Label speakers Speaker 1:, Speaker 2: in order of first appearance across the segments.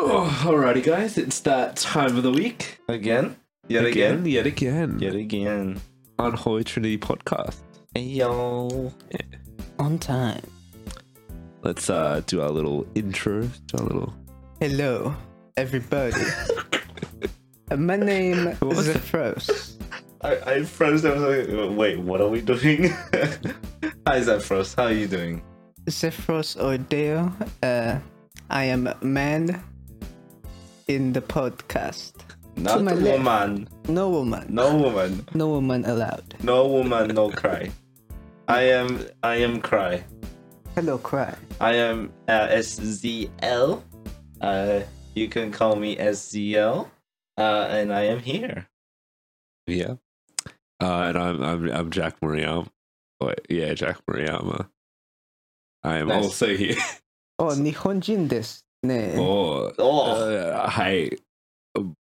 Speaker 1: Oh, Alrighty, guys, it's that time of the week.
Speaker 2: Again? Yet
Speaker 1: Again, yet again.
Speaker 2: Yet again.
Speaker 1: On Holy Trinity Podcast.
Speaker 2: Hey, yo.
Speaker 3: On time.
Speaker 1: Let's uh, do our little intro, do our little
Speaker 3: Hello, everybody. Uh, My name
Speaker 1: was
Speaker 3: is
Speaker 1: that?
Speaker 3: Frost.
Speaker 2: I, I froze. I was like, wait, what are we doing? Hi, is that Frost? How are you doing?
Speaker 3: Zephros Ordeo. Uh, I am a man in the podcast.
Speaker 2: Not
Speaker 3: my left.
Speaker 2: woman.
Speaker 3: No woman.
Speaker 2: No woman.
Speaker 3: No woman allowed.
Speaker 2: No woman, no cry. I am, I am cry.
Speaker 3: Hello, cry.
Speaker 2: I am uh, SZL. Uh, you can call me SZL. Uh, and I am here.
Speaker 1: Yeah. Uh, and I'm I'm I'm Jack Moriarty. Wait, yeah, Jack Moriarty. I am
Speaker 2: Nice.
Speaker 1: also here.
Speaker 3: Oh, Nihonjin desu ne.
Speaker 1: oh,
Speaker 2: Oh,
Speaker 1: uh, hi,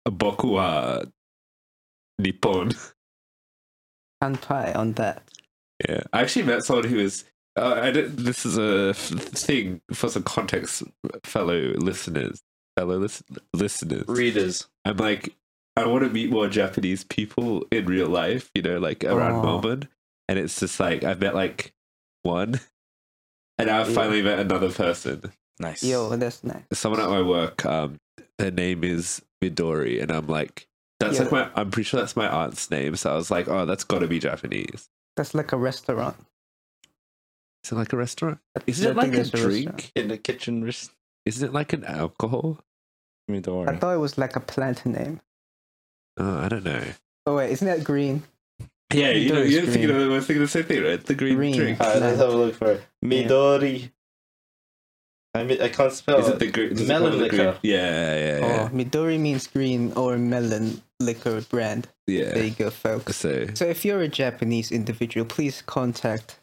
Speaker 1: boku wa Nippon.
Speaker 3: Kanpai on that.
Speaker 1: Yeah, I actually met someone who was. Uh, I don't, this is a f- thing for some context, fellow listeners, fellow lis- listeners.
Speaker 2: readers.
Speaker 1: I'm like, I want to meet more Japanese people in real life, you know, like around
Speaker 3: Aw.
Speaker 1: Melbourne. And it's just like, I've met like one, and I've
Speaker 3: Yeah.
Speaker 1: finally met another person.
Speaker 2: Nice.
Speaker 3: Yo, that's nice.
Speaker 1: Someone at my work, um, their name is Midori, and I'm like, that's
Speaker 3: Yeah.
Speaker 1: like my, I'm pretty sure that's my aunt's name. So I was like, oh, that's got to be Japanese.
Speaker 3: That's like a restaurant.
Speaker 1: Is it like a restaurant? Is
Speaker 3: I
Speaker 1: it like
Speaker 3: think
Speaker 1: a
Speaker 3: it's a
Speaker 1: drink?
Speaker 3: restaurant.
Speaker 2: In the kitchen, wrist
Speaker 1: Isn't it like an alcohol?
Speaker 2: Midori.
Speaker 3: I thought it was like a plant name.
Speaker 1: Oh, I don't know.
Speaker 3: Oh, wait, isn't that green?
Speaker 1: Yeah, you know,
Speaker 3: Midori's
Speaker 1: you're thinking
Speaker 3: green.
Speaker 1: of, we're thinking the same thing, right? The green,
Speaker 3: Green. Uh,
Speaker 1: drink.
Speaker 2: Alright, let's have a look for it.
Speaker 3: Yeah.
Speaker 2: Midori. I mean, I can't spell
Speaker 1: Is it the green? is it
Speaker 2: melon
Speaker 1: one of the green-
Speaker 2: liquor.
Speaker 1: Yeah, yeah, yeah.
Speaker 3: Oh, Midori means green or melon liquor brand. There
Speaker 1: Yeah.
Speaker 3: you go, folks.
Speaker 1: So
Speaker 3: So if you're a Japanese individual, please contact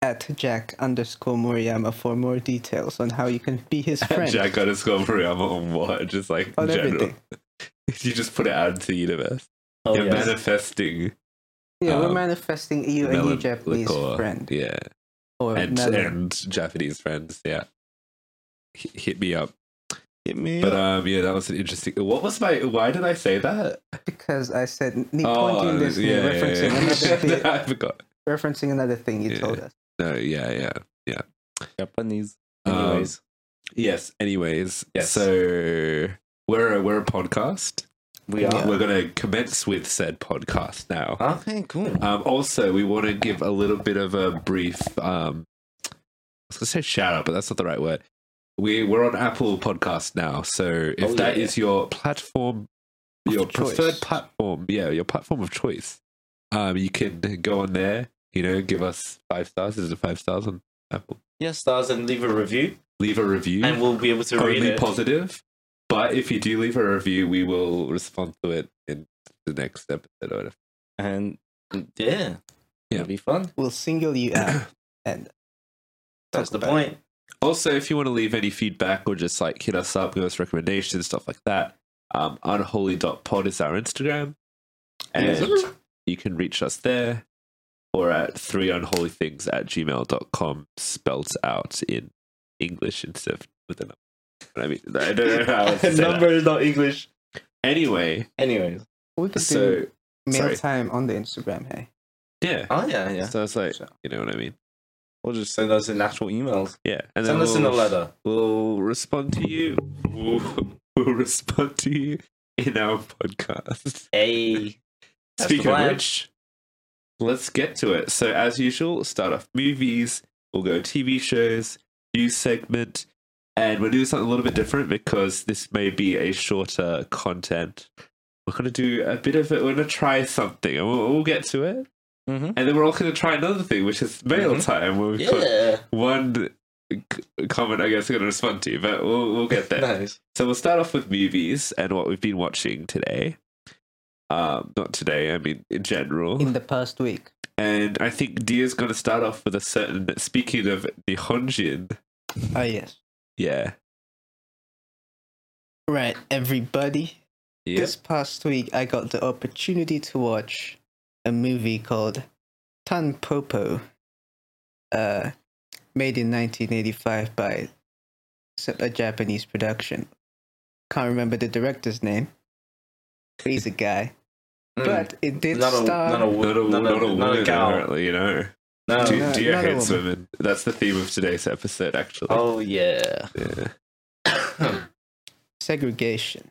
Speaker 3: at Jack underscore Moriyama for more details on how you can be his friend.
Speaker 1: Jack got a score for Yama on what? Just like
Speaker 3: on
Speaker 1: in general.
Speaker 3: everything.
Speaker 1: You just put it out into the universe.
Speaker 2: Oh,
Speaker 1: You're
Speaker 2: yes.
Speaker 1: manifesting.
Speaker 3: Yeah, we're
Speaker 1: Um,
Speaker 3: manifesting you a new
Speaker 1: melon
Speaker 3: Japanese
Speaker 1: liqueur.
Speaker 3: friend.
Speaker 1: Yeah.
Speaker 3: Or
Speaker 1: And
Speaker 3: melon.
Speaker 1: and Japanese friends, yeah. H- hit me up.
Speaker 2: Hit me
Speaker 1: But
Speaker 2: up.
Speaker 1: um yeah, that was an interesting what was my why did I say that?
Speaker 3: Because I said
Speaker 1: Oh
Speaker 3: Nipponjin this
Speaker 1: yeah, yeah,
Speaker 3: referencing
Speaker 1: yeah.
Speaker 3: another bit,
Speaker 1: I forgot.
Speaker 3: referencing another thing you
Speaker 1: Yeah.
Speaker 3: told us.
Speaker 1: No, yeah, yeah.
Speaker 2: Japanese.
Speaker 1: Um,
Speaker 2: Anyways,
Speaker 1: Yes. Anyways,
Speaker 2: Yes.
Speaker 1: so we're a, we're a podcast.
Speaker 2: we are.
Speaker 3: yeah.
Speaker 1: We're going to commence with said podcast now.
Speaker 2: Okay, cool.
Speaker 1: Um, also, we want to give a little bit of a brief. Um, I was going to say shout out, but that's not the right word. We we're on Apple Podcast now, so if that
Speaker 2: Oh,
Speaker 1: is
Speaker 2: yeah.
Speaker 1: your platform,
Speaker 3: Of
Speaker 1: your
Speaker 3: choice.
Speaker 1: preferred platform, yeah, your platform of choice, um, you can go on there. You know, give us five stars. Is it five stars on Apple?
Speaker 2: Yes, stars and leave a review,
Speaker 1: Leave a review.
Speaker 2: and we'll be able to read
Speaker 1: only
Speaker 2: it.
Speaker 1: positive. But if you do leave a review, we will respond to it in the next episode. or whatever.
Speaker 2: and yeah,
Speaker 1: Yeah.
Speaker 2: it'll be fun.
Speaker 3: We'll single you out and
Speaker 2: That's the
Speaker 3: talk about
Speaker 2: point.
Speaker 1: Also, if you want to leave any feedback or just like hit us up, give us recommendations, stuff like that, um, unholy.pod is our Instagram. And
Speaker 2: Yes.
Speaker 1: you can reach us there or at three unholy things at gmail.com, spelt out in English instead of with a number. I mean, I don't know how else to say that.
Speaker 2: Number is not English.
Speaker 1: Anyway,
Speaker 2: Anyways,
Speaker 3: We could
Speaker 1: so
Speaker 3: do mail
Speaker 1: sorry.
Speaker 3: time on the Instagram, hey.
Speaker 1: yeah.
Speaker 2: oh yeah, yeah.
Speaker 1: So it's like,
Speaker 3: So-
Speaker 1: you know what I mean?
Speaker 2: We'll just send us in actual emails.
Speaker 1: Yeah. And
Speaker 2: Send us in a
Speaker 1: we'll-
Speaker 2: letter.
Speaker 1: We'll respond to you. We'll, we'll respond to you in our podcast.
Speaker 2: Hey, That's the
Speaker 1: Speaking of
Speaker 2: plan.
Speaker 1: which, let's get to it. So, as usual, start off movies, we'll go TV shows, news segment, and we'll do something a little bit different because this may be a shorter content. We're going to do a bit of it. We're going to try something and we'll, we'll get to it.
Speaker 2: Mhm.
Speaker 1: And then we're all going to try another thing, which is mail
Speaker 2: Mhm.
Speaker 1: time, where we've got
Speaker 2: yeah,
Speaker 1: one c- comment, I guess, we're going to respond to, but we'll, we'll get there.
Speaker 2: nice.
Speaker 1: So we'll start off with movies and what we've been watching today. Um, not today, I mean in general.
Speaker 3: In the past week.
Speaker 1: And I think Dia's going to start off with a certain. Speaking of Nihonjin,
Speaker 3: Oh yes.
Speaker 1: yeah,
Speaker 3: Right, everybody.
Speaker 1: yeah,
Speaker 3: This past week, I got the opportunity to watch a movie called Tanpopo, uh, made in 1985 by s- a Japanese production Can't remember the director's name. He's a guy,
Speaker 2: Mm,
Speaker 3: but it did
Speaker 2: not a,
Speaker 3: star.
Speaker 2: not a, wo-
Speaker 1: Not a,
Speaker 2: not a,
Speaker 1: not a
Speaker 2: not
Speaker 1: woman,
Speaker 2: a gal.
Speaker 1: apparently, you know.
Speaker 2: No.
Speaker 1: Do,
Speaker 3: no,
Speaker 1: do you
Speaker 3: not a
Speaker 1: hate
Speaker 3: woman.
Speaker 1: women? That's the theme of today's episode, actually.
Speaker 2: Oh yeah.
Speaker 1: Yeah.
Speaker 3: segregation.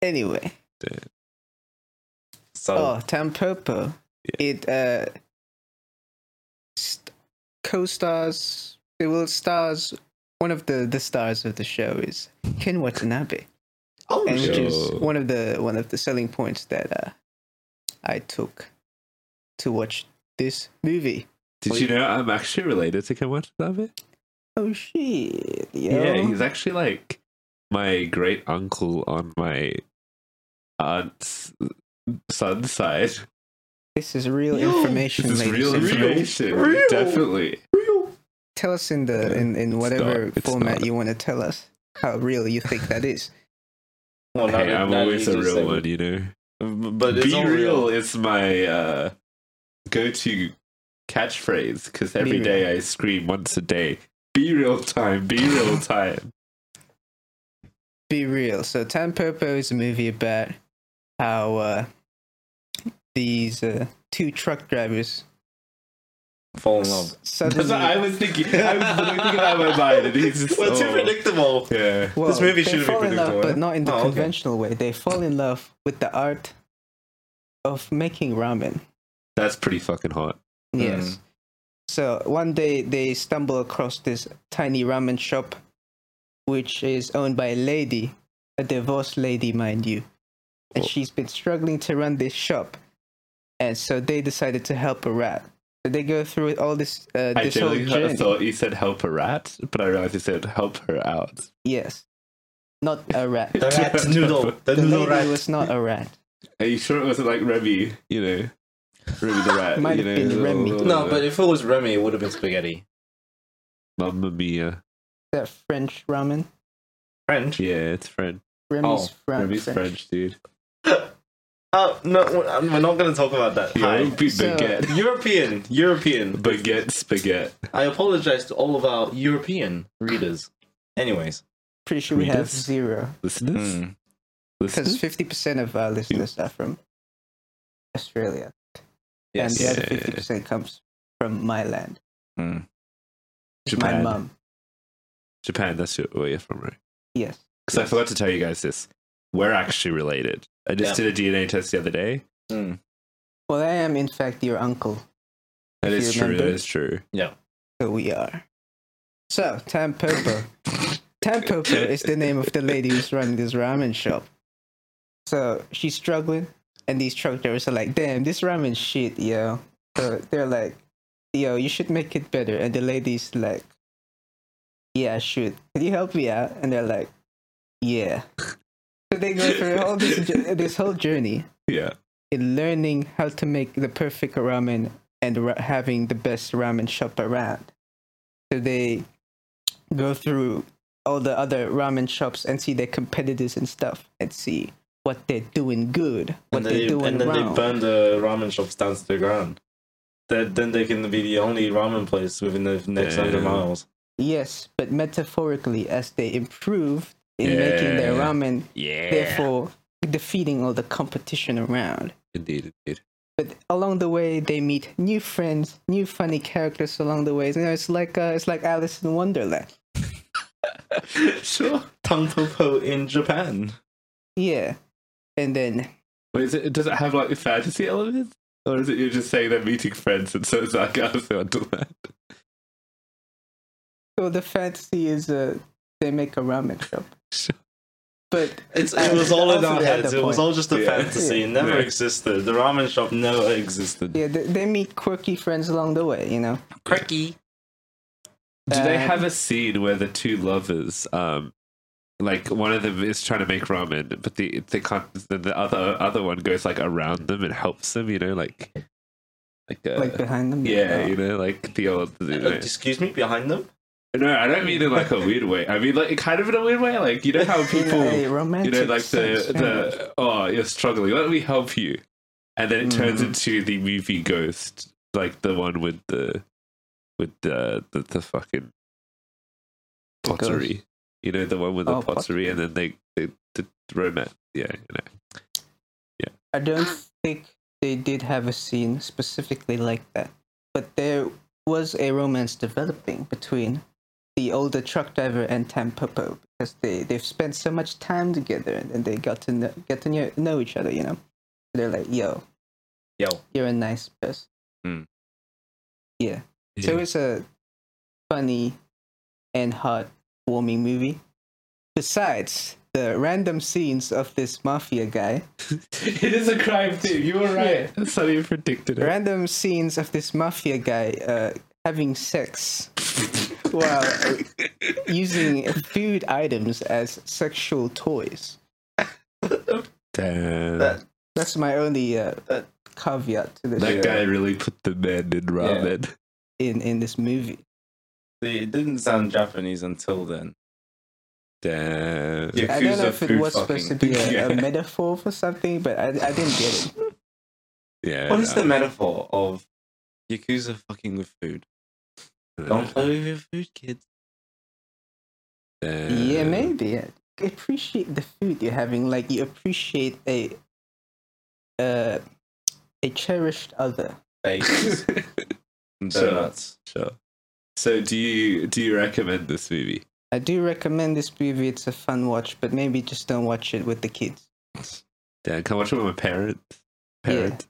Speaker 3: anyway,
Speaker 2: so
Speaker 3: oh, Tampopo.
Speaker 1: Yeah.
Speaker 3: It uh, st- co-stars. It will stars. One of the the stars of the show is Ken Watanabe,
Speaker 2: oh,
Speaker 3: and which
Speaker 2: shit.
Speaker 3: is
Speaker 1: Yo.
Speaker 3: one of the one of the selling points that uh, I took to watch this movie.
Speaker 1: Did you know I'm actually related to Ken Watanabe?
Speaker 3: Oh shit! Yo.
Speaker 1: Yeah, he's actually like my great uncle on my aunt's son's side.
Speaker 3: this is real
Speaker 2: Yo,
Speaker 3: information,
Speaker 1: This is
Speaker 3: ladies
Speaker 1: real
Speaker 3: and gentlemen.
Speaker 1: information.
Speaker 2: Real.
Speaker 1: Definitely.
Speaker 3: tell us in the
Speaker 1: Yeah,
Speaker 3: in, in whatever
Speaker 1: not- it's
Speaker 3: format
Speaker 1: not.
Speaker 3: you want to tell us how real you think that is.
Speaker 2: Well, not
Speaker 1: Hey,
Speaker 2: that-
Speaker 1: I'm
Speaker 2: not
Speaker 1: always
Speaker 2: that
Speaker 1: a
Speaker 2: you just
Speaker 1: real
Speaker 2: said-
Speaker 1: one, you know.
Speaker 2: But it's
Speaker 1: Be
Speaker 2: all
Speaker 1: real.
Speaker 2: real.
Speaker 1: is my uh, go-to catchphrase because every
Speaker 3: real.
Speaker 1: day I scream once a day. Be real time. Be real time.
Speaker 3: Be real. So Tampopo is a movie about how uh, these uh, two truck drivers
Speaker 2: Fall in
Speaker 3: s-
Speaker 2: love.
Speaker 1: That's
Speaker 3: suddenly
Speaker 1: what I was thinking. I was literally thinking that in my mind, and he's just
Speaker 2: We're too
Speaker 1: oh,
Speaker 2: predictable.
Speaker 1: Yeah.
Speaker 3: well,
Speaker 2: This movie
Speaker 3: they
Speaker 2: shouldn't be
Speaker 3: fall in love,
Speaker 2: predictable,
Speaker 3: but not in the
Speaker 2: Oh, okay.
Speaker 3: conventional way. They fall in love with the art of making ramen.
Speaker 1: That's pretty fucking hot.
Speaker 3: Yes.
Speaker 2: Mm.
Speaker 3: Hmm. So one day they stumble across this tiny ramen shop, which is owned by a lady, a divorced lady, mind you. And
Speaker 1: Cool.
Speaker 3: she's been struggling to run this shop. And so they decided to help her out. So they go through all this, uh,
Speaker 1: I
Speaker 3: this whole
Speaker 1: generally
Speaker 3: journey.
Speaker 1: thought you said help a rat, but I realized you said help her out.
Speaker 3: Yes. Not a rat.
Speaker 2: The rat noodle. The,
Speaker 3: the
Speaker 2: noodle
Speaker 3: lady
Speaker 2: rat.
Speaker 3: was not a rat.
Speaker 1: Are you sure it wasn't like Remy? You know, Remy the rat.
Speaker 3: Might
Speaker 1: you
Speaker 3: have
Speaker 1: know,
Speaker 3: been
Speaker 1: the-
Speaker 3: Remy.
Speaker 2: No, but if it was Remy, it would have been spaghetti.
Speaker 1: Mamma Mia.
Speaker 3: That French ramen.
Speaker 2: French.
Speaker 1: Yeah, it's French.
Speaker 3: Remy's,
Speaker 2: Oh,
Speaker 3: Fran-
Speaker 1: Remy's French,
Speaker 3: French.
Speaker 1: dude.
Speaker 2: Oh no, we're we're not gonna talk about that.
Speaker 1: Yeah, it
Speaker 2: Hi.
Speaker 1: would be
Speaker 3: So-
Speaker 1: baguette,
Speaker 2: European, European.
Speaker 1: baguette, spaghetti.
Speaker 2: I apologize to all of our European readers. Anyways,
Speaker 3: Pretty sure we have
Speaker 1: Readers?
Speaker 3: zero.
Speaker 1: Listeners,
Speaker 2: Hmm.
Speaker 3: Because
Speaker 1: listeners.
Speaker 3: fifty percent of our listeners are from Australia,
Speaker 2: yes,
Speaker 3: and the other
Speaker 1: Yeah.
Speaker 3: fifty percent comes from my land,
Speaker 2: Mm.
Speaker 1: Japan.
Speaker 3: my mum.
Speaker 1: Japan. That's your- where you're from, right?
Speaker 3: Yes,
Speaker 1: Because I forgot to tell you guys this. We're actually related. I just
Speaker 2: Yeah.
Speaker 1: did a DNA test the other day.
Speaker 2: Mm.
Speaker 3: well, I am in fact your uncle,
Speaker 1: That
Speaker 3: If you
Speaker 1: is true. That
Speaker 3: remember.
Speaker 1: is true.
Speaker 3: so we are. So Tampopo, Tampopo is the name of the lady who's running this ramen shop. So she's struggling, and these truck drivers are like, "Damn, this ramen shit, yo." So they're like, "Yo, you should make it better," and the lady's like, "Yeah, I should. Can you help me out?" And they're like, "Yeah." So they go through all this jo- this whole journey
Speaker 1: Yeah.
Speaker 3: in learning how to make the perfect ramen and ra- having the best ramen shop around. So they go through all the other ramen shops and see their competitors and stuff and see what they're doing good, what
Speaker 2: And,
Speaker 3: they're
Speaker 2: they,
Speaker 3: doing
Speaker 2: and then
Speaker 3: wrong.
Speaker 2: they burn the ramen shops down to the ground. That then they can be the only ramen place within the next hundred
Speaker 1: Damn.
Speaker 2: miles.
Speaker 3: yes, but metaphorically, as they improve in making their
Speaker 1: Yeah.
Speaker 3: ramen,
Speaker 1: Yeah.
Speaker 3: therefore defeating all the competition around.
Speaker 1: Indeed, indeed.
Speaker 3: but along the way they meet new friends, new funny characters along the way. You know, it's like uh, it's like Alice in Wonderland.
Speaker 2: sure, Tangpopo in Japan.
Speaker 3: Yeah, and then
Speaker 1: Wait, is it, does it have like fantasy elements? Or is it you're just saying they're meeting friends and so it's like, I don't want to do that.
Speaker 3: well, the fantasy is uh, they make a ramen shop,
Speaker 1: Sure.
Speaker 3: but
Speaker 2: It's,
Speaker 3: Uh,
Speaker 2: it was all in
Speaker 3: also
Speaker 2: our
Speaker 3: they had
Speaker 2: heads.
Speaker 3: the
Speaker 2: It was
Speaker 3: point.
Speaker 2: all just a
Speaker 1: Yeah.
Speaker 2: fantasy. It never
Speaker 1: Yeah.
Speaker 2: existed. The ramen shop never existed.
Speaker 3: yeah, they, they meet quirky friends along the way. You know,
Speaker 2: Cracky.
Speaker 1: Do they
Speaker 3: Uh,
Speaker 1: have a scene where the two lovers, um, like one of them is trying to make ramen, but the they can't. The, the other other one goes like around them and helps them. You know, like like, uh,
Speaker 3: like behind them.
Speaker 1: yeah, you know, like the old. You know.
Speaker 2: excuse me, behind them?
Speaker 1: No, I don't mean in like a weird way. I mean like kind of in a weird way. Like you know how
Speaker 3: In
Speaker 1: people,
Speaker 3: a
Speaker 1: you
Speaker 3: romantic
Speaker 1: know, like the
Speaker 3: sense, yeah.
Speaker 1: the oh you're struggling. Let me help you, and then it turns
Speaker 2: Mhm.
Speaker 1: into the movie Ghost, like the one with the with the the, the fucking
Speaker 3: ghost.
Speaker 1: pottery. You know, the one with the
Speaker 3: Oh,
Speaker 1: pottery, and then they, they the romance. Yeah, you know.
Speaker 3: I don't think they did have a scene specifically like that, but there was a romance developing between the older truck driver and Tampopo because they they've spent so much time together and they got to know, get to know, know each other. You know, they're like, "Yo,
Speaker 2: Yo.
Speaker 3: you're a nice person."
Speaker 1: Hmm.
Speaker 3: Yeah. So it's a funny and heartwarming movie. Besides the random scenes of this mafia guy,
Speaker 1: it is a crime thing. You were right. Sonny predicted it.
Speaker 3: random scenes of this mafia guy uh, having sex while using food items as sexual toys.
Speaker 1: Damn.
Speaker 2: That-
Speaker 1: That,
Speaker 3: That's my only uh,
Speaker 2: That-
Speaker 3: caveat to this
Speaker 1: guy really put the man in ramen.
Speaker 3: in in this movie.
Speaker 2: See, it didn't sound Japanese until then.
Speaker 1: Damn.
Speaker 3: I don't know if it was supposed to be a, a
Speaker 2: Yeah.
Speaker 3: metaphor for something, but I, I didn't get it.
Speaker 1: Yeah.
Speaker 2: What is the metaphor of Yakuza fucking with food? Don't play with your food, kids.
Speaker 1: Damn.
Speaker 3: Yeah, maybe. Appreciate the food you're having. Like you appreciate a uh, a cherished other.
Speaker 2: Bakes and donuts.
Speaker 1: Sure. So do you do you recommend this movie?
Speaker 3: I do recommend this movie. It's a fun watch, but maybe just don't watch it with the kids.
Speaker 1: Dan, can I watch it with my parent?
Speaker 3: Yeah.
Speaker 1: Parent.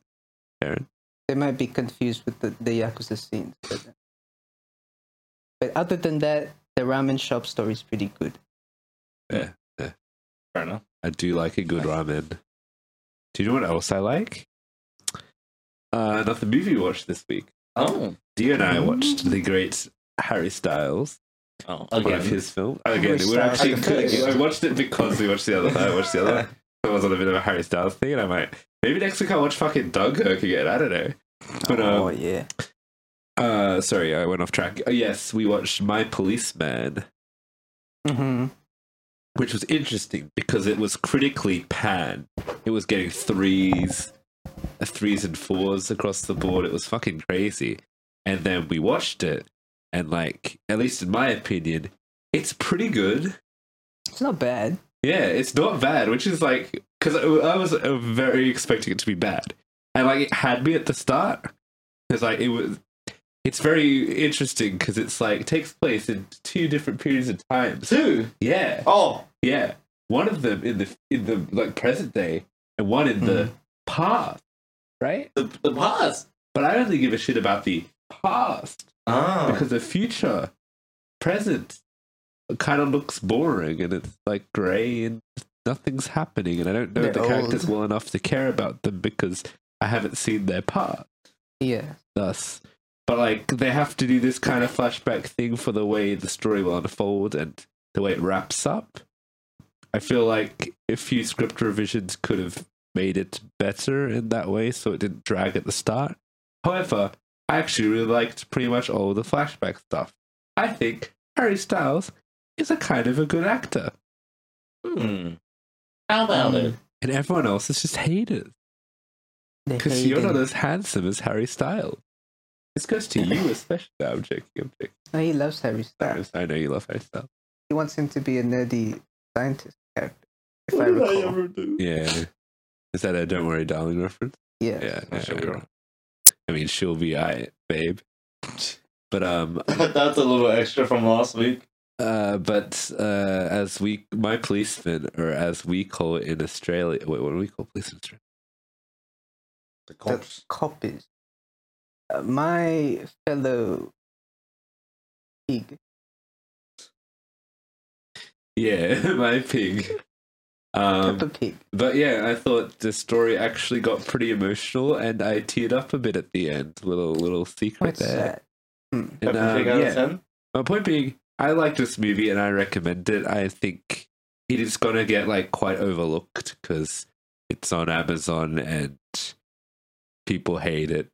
Speaker 1: Parent.
Speaker 3: They might be confused with the, the Yakuza scenes. But, but other than that, the ramen shop story is pretty good.
Speaker 2: Fair enough.
Speaker 1: I do like a good ramen. Do you know what else I like? Uh, not the movie we watched this week.
Speaker 2: Oh.
Speaker 1: Dia and I watched
Speaker 3: Mm.
Speaker 1: the great Harry Styles,
Speaker 2: Oh,
Speaker 1: one of
Speaker 2: again.
Speaker 1: his films. Again,
Speaker 3: Harry
Speaker 1: we're actually
Speaker 3: Styles is
Speaker 1: I
Speaker 3: good.
Speaker 1: watched it because we watched the other. I watched the other. I was on a bit of a Harry Styles thing, and I might maybe next week I'll watch fucking Dunkirk again. I don't know. But um,
Speaker 3: oh yeah,
Speaker 1: uh, sorry, I went off track. Uh, yes, we watched My Policeman,
Speaker 3: hmm
Speaker 1: which was interesting because it was critically panned. It was getting threes, uh, threes and fours across the board. It was fucking crazy. And then we watched it, and like, at least in my opinion, it's pretty good.
Speaker 3: it's not bad.
Speaker 1: Yeah, it's not bad, which is like because I was uh, very expecting it to be bad, and like it had me at the start because like it was. It's very interesting because it's like takes place in two different periods of time.
Speaker 2: Two.
Speaker 1: Yeah,
Speaker 2: Oh.
Speaker 1: yeah. One of them in the in the like present day, and one in the past, right?
Speaker 2: The, the past.
Speaker 1: But I only give a shit about the past
Speaker 2: Ah.
Speaker 1: because the future, present, kind of looks boring and it's like grey and nothing's happening. And I don't know
Speaker 3: They're
Speaker 1: the characters
Speaker 3: old.
Speaker 1: well enough to care about them because I haven't seen their part.
Speaker 3: Yeah,
Speaker 1: Thus, but like they have to do this kind of flashback thing for the way the story will unfold and the way it wraps up. I feel like a few script revisions could have made it better in that way so it didn't drag at the start. However, I actually really liked pretty much all the flashback stuff. I think Harry Styles is a kind of a good actor,
Speaker 2: Hmm. How about
Speaker 3: Mm.
Speaker 2: it?
Speaker 1: and everyone else is just haters
Speaker 3: They
Speaker 1: because
Speaker 3: hate
Speaker 1: you're not
Speaker 3: him.
Speaker 1: as handsome as Harry Styles. This goes to you especially. No, I'm joking. I'm joking.
Speaker 3: No, he loves Harry Styles.
Speaker 1: Yes, I know you love Harry Styles.
Speaker 3: He wants him to be a nerdy scientist character. If I recall,
Speaker 2: do?
Speaker 1: Yeah. Is that a Don't Worry Darling reference?
Speaker 3: yeah.
Speaker 1: Yeah.
Speaker 2: I should be wrong.
Speaker 1: I mean, she'll be I, babe. But um,
Speaker 2: That's a little extra from last week.
Speaker 1: uh, but uh, as we, my policeman, or as we call it in Australia, wait, what do we call policemen? in Australia?
Speaker 2: The
Speaker 3: That's copies. Uh, my fellow pig.
Speaker 1: Yeah, my pig. Um,
Speaker 3: Peppa Pig.
Speaker 1: But yeah, I thought the story actually got pretty emotional, and I teared up a bit at the end. Little little secret
Speaker 3: What's
Speaker 1: there.
Speaker 3: that? Hmm.
Speaker 2: uh,
Speaker 1: And, um, yeah. My point being, I like this movie and I recommend it. I think it is going to get like quite overlooked because it's on Amazon and people hate it.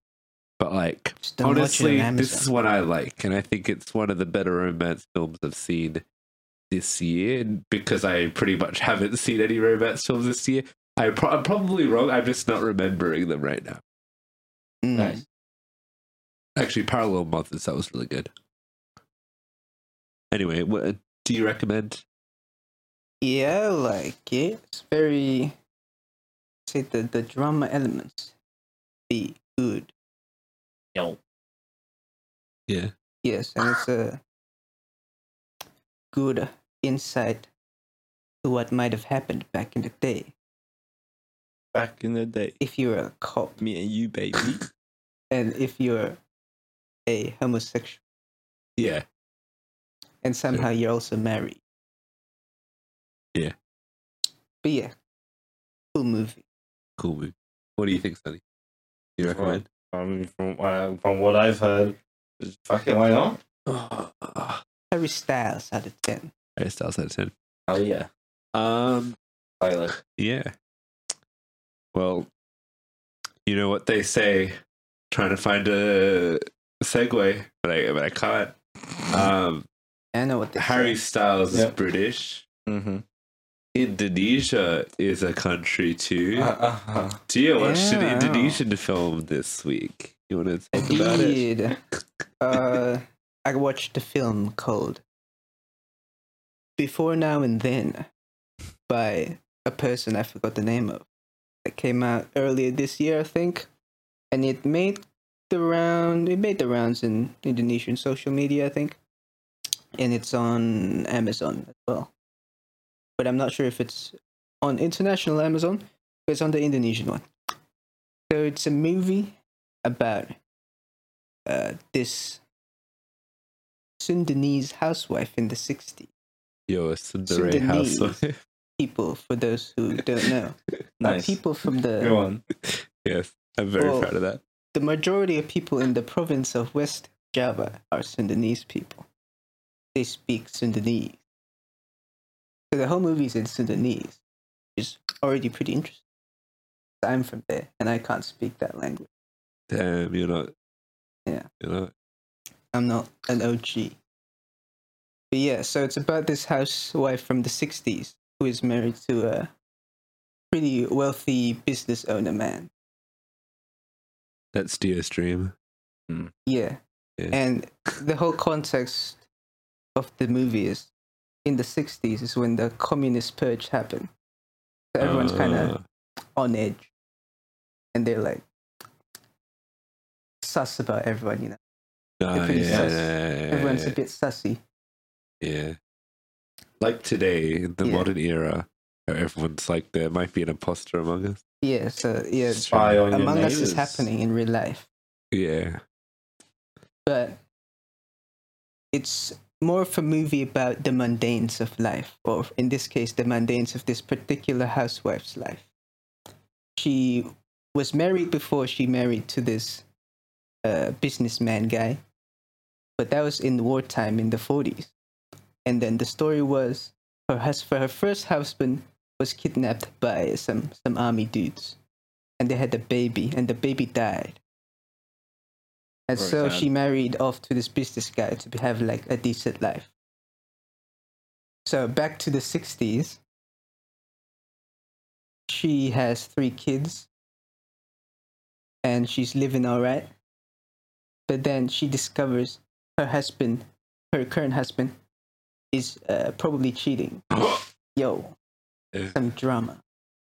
Speaker 1: But like,
Speaker 3: Just don't watch it on
Speaker 1: honestly, this
Speaker 3: Amazon.
Speaker 1: is what I like, and I think it's one of the better romance films I've seen this year because I pretty much haven't seen any romance films this year. I pro- I'm probably wrong. I'm just not remembering them right now.
Speaker 3: Mm.
Speaker 2: Nice.
Speaker 1: Actually, Parallel Mothers that was really good. Anyway, what do you recommend
Speaker 3: Yeah, I like it. It's very. Say the the drama elements. Be good.
Speaker 2: Yo.
Speaker 1: Yeah.
Speaker 3: Yes, and it's a good insight to what might have happened back in the day
Speaker 4: Back in the day,
Speaker 3: if you were a cop
Speaker 4: me and you, baby.
Speaker 3: and if you're a homosexual
Speaker 1: Yeah.
Speaker 3: and somehow you're also married.
Speaker 1: Yeah.
Speaker 3: But yeah, cool movie.
Speaker 1: Cool movie. What do you think, Sonny? You
Speaker 2: Right.
Speaker 1: recommend?
Speaker 2: Um, from, uh, from what I've heard, fucking why not?
Speaker 3: Harry Styles out of ten.
Speaker 1: Harry Styles out of ten.
Speaker 2: Oh yeah,
Speaker 1: Um,
Speaker 2: Tyler.
Speaker 1: yeah. Well, you know what they say. Trying to find a segue, but I but I can't. Um,
Speaker 3: I know what they
Speaker 1: Harry
Speaker 3: say.
Speaker 1: Styles is
Speaker 2: Yeah.
Speaker 1: British.
Speaker 4: mm-hmm.
Speaker 1: Indonesia is a country too.
Speaker 2: Uh,
Speaker 1: Dio watched an
Speaker 3: Yeah.
Speaker 1: Indonesian film this week. You want to
Speaker 3: I
Speaker 1: talk about it?
Speaker 3: did. uh, I watched the film called Before Now and Then by a person I forgot the name of. That came out earlier this year, I think. And it made the round it made the rounds in Indonesian social media, I think. And it's on Amazon as well. But I'm not sure if it's on international Amazon, but it's on the Indonesian one. So it's a movie about uh, this Sundanese housewife in the 60s.
Speaker 1: Yo, Sundere
Speaker 3: Sundanese.
Speaker 1: Housewife.
Speaker 3: People, for those who don't know,
Speaker 4: Nice.
Speaker 3: are people from
Speaker 4: Go
Speaker 3: the
Speaker 4: on.
Speaker 1: yes, I'm very
Speaker 3: Well,
Speaker 1: proud of that.
Speaker 3: the majority of people in the province of West Java are Sundanese people. They speak Sundanese. So the whole movie is in Sundanese, which is already pretty interesting. I'm from there, and I can't speak that language.
Speaker 1: Damn, you're not.
Speaker 3: Yeah.
Speaker 1: You're not.
Speaker 3: I'm not an OG. But yeah, so it's about this housewife from the 60s who is married to a pretty wealthy business owner man.
Speaker 1: That's Dio's dream.
Speaker 3: Yeah.
Speaker 1: Yeah.
Speaker 3: And the whole context of the movie is in the 60s is when the communist purge happened. So everyone's kind of
Speaker 1: Uh,
Speaker 3: on edge. And they're like sus about everyone, you know.
Speaker 1: Ah, nah,
Speaker 3: pretty
Speaker 1: yeah,
Speaker 3: sus.
Speaker 1: yeah, yeah,
Speaker 3: Everyone's a
Speaker 1: yeah,
Speaker 3: bit sussy.
Speaker 1: yeah. Like today, in the
Speaker 3: Yeah.
Speaker 1: modern era, how everyone's like, there might be an imposter among us.
Speaker 3: Yeah, so yeah,
Speaker 2: Spy on your
Speaker 3: Among Us is
Speaker 2: neighbors.
Speaker 3: happening in real life.
Speaker 1: Yeah.
Speaker 3: but it's more of a movie about the mundanes of life, or in this case, the mundanes of this particular housewife's life. She was married before she married to this uh, businessman guy, but that was in wartime in the 40s. And then the story was her husband, her first husband was kidnapped by some, some army dudes, and they had a baby, and the baby died. And
Speaker 2: Very
Speaker 3: so
Speaker 2: sad.
Speaker 3: she married off to this business guy to be- have like a decent life. So back to the 60s. She has three kids and she's living all right. But then she discovers her husband, her current husband, is uh, probably cheating. Yo,
Speaker 1: Yeah.
Speaker 3: some drama.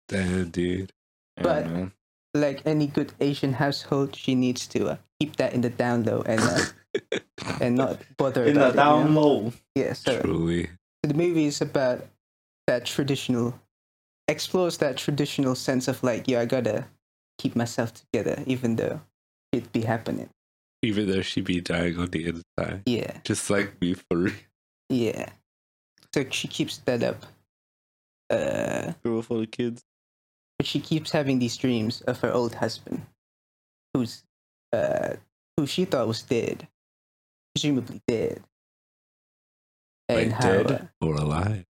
Speaker 1: Damn, dude.
Speaker 3: But-
Speaker 2: yeah, man.
Speaker 3: Like any good Asian household, she needs to uh, keep that in the down low and uh, and not bother
Speaker 2: in the
Speaker 3: about it, you know?
Speaker 2: down low,
Speaker 3: Yeah, so
Speaker 1: Truly.
Speaker 3: the movie is about that traditional, explores that traditional sense of like, yo, I gotta keep myself together, even though it be happening.
Speaker 1: Even though she be dying on the inside.
Speaker 3: Yeah.
Speaker 1: Just like me for real.
Speaker 3: Yeah. So she keeps that up. Uh,
Speaker 4: Girl for the kids.
Speaker 3: but she keeps having these dreams of her old husband, who's, uh, who she thought was dead, presumably dead.
Speaker 1: Like
Speaker 3: how,
Speaker 1: dead
Speaker 3: uh,
Speaker 1: or alive.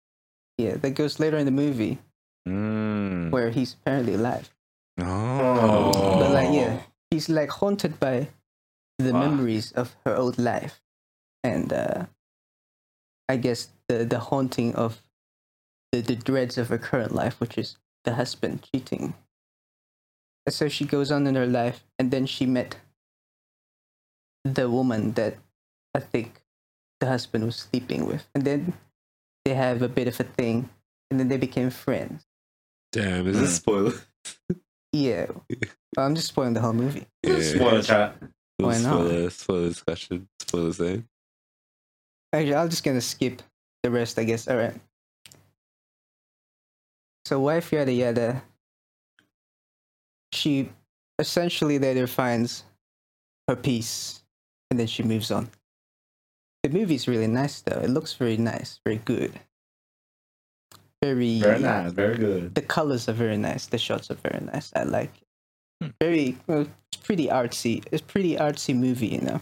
Speaker 3: yeah, that goes later in the movie
Speaker 4: Mm.
Speaker 2: Hmm.
Speaker 3: where he's apparently alive.
Speaker 4: Oh.
Speaker 3: But like, yeah, she's like haunted by the
Speaker 2: Wow.
Speaker 3: memories of her old life, and uh, I guess the the haunting of the the dreads of her current life, which is the husband cheating. And so she goes on in her life, and then she met the woman that I think the husband was sleeping with, and then they have a bit of a thing, and then they became friends.
Speaker 1: Damn, is this spoiler?
Speaker 3: Yeah, I'm just spoiling the whole movie.
Speaker 2: Spoiler trap.
Speaker 3: Why not?
Speaker 1: Spoiler, spoiler discussion, spoiler thing.
Speaker 3: Actually, I'm just gonna skip the rest, I guess. All right. So wife yada yada. She essentially later finds her peace, and then she moves on. The movie's really nice though. It looks very nice, very good. Very
Speaker 2: Very nice. Very good.
Speaker 3: The colors are very nice. The shots are very nice. I like. It. Very. Well, it's pretty artsy. It's pretty artsy movie, you know,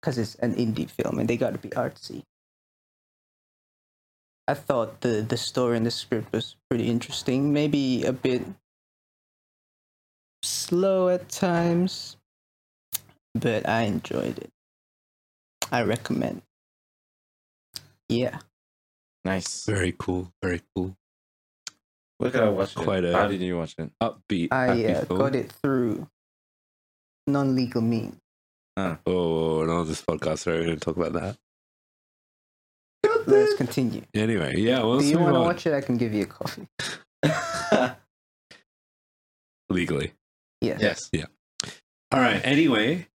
Speaker 3: because it's an indie film and they got to be artsy. I thought the the story and the script was pretty interesting. Maybe a bit slow at times, but I enjoyed it. I recommend. Yeah.
Speaker 4: Nice.
Speaker 1: Very cool, very cool.
Speaker 2: Look at I watched it.
Speaker 1: Quite
Speaker 4: How
Speaker 1: a
Speaker 4: did you watch it?
Speaker 1: upbeat.
Speaker 3: I
Speaker 1: happy
Speaker 3: uh,
Speaker 1: film.
Speaker 3: got it through non legal means.
Speaker 1: Oh, no, this podcast, right? We're going to talk about that.
Speaker 3: Let's continue.
Speaker 1: Anyway, yeah, well,
Speaker 3: Do
Speaker 1: let's
Speaker 3: you
Speaker 1: move
Speaker 3: want to
Speaker 1: on.
Speaker 3: watch it? I can give you a coffee.
Speaker 1: Legally.
Speaker 3: Yeah.
Speaker 2: yes.
Speaker 1: All right, anyway.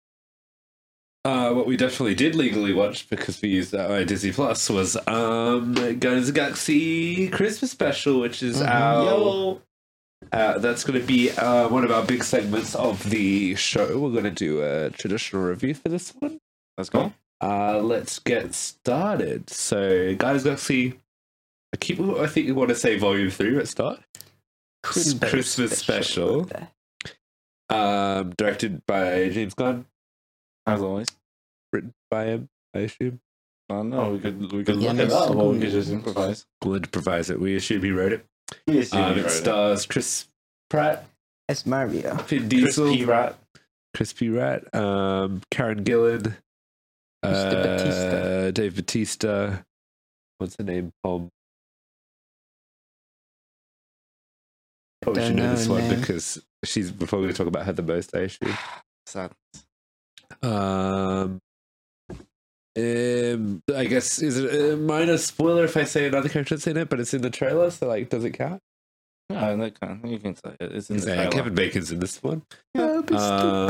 Speaker 1: Uh, what we definitely did legally watch because we used uh, Disney Plus was um, Guardians of the Galaxy Christmas special, which is
Speaker 3: Mhm.
Speaker 1: our
Speaker 2: Yo.
Speaker 1: Uh, that's going to be uh, one of our big segments of the show. We're going to do a traditional review for this one.
Speaker 4: Let's go.
Speaker 1: Uh, let's get started. So, guys, Galaxy, I keep. I think you want to say Volume Three at start.
Speaker 3: Couldn't
Speaker 1: Christmas
Speaker 3: better
Speaker 1: special.
Speaker 3: with that.
Speaker 1: Um, directed by James Gunn,
Speaker 4: As always.
Speaker 1: written by him, I assume.
Speaker 4: I don't know. Oh, We could we could
Speaker 3: Yeah,
Speaker 4: look it
Speaker 3: Miss
Speaker 4: up or we
Speaker 3: Cool.
Speaker 4: could just improvise. Uh,
Speaker 1: We'll improvise it. We assume he wrote it.
Speaker 2: Yes, you
Speaker 1: Um,
Speaker 2: wrote
Speaker 1: it
Speaker 2: it.
Speaker 1: stars Chris Pratt,
Speaker 3: As Mario.
Speaker 1: Vin
Speaker 2: Chris
Speaker 1: Diesel,
Speaker 2: P. Rat.
Speaker 1: Crispy Rat, um, Karen Gillan,
Speaker 3: Mr.
Speaker 1: uh,
Speaker 3: Batista.
Speaker 1: Dave Batista. What's the name? Pom. Oh, we
Speaker 3: Don't
Speaker 1: should know,
Speaker 3: know
Speaker 1: this
Speaker 3: her
Speaker 1: one
Speaker 3: name.
Speaker 1: because she's we're probably going to talk about her the most. I assume.
Speaker 4: Sad.
Speaker 1: Um, um, I guess is it a minor spoiler if I say another character that's in it, but it's in the trailer, so like, does it count?
Speaker 4: No, that kind you can say it. It's in the
Speaker 1: Yeah,
Speaker 4: trailer.
Speaker 1: Kevin Bacon's in this one.
Speaker 3: Oh, Mr.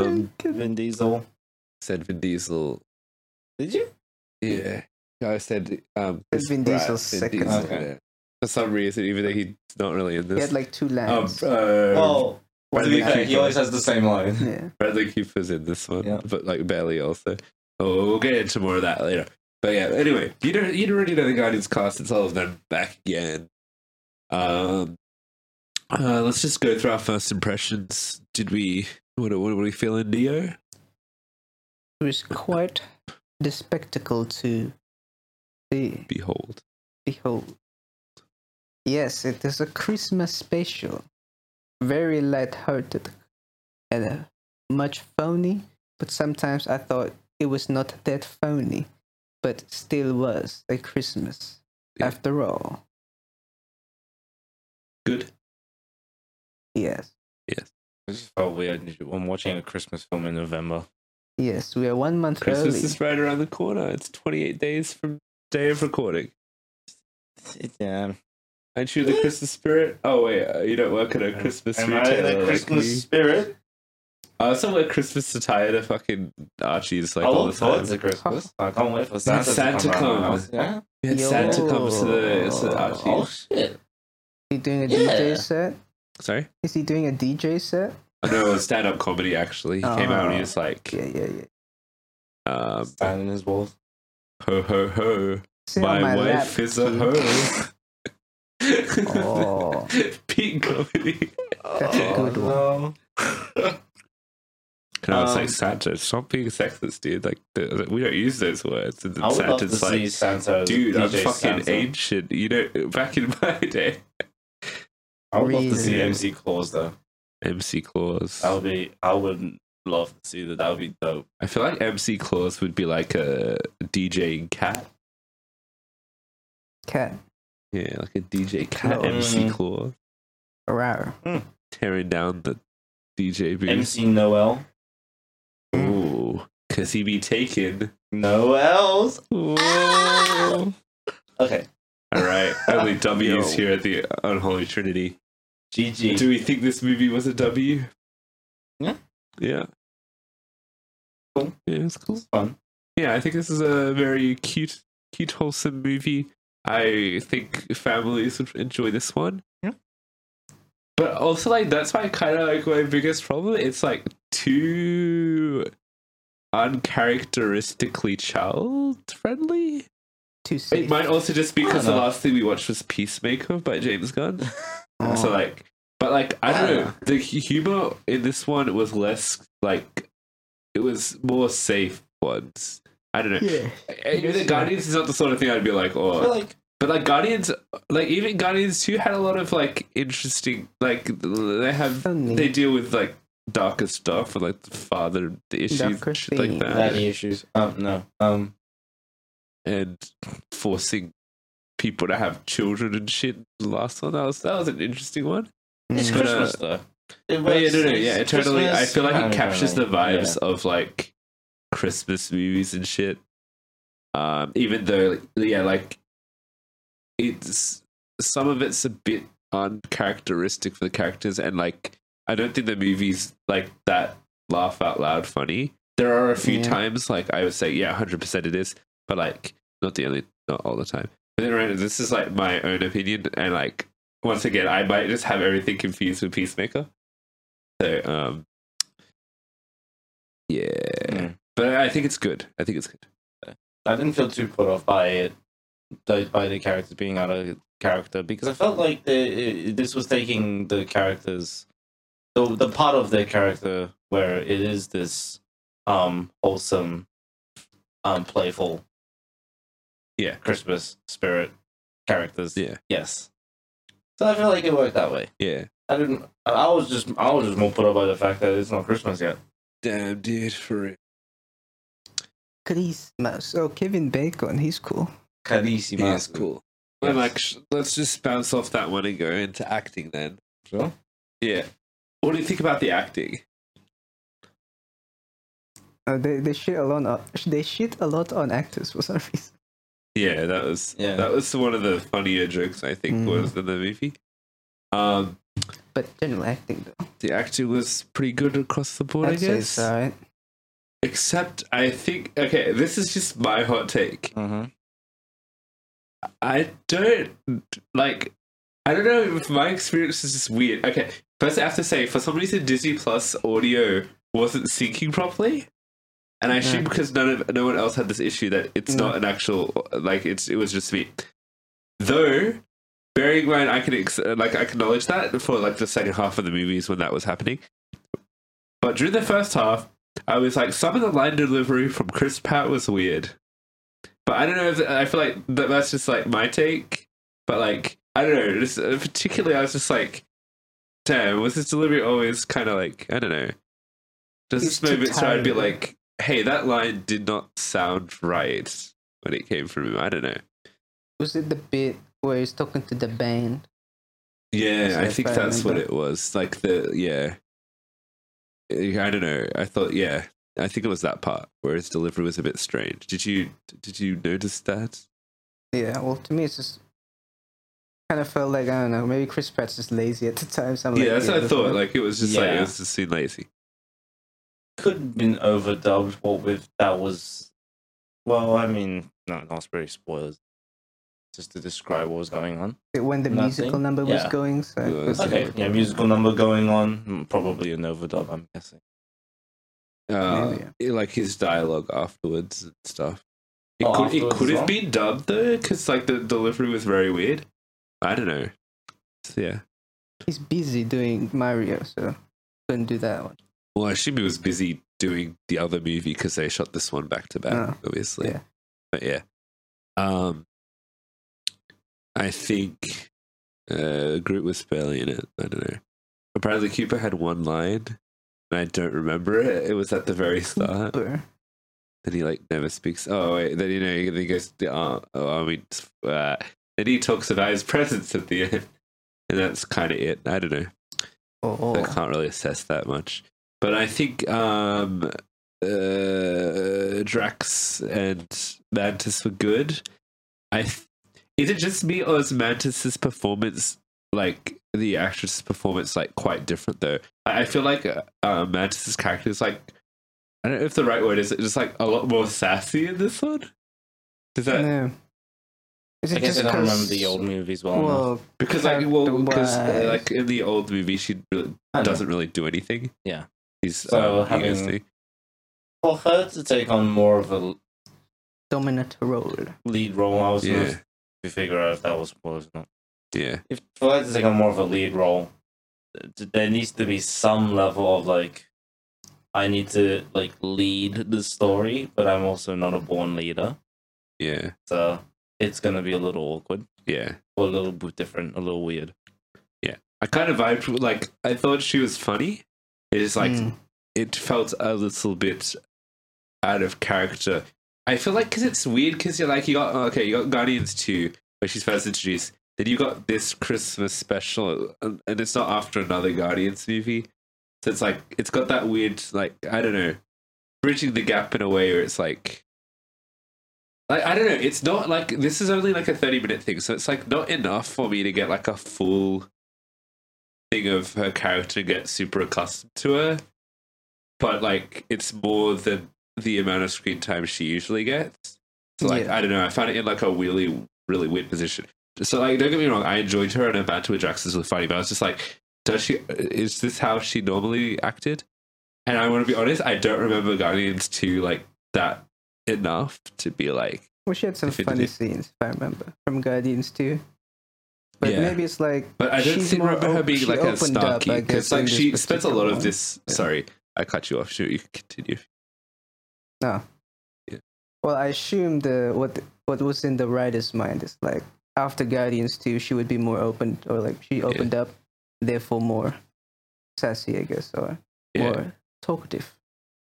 Speaker 1: Um,
Speaker 3: Bacon.
Speaker 2: Vin Diesel.
Speaker 1: Said Vin Diesel.
Speaker 4: Did you?
Speaker 1: Yeah. I said um
Speaker 3: It's Vin
Speaker 1: Brad,
Speaker 3: Diesel's second
Speaker 4: one.
Speaker 1: yeah. For some reason, even though he's not really in
Speaker 3: He had
Speaker 1: this.
Speaker 3: like two
Speaker 1: Um,
Speaker 3: lines.
Speaker 1: uh,
Speaker 4: Well, to
Speaker 1: Bradley,
Speaker 4: be fair, he
Speaker 1: Cooper.
Speaker 4: always has the same line.
Speaker 3: yeah.
Speaker 1: Bradley Cooper's in this one,
Speaker 4: Yeah.
Speaker 1: but like barely also. Oh, we'll get into more of that later. But yeah, anyway, you don't you already know the Guardians cast, it's all of them back again. Um uh, let's just go through our first impressions. Did we what what were we feeling, Neo?
Speaker 3: It was quite the spectacle to the
Speaker 1: Behold.
Speaker 3: behold. Yes, it is a Christmas special. Very light-hearted and uh, much phony, but sometimes I thought it was not that phony, but still was a Christmas
Speaker 1: Yeah.
Speaker 3: after all.
Speaker 1: Good.
Speaker 3: Yes.
Speaker 4: This is felt weird. I'm watching a Christmas film in November.
Speaker 3: Yes, we are one month
Speaker 1: Christmas
Speaker 3: early.
Speaker 1: is right around the corner. It's twenty eight days from day of recording.
Speaker 4: Yeah.
Speaker 1: Aren't you the Christmas spirit? Oh wait, uh, you don't work at a Christmas
Speaker 2: Am I
Speaker 1: retailer
Speaker 2: the
Speaker 1: like
Speaker 2: Christmas
Speaker 1: me. Uh,
Speaker 2: spirit?
Speaker 1: I also wear Christmas attire to fucking Archie's like
Speaker 2: I
Speaker 1: all the
Speaker 2: look
Speaker 1: time.
Speaker 2: forward to Christmas. I can't wait for Santa,
Speaker 1: Santa
Speaker 2: to come. around.
Speaker 1: comes.
Speaker 2: Yeah.
Speaker 1: Yeah, Santa
Speaker 3: Yo.
Speaker 1: comes to the to Archie's.
Speaker 2: Oh shit!
Speaker 3: Is he doing a
Speaker 2: Yeah.
Speaker 3: DJ set?
Speaker 1: Sorry,
Speaker 3: Is he doing a DJ set?
Speaker 1: I know it was stand up comedy. Actually, he came out and he was like,
Speaker 3: Yeah, yeah, yeah. Oh.
Speaker 1: um,
Speaker 4: Standing his balls.
Speaker 1: "Ho ho ho,
Speaker 3: Sit on
Speaker 1: my,
Speaker 3: lap,
Speaker 1: wife is a
Speaker 3: kid.
Speaker 1: hoe."
Speaker 3: Oh,
Speaker 1: Peak comedy.
Speaker 3: that's a good one.
Speaker 4: Oh, no.
Speaker 1: And I was
Speaker 2: Um,
Speaker 1: like, Santa, stop being sexist, dude. Like, the, we don't use those words. And then
Speaker 2: I would love to
Speaker 1: Santa's like,
Speaker 2: see Santa. as
Speaker 1: dude, I'm
Speaker 2: DJ
Speaker 1: fucking
Speaker 2: Santa.
Speaker 1: ancient. You know, back in my day,
Speaker 2: I would love to see
Speaker 3: Really?
Speaker 2: MC Claus though.
Speaker 1: MC Claus.
Speaker 2: I would be. I would love to see that. That would be dope.
Speaker 1: Oh, I feel like MC Claus would be like a DJing cat.
Speaker 3: Cat.
Speaker 1: Yeah, like a DJ cat
Speaker 3: Oh.
Speaker 1: MC Claus
Speaker 3: Wow.
Speaker 1: tearing down the DJ booth.
Speaker 2: MC Noel.
Speaker 1: Ooh, cause he be taken.
Speaker 2: Noel's.
Speaker 1: All
Speaker 2: Okay.
Speaker 1: right, Only W's
Speaker 4: Yo.
Speaker 1: here at the Unholy Trinity.
Speaker 2: GG.
Speaker 1: Do we think this movie was a W?
Speaker 2: Yeah.
Speaker 1: Yeah.
Speaker 2: Cool.
Speaker 1: Yeah, it's cool.
Speaker 2: Fun.
Speaker 1: Yeah, I think this is a very cute, cute, wholesome movie. I think families would enjoy this one.
Speaker 2: Yeah.
Speaker 1: But also, like, that's my kind of like my biggest problem. It's like too uncharacteristically child friendly.
Speaker 3: Too
Speaker 1: It
Speaker 3: safe.
Speaker 1: might also just be because the
Speaker 2: know.
Speaker 1: last thing we watched was Peacemaker by James Gunn. So
Speaker 3: Oh.
Speaker 1: like, but like, I don't know. The hu- humor in this one was less like, it was more safe ones. I don't know.
Speaker 3: yeah.
Speaker 1: Even the Guardians is not the sort of thing I'd be like, oh. but like Guardians, like even Guardians two had a lot of like interesting, like they have
Speaker 3: Funny.
Speaker 1: they deal with like darker stuff and like the father the issues
Speaker 3: Darker
Speaker 1: and shit like
Speaker 3: themes.
Speaker 1: that
Speaker 2: Daddy issues. Um, no. Um,
Speaker 1: and forcing people to have children and shit. The last one that was that was an interesting one.
Speaker 2: it's
Speaker 1: Mm.
Speaker 2: Christmas though.
Speaker 1: But
Speaker 2: It
Speaker 1: Oh, yeah,
Speaker 2: was-
Speaker 1: no, no,
Speaker 2: it's
Speaker 1: yeah, it totally. I
Speaker 2: Christmas.
Speaker 1: feel
Speaker 2: I
Speaker 1: like
Speaker 2: don't
Speaker 1: it captures
Speaker 2: know.
Speaker 1: the vibes of like Christmas movies and shit. Um, even though, yeah, like it's some of it's a bit uncharacteristic for the characters, and like I don't think the movies like that laugh out loud funny. There are a few
Speaker 3: Yeah.
Speaker 1: times like I would say, yeah, hundred percent it is, but like not the only, not all the time. But then, right, this is like my own opinion, and like once again, I might just have everything confused with Peacemaker. So, um, yeah,
Speaker 2: Yeah.
Speaker 1: but I think it's good. I think it's good.
Speaker 2: I didn't feel too put off by it, by by the characters being out of character, because I felt like the, it, this was taking the characters, the, the part of their character where it is this um, wholesome, um, playful
Speaker 1: Yeah.
Speaker 2: Christmas spirit characters.
Speaker 1: Yeah.
Speaker 2: Yes. So I feel like it worked that way.
Speaker 1: Yeah.
Speaker 2: I didn't. I- I was just. I was just more put off by the fact that it's not Christmas yet.
Speaker 1: Damn, dude, for real.
Speaker 3: Christmas. Oh, Kevin Bacon. He's cool.
Speaker 2: Carissimo.
Speaker 1: That's cool. And
Speaker 2: Yes.
Speaker 1: like, sh- let's just bounce off that one and go into acting then.
Speaker 2: Sure.
Speaker 1: Yeah. What do you think about the acting?
Speaker 3: Uh, they they shit a lot. On, they shit a lot on actors for some reason.
Speaker 1: Yeah, that was
Speaker 2: Yeah.
Speaker 1: that was one of the funnier jokes I think
Speaker 3: Mm.
Speaker 1: was in the movie. Um,
Speaker 3: But general acting though.
Speaker 1: the acting was pretty good across the board,
Speaker 3: I'd
Speaker 1: I
Speaker 3: say
Speaker 1: guess.
Speaker 3: it's alright.
Speaker 1: Except I think okay, this is just my hot take.
Speaker 2: Mm-hmm.
Speaker 1: I don't like. I don't know if my experience is just weird. Okay, first I have to say, for some reason, Disney Plus audio wasn't syncing properly, and I assume because none of no one else had this issue that it's
Speaker 3: No.
Speaker 1: not an actual like it's it was just me. Though, bearing in mind, I can ex- like I acknowledge that for like the second half of the movies when that was happening, but during the first half, I was like, some of the line delivery from Chris Pratt was weird. But I don't know if I feel like that, that's just like my take. But like I don't know, just, uh, particularly I was just like, damn, was this delivery always kind of like I don't know? Does
Speaker 3: It's
Speaker 1: this moment
Speaker 3: too
Speaker 1: so I'd be
Speaker 3: tiring.
Speaker 1: like, hey, that line did not sound right when it came from him. I don't know.
Speaker 3: Was it the bit where he's talking to the band?
Speaker 1: Yeah,
Speaker 3: So
Speaker 1: I
Speaker 3: if
Speaker 1: think
Speaker 3: I
Speaker 1: that's what
Speaker 3: remember-
Speaker 1: it was. Like the yeah. I don't know. I thought yeah. I think it was that part where his delivery was a bit strange. Did you did you notice that?
Speaker 3: Yeah, well, to me, it's just kind of felt like I don't know. Maybe Chris Pratt's just lazy at the time. So I'm
Speaker 1: yeah,
Speaker 3: like,
Speaker 1: that's what I
Speaker 3: that's
Speaker 1: thought.
Speaker 3: fine.
Speaker 1: Like it was just like it
Speaker 2: Yeah.
Speaker 1: was just seemed lazy.
Speaker 2: Could have been overdubbed. What with that was. Well, I mean, no, no, it's very spoilers. Just to describe what was going on.
Speaker 3: when the
Speaker 2: nothing.
Speaker 3: musical number was
Speaker 2: Yeah.
Speaker 3: going, so it
Speaker 1: Yeah,
Speaker 3: was-
Speaker 1: that's-
Speaker 2: Okay, yeah, musical number going on. Hmm, Probably an overdub, I'm guessing.
Speaker 1: Uh,
Speaker 3: Maybe,
Speaker 1: it- Like his dialogue afterwards and stuff. It
Speaker 2: Oh,
Speaker 1: could it
Speaker 2: afterwards
Speaker 1: could
Speaker 2: as
Speaker 1: have
Speaker 2: well?
Speaker 1: been dubbed though, because like the delivery was very weird. I don't know. So, yeah.
Speaker 3: he's busy doing Mario, so couldn't do that one.
Speaker 1: Well, I assume he was busy doing the other movie because they shot this one back to back,
Speaker 3: Oh,
Speaker 1: obviously.
Speaker 3: yeah.
Speaker 1: But yeah, um, I think uh, Groot was barely in it. I don't know. Apparently, Cooper had one line, and I don't remember it. It was at the very start.
Speaker 3: But
Speaker 1: Then he like never speaks. Oh wait, then you know then he goes. To, uh, oh, I mean, uh, then he talks about his presence at the end, and that's kind of it. I don't know.
Speaker 3: oh,
Speaker 1: I can't really assess that much. But I think um, uh, Drax and Mantis were good. I th- Is it just me or is Mantis's performance, like the actress's performance, like quite different though? I, I feel like uh, uh, Mantis's character is like, I don't know if the right word is it, just like a lot more sassy in this one. Does that
Speaker 3: no. Is
Speaker 2: I guess I
Speaker 3: just
Speaker 2: don't
Speaker 3: 'cause-
Speaker 2: remember the old movies well, enough.
Speaker 3: Well,
Speaker 1: because like well because uh,
Speaker 3: Character-wise.
Speaker 1: like in the old movie she really
Speaker 2: I don't know.
Speaker 1: doesn't really do anything.
Speaker 2: Yeah.
Speaker 1: he's
Speaker 2: So
Speaker 1: um, he goes
Speaker 2: having-
Speaker 1: to-
Speaker 2: For her to take on more of a
Speaker 3: dominant role.
Speaker 2: lead role, I was
Speaker 1: Yeah.
Speaker 2: gonna to figure out if that was was not.
Speaker 1: yeah
Speaker 2: If for her to take on more of a lead role, th- there needs to be some level of like, I need to like lead the story, but I'm also not a born leader,
Speaker 1: yeah
Speaker 2: so it's gonna be a little awkward,
Speaker 1: yeah.
Speaker 2: or a little bit different, a little weird.
Speaker 1: I kind of vibed with, like I thought she was funny. It is like
Speaker 3: Hmm.
Speaker 1: it felt a little bit out of character. I feel like because it's weird because you're like you got oh, okay you got Guardians two where she's first introduced. Then you got this Christmas special, and and it's not after another Guardians movie, so it's like it's got that weird like I don't know, bridging the gap in a way where it's like, like I don't know. It's not like this is only like a thirty minute thing, so it's like not enough for me to get like a full thing of her character get super accustomed to her, but like it's more than the amount of screen time she usually gets. So like
Speaker 3: Yeah.
Speaker 1: I don't know, I found it in like a really really weird position. So like don't get me wrong, I enjoyed her and her banter with Jax is really funny, but I was just like, does she is this how she normally acted? And I want to be honest, I don't remember Guardians two like that enough to be like
Speaker 3: Well, she had some
Speaker 1: If it
Speaker 3: funny
Speaker 1: did-
Speaker 3: scenes, if I remember, from Guardians too. But
Speaker 1: Yeah.
Speaker 3: maybe it's like
Speaker 1: But I don't
Speaker 3: she's
Speaker 1: think
Speaker 3: more
Speaker 1: remember her
Speaker 3: op- she
Speaker 1: being like a
Speaker 3: opened up, I
Speaker 1: snarky
Speaker 3: guess,
Speaker 1: because like
Speaker 3: in this
Speaker 1: she spends a lot
Speaker 3: particular
Speaker 1: of
Speaker 3: one.
Speaker 1: this.
Speaker 3: Yeah.
Speaker 1: Sorry, I cut you off. Sure, you can continue.
Speaker 3: Well, I assume the what what was in the writer's mind is like after Guardians two, she would be more open, or like she opened up, therefore more sassy, I guess, or
Speaker 1: Yeah.
Speaker 3: more talkative.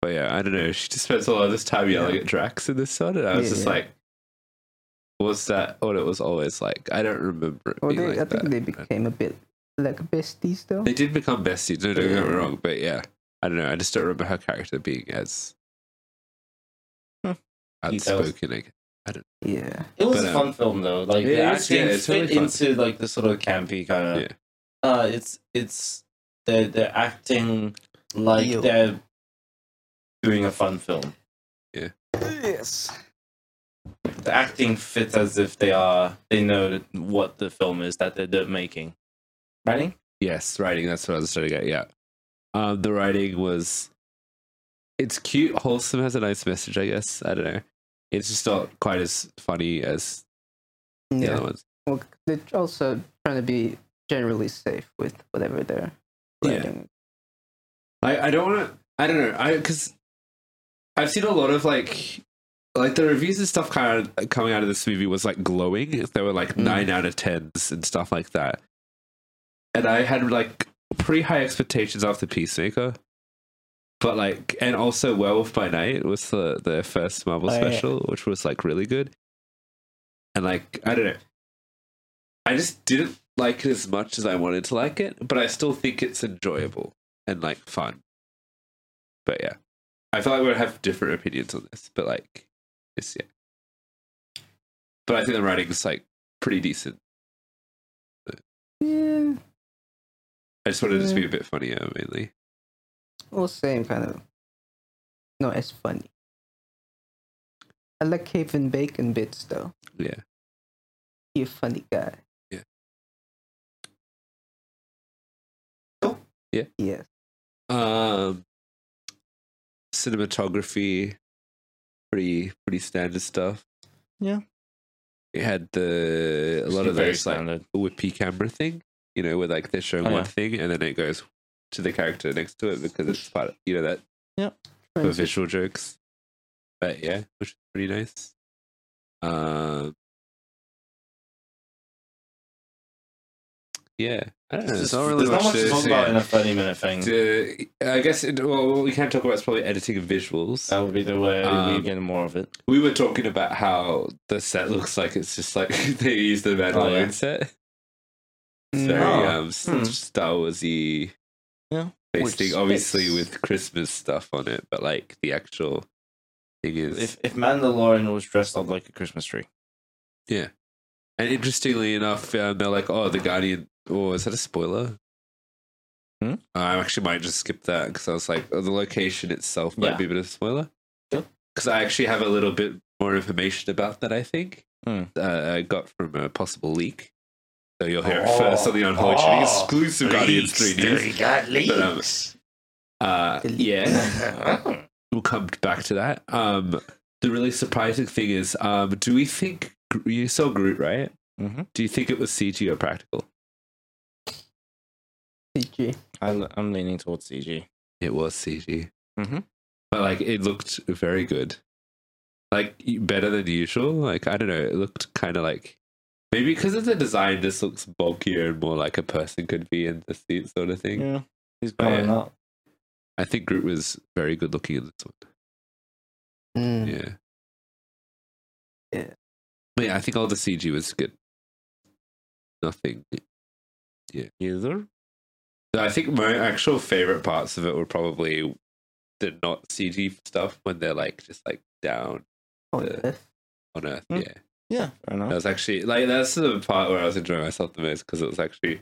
Speaker 1: But yeah, I don't know. She just spends a lot of this time yelling
Speaker 3: Yeah.
Speaker 1: at Drax in this one, and I was
Speaker 3: Yeah,
Speaker 1: just
Speaker 3: yeah.
Speaker 1: like, "Was that what it was always like?" I don't remember it
Speaker 3: Well,
Speaker 1: being
Speaker 3: they,
Speaker 1: like
Speaker 3: I think
Speaker 1: that.
Speaker 3: they became a bit like besties, though.
Speaker 1: They did become besties. No, don't get me
Speaker 3: Yeah.
Speaker 1: wrong, but yeah, I don't know. I just don't remember her character being as
Speaker 2: Hmm.
Speaker 1: outspoken. I guess.
Speaker 3: Yeah,
Speaker 2: It was
Speaker 1: But,
Speaker 2: a
Speaker 1: um,
Speaker 2: fun film though. Like
Speaker 1: it
Speaker 2: the
Speaker 1: is,
Speaker 2: acting
Speaker 1: yeah, it's
Speaker 2: fit
Speaker 1: really fun.
Speaker 2: into like the sort of campy kind of.
Speaker 1: Yeah.
Speaker 2: Uh, it's it's they're they're acting like
Speaker 3: Yo.
Speaker 2: they're doing a fun film.
Speaker 3: yes,
Speaker 2: The acting fits as if they are they know what the film is that they're, they're making. Ready?
Speaker 1: Yes, writing. That's what I was trying to get. Yeah, um, the writing was. It's cute, wholesome, has a nice message. I guess I don't know. It's just not quite as funny as the
Speaker 3: yeah.
Speaker 1: other ones.
Speaker 3: Well, they're also trying to be generally safe with whatever they're
Speaker 1: Yeah.
Speaker 3: writing.
Speaker 1: I I don't want to. I don't know. I because I've seen a lot of like like the reviews and stuff kind of coming out of this movie was like glowing. They were like
Speaker 3: Mm.
Speaker 1: nine out of tens and stuff like that. And I had like pretty high expectations after Peacemaker. But like, and also Werewolf by Night was the their first Marvel
Speaker 3: Oh, yeah.
Speaker 1: special, which was like really good. And like, I don't know, I just didn't like it as much as I wanted to like it, but I still think it's enjoyable and like fun. But yeah, I feel like we would have different opinions on this, but like, it's yeah. But I think the writing's like pretty decent.
Speaker 3: Yeah,
Speaker 1: I just wanted it to be a bit funnier, mainly.
Speaker 3: all same kind of. Not as funny. I like Cave and Bacon bits though.
Speaker 1: Yeah.
Speaker 3: You're a funny guy.
Speaker 1: Yeah.
Speaker 2: Cool.
Speaker 1: Yeah.
Speaker 3: Yes.
Speaker 1: Um, cinematography, pretty pretty standard stuff.
Speaker 2: Yeah.
Speaker 1: It had the a lot of
Speaker 2: Very
Speaker 1: those like
Speaker 2: standard.
Speaker 1: whippy camera thing, you know, where like they're showing
Speaker 2: Oh,
Speaker 1: one
Speaker 2: yeah.
Speaker 1: thing and then it goes to the character next to it because it's part of, you know that for
Speaker 3: Friends-
Speaker 1: visual jokes. But yeah, which is pretty nice. Um, yeah, I don't know. It's
Speaker 2: There's
Speaker 1: not really
Speaker 2: there's not
Speaker 1: much
Speaker 2: much
Speaker 1: to
Speaker 2: to talk
Speaker 1: say.
Speaker 2: about in a thirty minute thing.
Speaker 1: To- I guess it, well, what we can talk about is probably editing and visuals.
Speaker 2: That would be the way
Speaker 1: Um,
Speaker 2: we get more of it.
Speaker 1: we were talking about how the set looks like it's just like they used the Mandalorian
Speaker 2: Oh, yeah.
Speaker 1: set. It's
Speaker 3: Mm.
Speaker 1: very
Speaker 2: Oh,
Speaker 1: um, s-
Speaker 2: hmm.
Speaker 1: Star Warsy.
Speaker 2: Yeah.
Speaker 1: based
Speaker 3: Which
Speaker 1: thing, obviously
Speaker 3: fits.
Speaker 1: with Christmas stuff on it, but like the actual thing is
Speaker 2: If if Mandalorian was dressed up like a Christmas tree,
Speaker 1: And interestingly enough, um, they're like, "Oh, the Guardian." Oh, is that a spoiler? Uh,
Speaker 2: Hmm?
Speaker 1: I actually might just skip that because I was like, oh, the location itself might
Speaker 2: Yeah.
Speaker 1: be a bit of a spoiler.
Speaker 2: Sure.
Speaker 1: Because I actually have a little bit more information about that. I think
Speaker 2: Hmm.
Speaker 1: uh, I got from a possible leak. So you'll hear
Speaker 2: Oh.
Speaker 1: it first on the Unholy Trinity
Speaker 2: Oh.
Speaker 1: exclusive Guardians Three News.
Speaker 2: got
Speaker 1: But, um, uh, yeah,
Speaker 2: um,
Speaker 1: we'll come back to that. Um, the really surprising thing is, um, do we think Gro- you saw Groot right?
Speaker 2: Mhm.
Speaker 1: Do you think it was CG or practical?
Speaker 3: CG.
Speaker 2: I'm, I'm leaning towards CG.
Speaker 1: It was CG,
Speaker 2: Mhm.
Speaker 1: but like it looked very good, like better than usual. Like I don't know, it looked kind of like maybe because of the design, this looks bulkier and more like a person could be in the seat sort of thing.
Speaker 2: Yeah, he's
Speaker 1: Oh, yeah.
Speaker 2: going up.
Speaker 1: I think Groot was very good looking in this one.
Speaker 3: Mm.
Speaker 1: Yeah.
Speaker 3: Yeah.
Speaker 1: But yeah, I think all the CG was good. Nothing.
Speaker 2: Either
Speaker 1: I think my actual favorite parts of it were probably the not CG stuff when they're like just like down
Speaker 3: Oh,
Speaker 1: Yeah.
Speaker 3: yes.
Speaker 1: on Earth.
Speaker 2: Hmm.
Speaker 1: Yeah.
Speaker 2: yeah, fair
Speaker 1: That
Speaker 2: enough.
Speaker 1: was actually like that's the part where I was enjoying myself the most because it was actually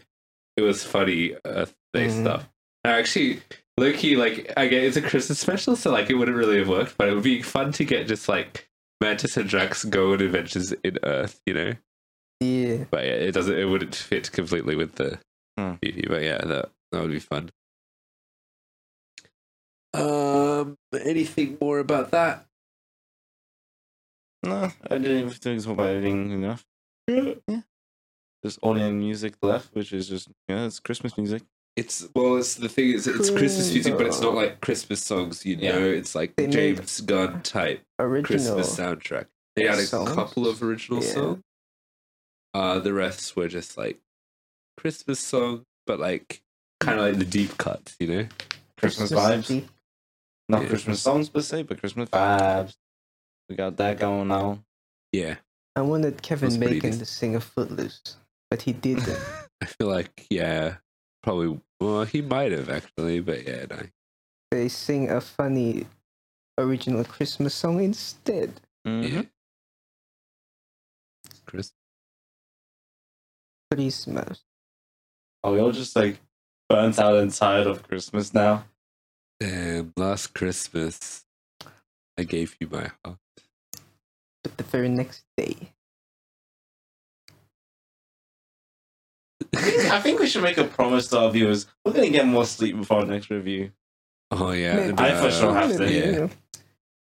Speaker 1: it was funny Earth Day
Speaker 3: Mhm.
Speaker 1: stuff. Now actually Loki, like I get it's a Christmas special, so like it wouldn't really have worked, but it would be fun to get just like Mantis and Drax go on adventures in Earth, you know?
Speaker 3: Yeah.
Speaker 1: But yeah, it doesn't. It wouldn't fit completely with the
Speaker 2: Hmm.
Speaker 1: TV. But yeah, that that would be fun. Um, anything more about that?
Speaker 2: No, I didn't even think it's about editing enough. Yeah. Just all in music left, which is just yeah, it's Christmas music.
Speaker 1: It's well, it's the thing is, it's Christmas music, but it's not like Christmas songs. You know,
Speaker 2: Yeah.
Speaker 1: it's like
Speaker 3: They made-
Speaker 1: James Gunn type
Speaker 3: Original.
Speaker 1: Christmas soundtrack. They had a
Speaker 3: songs.
Speaker 1: couple of original
Speaker 3: Yeah.
Speaker 1: songs. Uh, the rest were just like Christmas song, but like kind of like the deep cuts. You know,
Speaker 2: Christmas vibes,
Speaker 3: deep.
Speaker 2: not
Speaker 1: Yeah.
Speaker 2: Christmas songs per se, but Christmas vibes. We got that going now.
Speaker 1: yeah.
Speaker 3: I wanted
Speaker 1: That's
Speaker 3: Kevin
Speaker 1: pretty
Speaker 3: Bacon
Speaker 1: decent.
Speaker 3: to sing a Footloose, but he didn't.
Speaker 1: I feel like, yeah, probably. Well, he might have actually, but yeah, no.
Speaker 3: they sing a funny original Christmas song instead.
Speaker 2: Mm-hmm.
Speaker 1: Yeah. Chris,
Speaker 3: Christmas.
Speaker 2: Are we all just like burnt out and tired of Christmas now?
Speaker 1: damn, last Christmas, I gave you my heart.
Speaker 3: But the very next day.
Speaker 2: I think we should make a promise to our viewers. We're gonna get more sleep before our next review.
Speaker 1: Oh yeah,
Speaker 3: Maybe.
Speaker 1: and,
Speaker 2: I for sure have to,
Speaker 1: yeah.
Speaker 3: Yeah.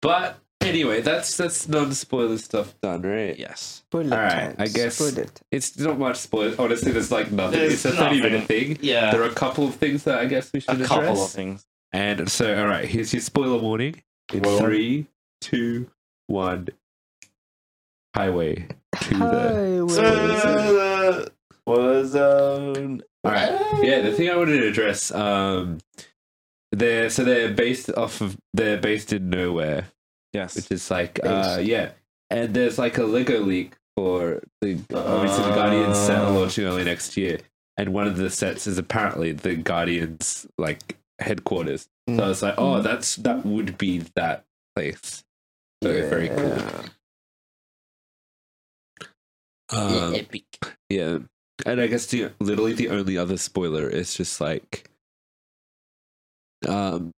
Speaker 1: But anyway, that's that's non-spoiler stuff done, right?
Speaker 2: Yes.
Speaker 3: Bullet
Speaker 1: Alright,
Speaker 3: times.
Speaker 1: I guess-
Speaker 3: Bullet.
Speaker 1: It's not much spoiler. Honestly, there's like nothing.
Speaker 2: There's
Speaker 1: it's a thirty-minute
Speaker 2: nothing.
Speaker 1: thing.
Speaker 2: Yeah.
Speaker 1: There are a couple of things that I guess we should
Speaker 2: a
Speaker 1: address.
Speaker 2: couple of things.
Speaker 1: And so, all right, here's your spoiler warning. In
Speaker 2: Well-
Speaker 1: three, two, one. Highway to the.
Speaker 3: Highway.
Speaker 1: Spoilers.
Speaker 2: Was um.
Speaker 1: All right. Yeah, the thing I wanted to address. Um, they're so they're based off of they're based in nowhere,
Speaker 2: Yes.
Speaker 1: which is like uh yeah, and there's like a Lego leak for the obviously the Guardians set are
Speaker 2: Oh.
Speaker 1: launching early next year, and one of the sets is apparently the Guardians like headquarters. So I was like, oh, that's that would be that place. So very cool.
Speaker 3: Yeah.
Speaker 1: Um,
Speaker 2: epic.
Speaker 1: Yeah, and I guess the literally the only other spoiler is just like, um,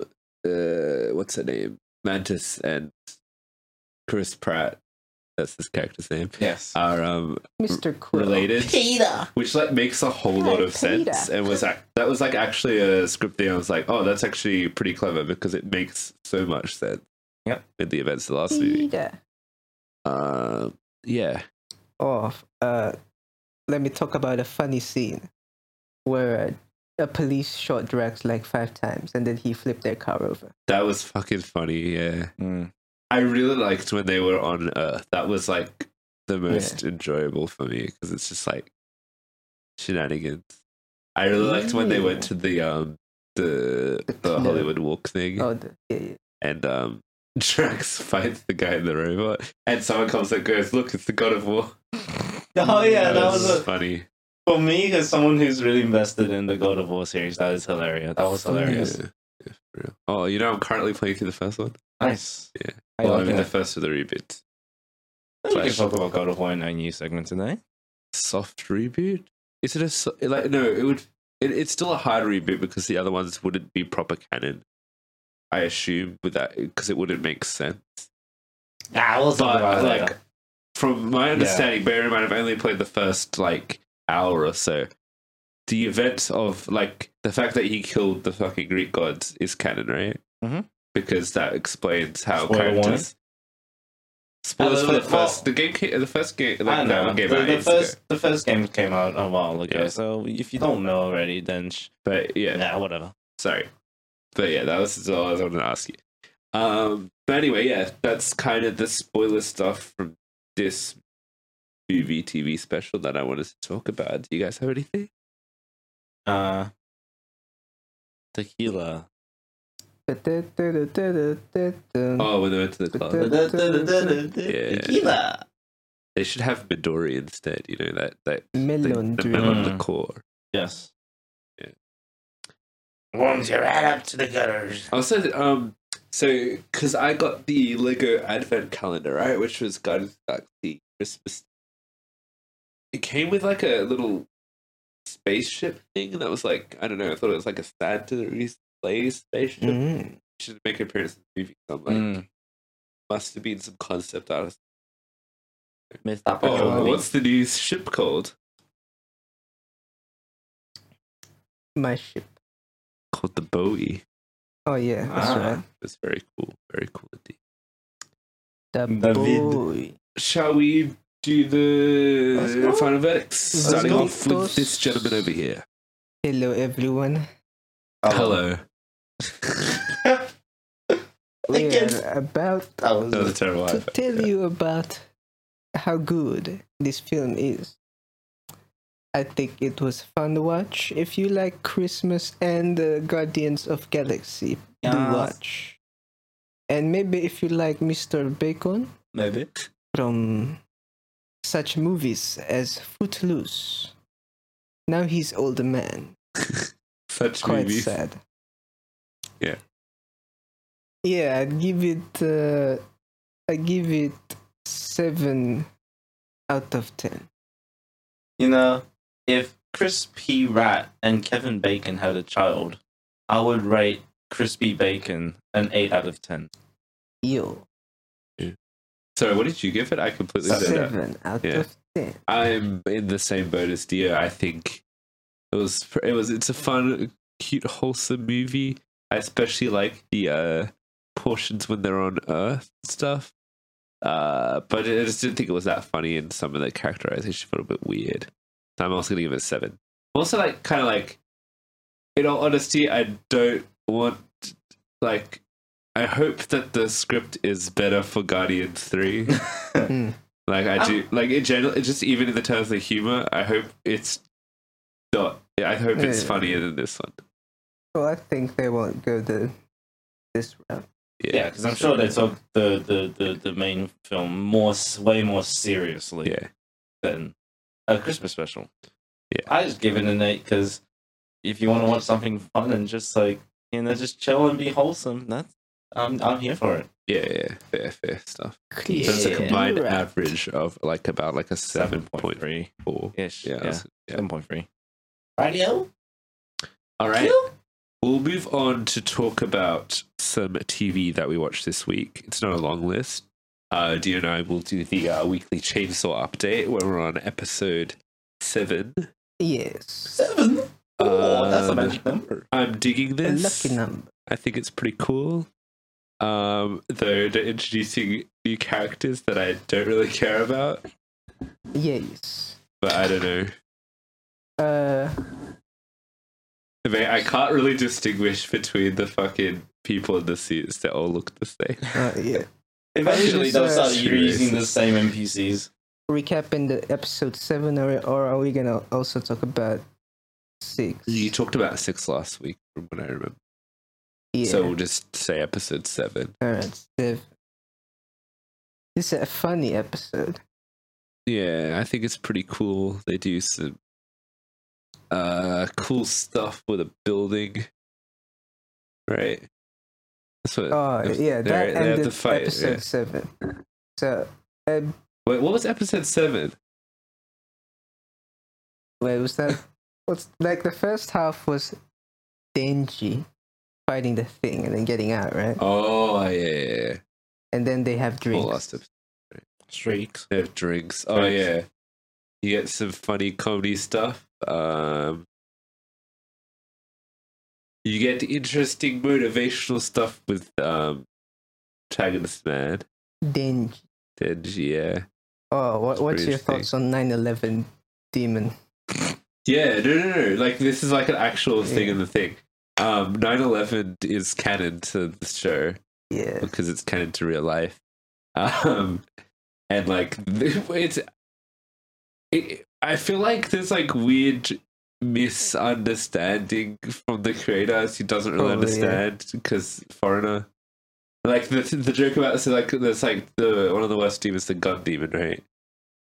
Speaker 1: uh, what's her name? Mantis and Chris Pratt. That's this character's name.
Speaker 2: Yes.
Speaker 1: Are um
Speaker 3: Mr. Quill.
Speaker 1: related, which like makes a whole lot of sense, and was ac- that was like actually a script thing. I was like, oh, that's actually pretty clever because it makes so much sense.
Speaker 2: Yep.
Speaker 1: with the events of the last movie.
Speaker 3: Peter.
Speaker 1: Uh, yeah.
Speaker 3: Oh, f- uh, let me talk about a funny scene where uh, a police shot Drax like five times and then he flipped their car over.
Speaker 1: That was fucking funny, yeah.
Speaker 2: Mm.
Speaker 1: I really liked when they were on Earth. That was like the most enjoyable for me because it's just like shenanigans. I really liked when they went to the um the
Speaker 3: The
Speaker 1: the
Speaker 3: club.
Speaker 1: Hollywood Walk thing
Speaker 3: Oh, the, yeah, yeah.
Speaker 1: and um Drax fights the guy in the robot and someone comes and goes, "Look, it's the God of War."
Speaker 2: Oh yeah, that was a,
Speaker 1: funny.
Speaker 2: for me as someone who's really invested in the God of War series. That is hilarious. That was hilarious.
Speaker 1: Yeah, yeah, for real. Oh, you know, I'm currently playing through the first one.
Speaker 2: Nice.
Speaker 1: Yeah.
Speaker 2: I
Speaker 1: Well, I
Speaker 2: like
Speaker 1: mean, the
Speaker 2: that.
Speaker 1: first of the reboots.
Speaker 2: We can talk about God of War in our new segment today.
Speaker 1: soft reboot. Is it a so- like? No, it would. It, it's still a hard reboot because the other ones wouldn't be proper canon. I assume with that because it wouldn't make sense.
Speaker 2: Nah, we'll talk about
Speaker 1: But
Speaker 2: it
Speaker 1: like,
Speaker 2: later.
Speaker 1: from my understanding, bear in mind I've only played the first like hour or so. The event of like the fact that he killed the fucking Greek gods is canon, right?
Speaker 2: Mhm.
Speaker 1: Because that explains how
Speaker 2: Spoiler warning.
Speaker 1: characters. Spoilers for the
Speaker 2: Well-
Speaker 1: first. The game, ca- the first game,
Speaker 2: I
Speaker 1: like
Speaker 2: don't
Speaker 1: that
Speaker 2: know.
Speaker 1: one
Speaker 2: The,
Speaker 1: game out
Speaker 2: the
Speaker 1: years ago.
Speaker 2: first, the first game came out a while ago,
Speaker 1: Yeah.
Speaker 2: so if you don't know already, then sh-
Speaker 1: But yeah,
Speaker 2: nah, whatever.
Speaker 1: sorry. But yeah, that was all I was wanted to ask you. Um, but anyway, yeah, that's kind of the spoiler stuff from this movie TV special that I wanted to talk about. Do you guys have anything?
Speaker 2: Uh, tequila.
Speaker 1: Oh, when they went to the club,
Speaker 2: Tequila.
Speaker 1: they should have Midori instead. You know that that thing,
Speaker 3: Melon
Speaker 1: the
Speaker 3: dude.
Speaker 1: melon of the core.
Speaker 2: Yes.
Speaker 1: Yeah.
Speaker 2: Warms your head up to the gutters.
Speaker 1: Also, um, so because I got the Lego Advent Calendar, right, which was Guardians of the Galaxy Christmas. It came with like a little spaceship thing, and that was like I don't know. I thought it was like a Santa sleigh spaceship.
Speaker 3: Mhm.
Speaker 1: Should make an appearance in the movie. So I'm like, must have been some concept artist.
Speaker 2: Missed
Speaker 1: Oh,
Speaker 2: opportunity.
Speaker 1: what's the new ship called?
Speaker 3: My ship.
Speaker 1: Called the Bowie.
Speaker 3: Oh yeah, that's
Speaker 2: Ah.
Speaker 3: right.
Speaker 1: It's very cool. Very cool indeed.
Speaker 3: The
Speaker 2: David.
Speaker 3: boy.
Speaker 1: Shall we do
Speaker 3: Let's
Speaker 1: the
Speaker 3: go.
Speaker 1: final verdicts?
Speaker 3: Let's
Speaker 1: Starting
Speaker 3: go.
Speaker 1: off with this gentleman over here.
Speaker 3: Hello everyone.
Speaker 1: Hello.
Speaker 3: We
Speaker 2: Again.
Speaker 3: are about
Speaker 2: That was-
Speaker 1: That was a terrible
Speaker 3: to
Speaker 1: effort.
Speaker 3: tell you about how good this film is. I think it was fun to watch. If you like Christmas and uh, Guardians of Galaxy, do
Speaker 2: Yes.
Speaker 3: watch. And maybe if you like Mr. Bacon
Speaker 2: Maybe.
Speaker 3: from such movies as Footloose. Now he's older man.
Speaker 1: Such
Speaker 3: Quite
Speaker 1: movies.
Speaker 3: sad.
Speaker 1: Yeah.
Speaker 3: Yeah, I'd give it uh, I give it seven out of ten.
Speaker 2: You know, if Chris P. Rat and Kevin Bacon had a child, I would rate Crispy Bacon an 8 out of 10.
Speaker 3: Yo.
Speaker 1: Sorry, what did you give it? I completely said that.
Speaker 3: Seven out
Speaker 1: Yeah.
Speaker 3: of ten.
Speaker 1: I'm in the same boat as Dio. I think it was it was it's a fun, cute, wholesome movie. I especially like the uh, portions when they're on Earth and stuff. Uh, but I just didn't think it was that funny, and some of the characterization felt a bit weird. So I'm also gonna give it a seven. I'm also like kind of like, in all honesty, I don't want like. I hope that the script is better for Guardians Three.
Speaker 3: Mm.
Speaker 1: Like I do, like in general, it's just even in the terms of humor, I hope it's not. yeah, I hope it's
Speaker 3: Yeah.
Speaker 1: funnier than this one.
Speaker 3: Well, I think they won't go the this route.
Speaker 2: Yeah, because I'm sure they took the, the, the, the main film more s- way more seriously
Speaker 1: Yeah,
Speaker 2: than a Christmas special.
Speaker 1: Yeah.
Speaker 2: I just give it an 8 because if you want to watch something fun and just like, you know, just chill and be wholesome, that's, I'm, I'm here for it.
Speaker 1: yeah, yeah. Fair, fair stuff.
Speaker 3: Clear.
Speaker 1: So it's a
Speaker 2: Yeah.
Speaker 1: combined average of like about like a seven point
Speaker 2: 7.3
Speaker 1: four.
Speaker 2: ish.
Speaker 1: Yeah.
Speaker 2: Yeah.
Speaker 1: that's- yeah.
Speaker 2: 7.3. Radio?
Speaker 1: All right. We'll move on to talk about some TV that we watched this week. It's not a long list. Uh, Dio and I will do the uh, weekly chainsaw update where we're on episode seven.
Speaker 3: Yes.
Speaker 2: Seven? Oh, that's a
Speaker 1: Um,
Speaker 2: magic number.
Speaker 1: I'm digging
Speaker 3: A
Speaker 1: this.
Speaker 3: lucky number.
Speaker 1: I think it's pretty cool. Um, though they're introducing new characters that I don't really care about,
Speaker 3: Yes.
Speaker 1: but I don't know.
Speaker 3: Uh
Speaker 1: I, mean, I can't really distinguish between the fucking people in the suits. They all look the same.
Speaker 3: uh, yeah.
Speaker 2: Eventually, they'll
Speaker 3: It's, uh,
Speaker 2: start reusing the same NPCs.
Speaker 3: Recapping the episode seven, or or are we gonna also talk about six?
Speaker 1: You talked about six last week, from what I remember.
Speaker 3: Yeah.
Speaker 1: So we'll just say episode seven.
Speaker 3: All right, Steve. This is a funny episode.
Speaker 1: Yeah, I think it's pretty cool. They do some uh cool stuff with a building, right? That's what.
Speaker 3: Oh
Speaker 1: If-
Speaker 3: yeah,
Speaker 1: they
Speaker 3: that
Speaker 1: have to
Speaker 3: ended
Speaker 1: fight,
Speaker 3: episode
Speaker 1: yeah.
Speaker 3: seven. So uh,
Speaker 1: Wait, what was episode seven?
Speaker 3: where it was that what's like the first half was Denji fighting the thing and then getting out, right?
Speaker 1: Oh, yeah, yeah, yeah.
Speaker 3: And then they have
Speaker 1: Well,
Speaker 3: drinks.
Speaker 1: last episode.
Speaker 2: Streaks.
Speaker 1: They have drinks. Oh,
Speaker 2: Drinks.
Speaker 1: yeah. You get some funny comedy stuff. Um, you get interesting motivational stuff with um, Antagonist Man.
Speaker 3: Denji.
Speaker 1: Did yeah.
Speaker 3: Oh, what,
Speaker 1: pretty
Speaker 3: what's your
Speaker 1: interesting.
Speaker 3: thoughts on 9/11 demon?
Speaker 1: Yeah, no, no, no. Like, this is like an actual thing in the thing. Um, 9 11 is canon to the show.
Speaker 3: Yeah.
Speaker 1: because it's canon to real life. Um, and like it's, it, I feel like there's like weird misunderstanding from the creators. He doesn't really
Speaker 3: Probably, yeah.
Speaker 1: understand because foreigner. Like the the joke about so like there's like the one of the worst demons the gun demon right,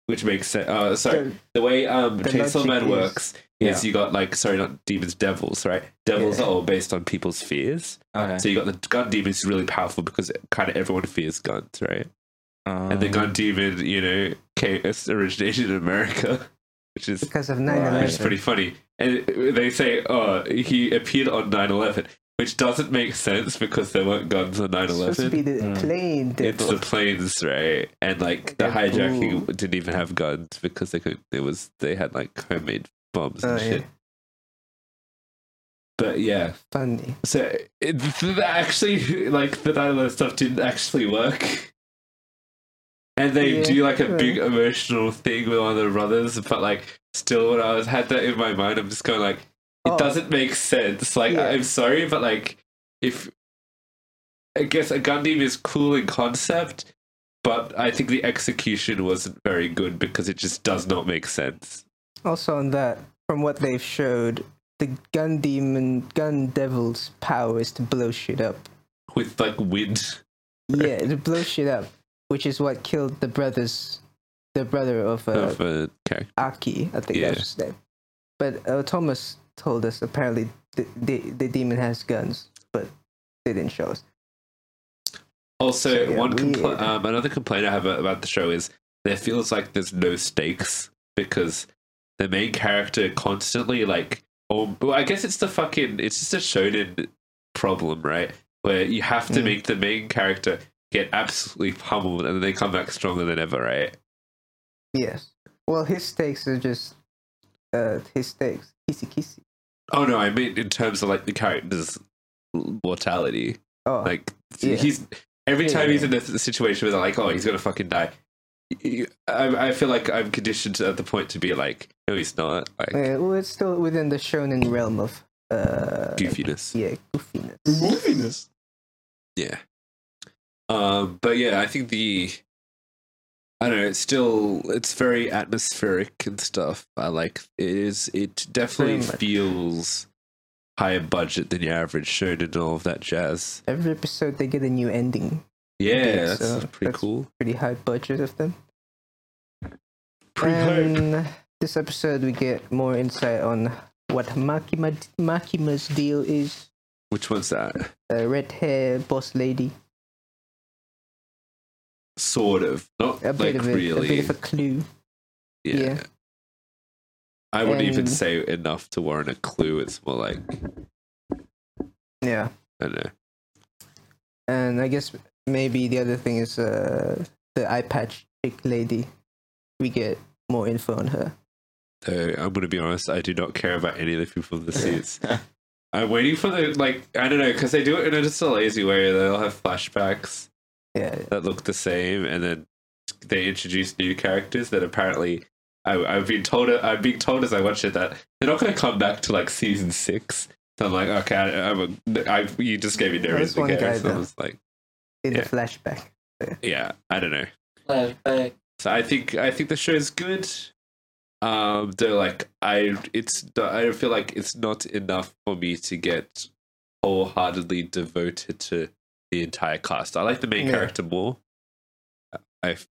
Speaker 1: which makes sense. Uh, sorry,
Speaker 3: So,
Speaker 1: the way um
Speaker 3: The
Speaker 1: Chainsaw
Speaker 3: logic
Speaker 1: Man
Speaker 3: is-
Speaker 1: works is you got like sorry not demons devils right devils
Speaker 3: Yeah.
Speaker 1: are all based on people's fears.
Speaker 2: Okay.
Speaker 1: So you got the gun demon is really powerful because kind of everyone fears guns, right? and the
Speaker 3: Um,
Speaker 1: gun demon, you know, came, it's originated in America, which is
Speaker 3: because of
Speaker 1: which is
Speaker 3: 9/11.
Speaker 1: pretty funny. And they say, oh, he appeared on 9-11, which doesn't make sense because there weren't guns on
Speaker 3: It's supposed to
Speaker 1: 9-11.
Speaker 3: be the
Speaker 2: Mm.
Speaker 3: plane.
Speaker 1: It's the planes, right? And like the
Speaker 3: Yeah.
Speaker 1: hijacking didn't even have guns because they could. It was they had like homemade bombs and
Speaker 3: Oh, yeah.
Speaker 1: shit. But yeah,
Speaker 3: funny.
Speaker 1: so it, th- actually, like the nine eleven stuff didn't actually work, and they
Speaker 3: Yeah,
Speaker 1: do like a
Speaker 3: yeah.
Speaker 1: big emotional thing with one of the brothers. But like, still, when I was had that in my mind, I'm just going like, it
Speaker 3: Oh.
Speaker 1: doesn't make sense. Like,
Speaker 3: Yeah.
Speaker 1: I'm sorry, but like, if I guess a gun demon is cool in concept, but I think the execution wasn't very good because it just does not make sense.
Speaker 3: Also on that, from what they've showed, the gun demon, gun devil's power is to blow shit up.
Speaker 1: With like wind,
Speaker 3: Yeah, to blow shit up, which is what killed the brothers, the brother of uh,
Speaker 1: of a character.
Speaker 3: Aki, I think
Speaker 1: Yeah.
Speaker 3: that's his name. But uh, Thomas told us apparently the, the the demon has guns, but they didn't show us.
Speaker 1: Also,
Speaker 3: So, yeah,
Speaker 1: one compl-
Speaker 3: weird.
Speaker 1: um, another complaint I have about the show is there feels like there's no stakes because the main character constantly like, oh, well, I guess it's the fucking it's just a shonen problem, right? Where you have to
Speaker 3: Mm.
Speaker 1: make the main character get absolutely pummeled and then they come back stronger than ever, right?
Speaker 3: Yes. Well, his stakes are just uh, his stakes. Kissy kissy.
Speaker 1: Oh no, I mean in terms of like the character's mortality.
Speaker 3: Oh,
Speaker 1: Like
Speaker 3: Yeah.
Speaker 1: he's every
Speaker 3: Yeah,
Speaker 1: time
Speaker 3: yeah,
Speaker 1: he's in this situation where they're like, oh, he's gonna fucking die. I, I feel like I'm conditioned to- at the point to be like, no, he's not. Like
Speaker 3: uh, well, it's still within the shonen realm of uh,
Speaker 1: goofiness.
Speaker 3: yeah, goofiness.
Speaker 2: Goofiness.
Speaker 1: Yeah. Um, but yeah, I think the I don't know. It's still it's very atmospheric and stuff. I like it is. It definitely
Speaker 3: Very much.
Speaker 1: feels higher budget than your average show and all of that jazz.
Speaker 3: Every episode they get a new ending.
Speaker 1: Yeah, that's
Speaker 3: so
Speaker 1: pretty
Speaker 3: that's-
Speaker 1: cool.
Speaker 3: Pretty high budget of them.
Speaker 1: Pretty hype.
Speaker 3: And this episode we get more insight on what Makima Makima's deal is.
Speaker 1: Which one's that?
Speaker 3: uh, red hair boss lady.
Speaker 1: Sort of, not
Speaker 3: A
Speaker 1: like
Speaker 3: bit of a,
Speaker 1: really.
Speaker 3: a bit of a clue.
Speaker 1: Yeah.
Speaker 3: Yeah.
Speaker 1: I wouldn't even
Speaker 3: And-
Speaker 1: say enough to warrant a clue. It's more like,
Speaker 3: Yeah.
Speaker 1: I don't know.
Speaker 3: And I guess maybe the other thing is uh, the eye patch chick lady. We get more info on her.
Speaker 1: Though I'm going to be honest, I do not care about any of the people in the seats. I'm waiting for the, like, I don't know, because they do it in a, just a lazy way. They'll have flashbacks
Speaker 3: Yeah.
Speaker 1: that look the same, and then they introduce new characters that apparently. I, I've been told. I'm being told as I watch it that they're not going to come back to like season six. So I'm like, okay, I, I'm a, I, you just gave me no
Speaker 3: There's
Speaker 1: reason
Speaker 3: one
Speaker 1: to
Speaker 3: guy
Speaker 1: care. So I
Speaker 3: that-
Speaker 1: was like,
Speaker 3: In
Speaker 1: Yeah.
Speaker 3: the flashback.
Speaker 1: yeah, I don't know.
Speaker 2: Flashback.
Speaker 1: So I think I think the show's good. Um, though, like I, it's I don't feel like it's not enough for me to get wholeheartedly devoted to the entire cast. I like the main
Speaker 3: Yeah.
Speaker 1: character more. I f-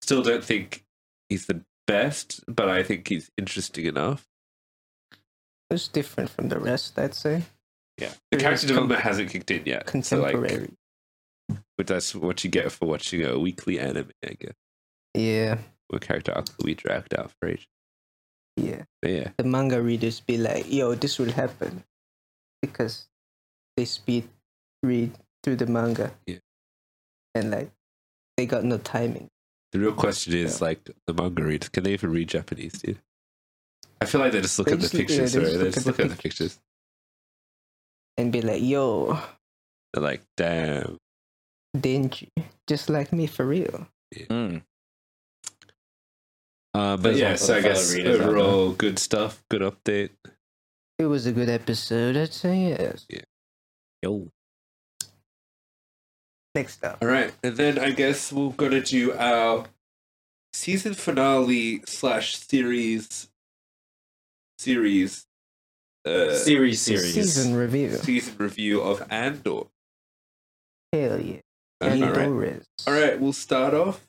Speaker 1: still don't think he's the best, but I think he's interesting enough.
Speaker 3: It's different from the rest, I'd say.
Speaker 1: Yeah, the
Speaker 3: Pretty
Speaker 1: character
Speaker 3: much com-
Speaker 1: development hasn't kicked in yet. So like,
Speaker 3: Contemporary.
Speaker 1: but that's what you get for watching a weekly anime, I guess.
Speaker 3: yeah.
Speaker 1: Where character arcs will be dragged out for ages.
Speaker 3: Yeah.
Speaker 1: Yeah.
Speaker 3: The manga readers be like, yo, this will happen. Because they speed read through the manga.
Speaker 1: Yeah.
Speaker 3: And like they got no timing.
Speaker 1: The real question is like the manga readers, can they even read Japanese, dude? I feel like they just look
Speaker 3: They
Speaker 1: at the
Speaker 3: just look- yeah,
Speaker 1: pictures,
Speaker 3: they
Speaker 1: sorry.
Speaker 3: just
Speaker 1: They
Speaker 3: look
Speaker 1: just
Speaker 3: at
Speaker 1: look
Speaker 3: the
Speaker 1: at the pictures.
Speaker 3: And be like, yo,
Speaker 1: They're like, damn.
Speaker 3: dingy. Just like me for real.
Speaker 1: Hmm.
Speaker 2: Mm.
Speaker 1: Uh, but
Speaker 2: There's
Speaker 1: yeah,
Speaker 2: one for
Speaker 1: so
Speaker 2: the
Speaker 1: I
Speaker 2: fellow
Speaker 1: guess
Speaker 2: readers out there.
Speaker 1: overall, good stuff, good update.
Speaker 3: It was a good episode, I'd say yes.
Speaker 2: Yo.
Speaker 3: Next up.
Speaker 1: All right, and then I guess we're gonna do our season finale slash series series uh,
Speaker 2: series, series.
Speaker 3: Season review.
Speaker 1: season review of Andor.
Speaker 3: Hell yeah.
Speaker 1: Um, all right,
Speaker 3: Andorans.
Speaker 1: all right, we'll start off.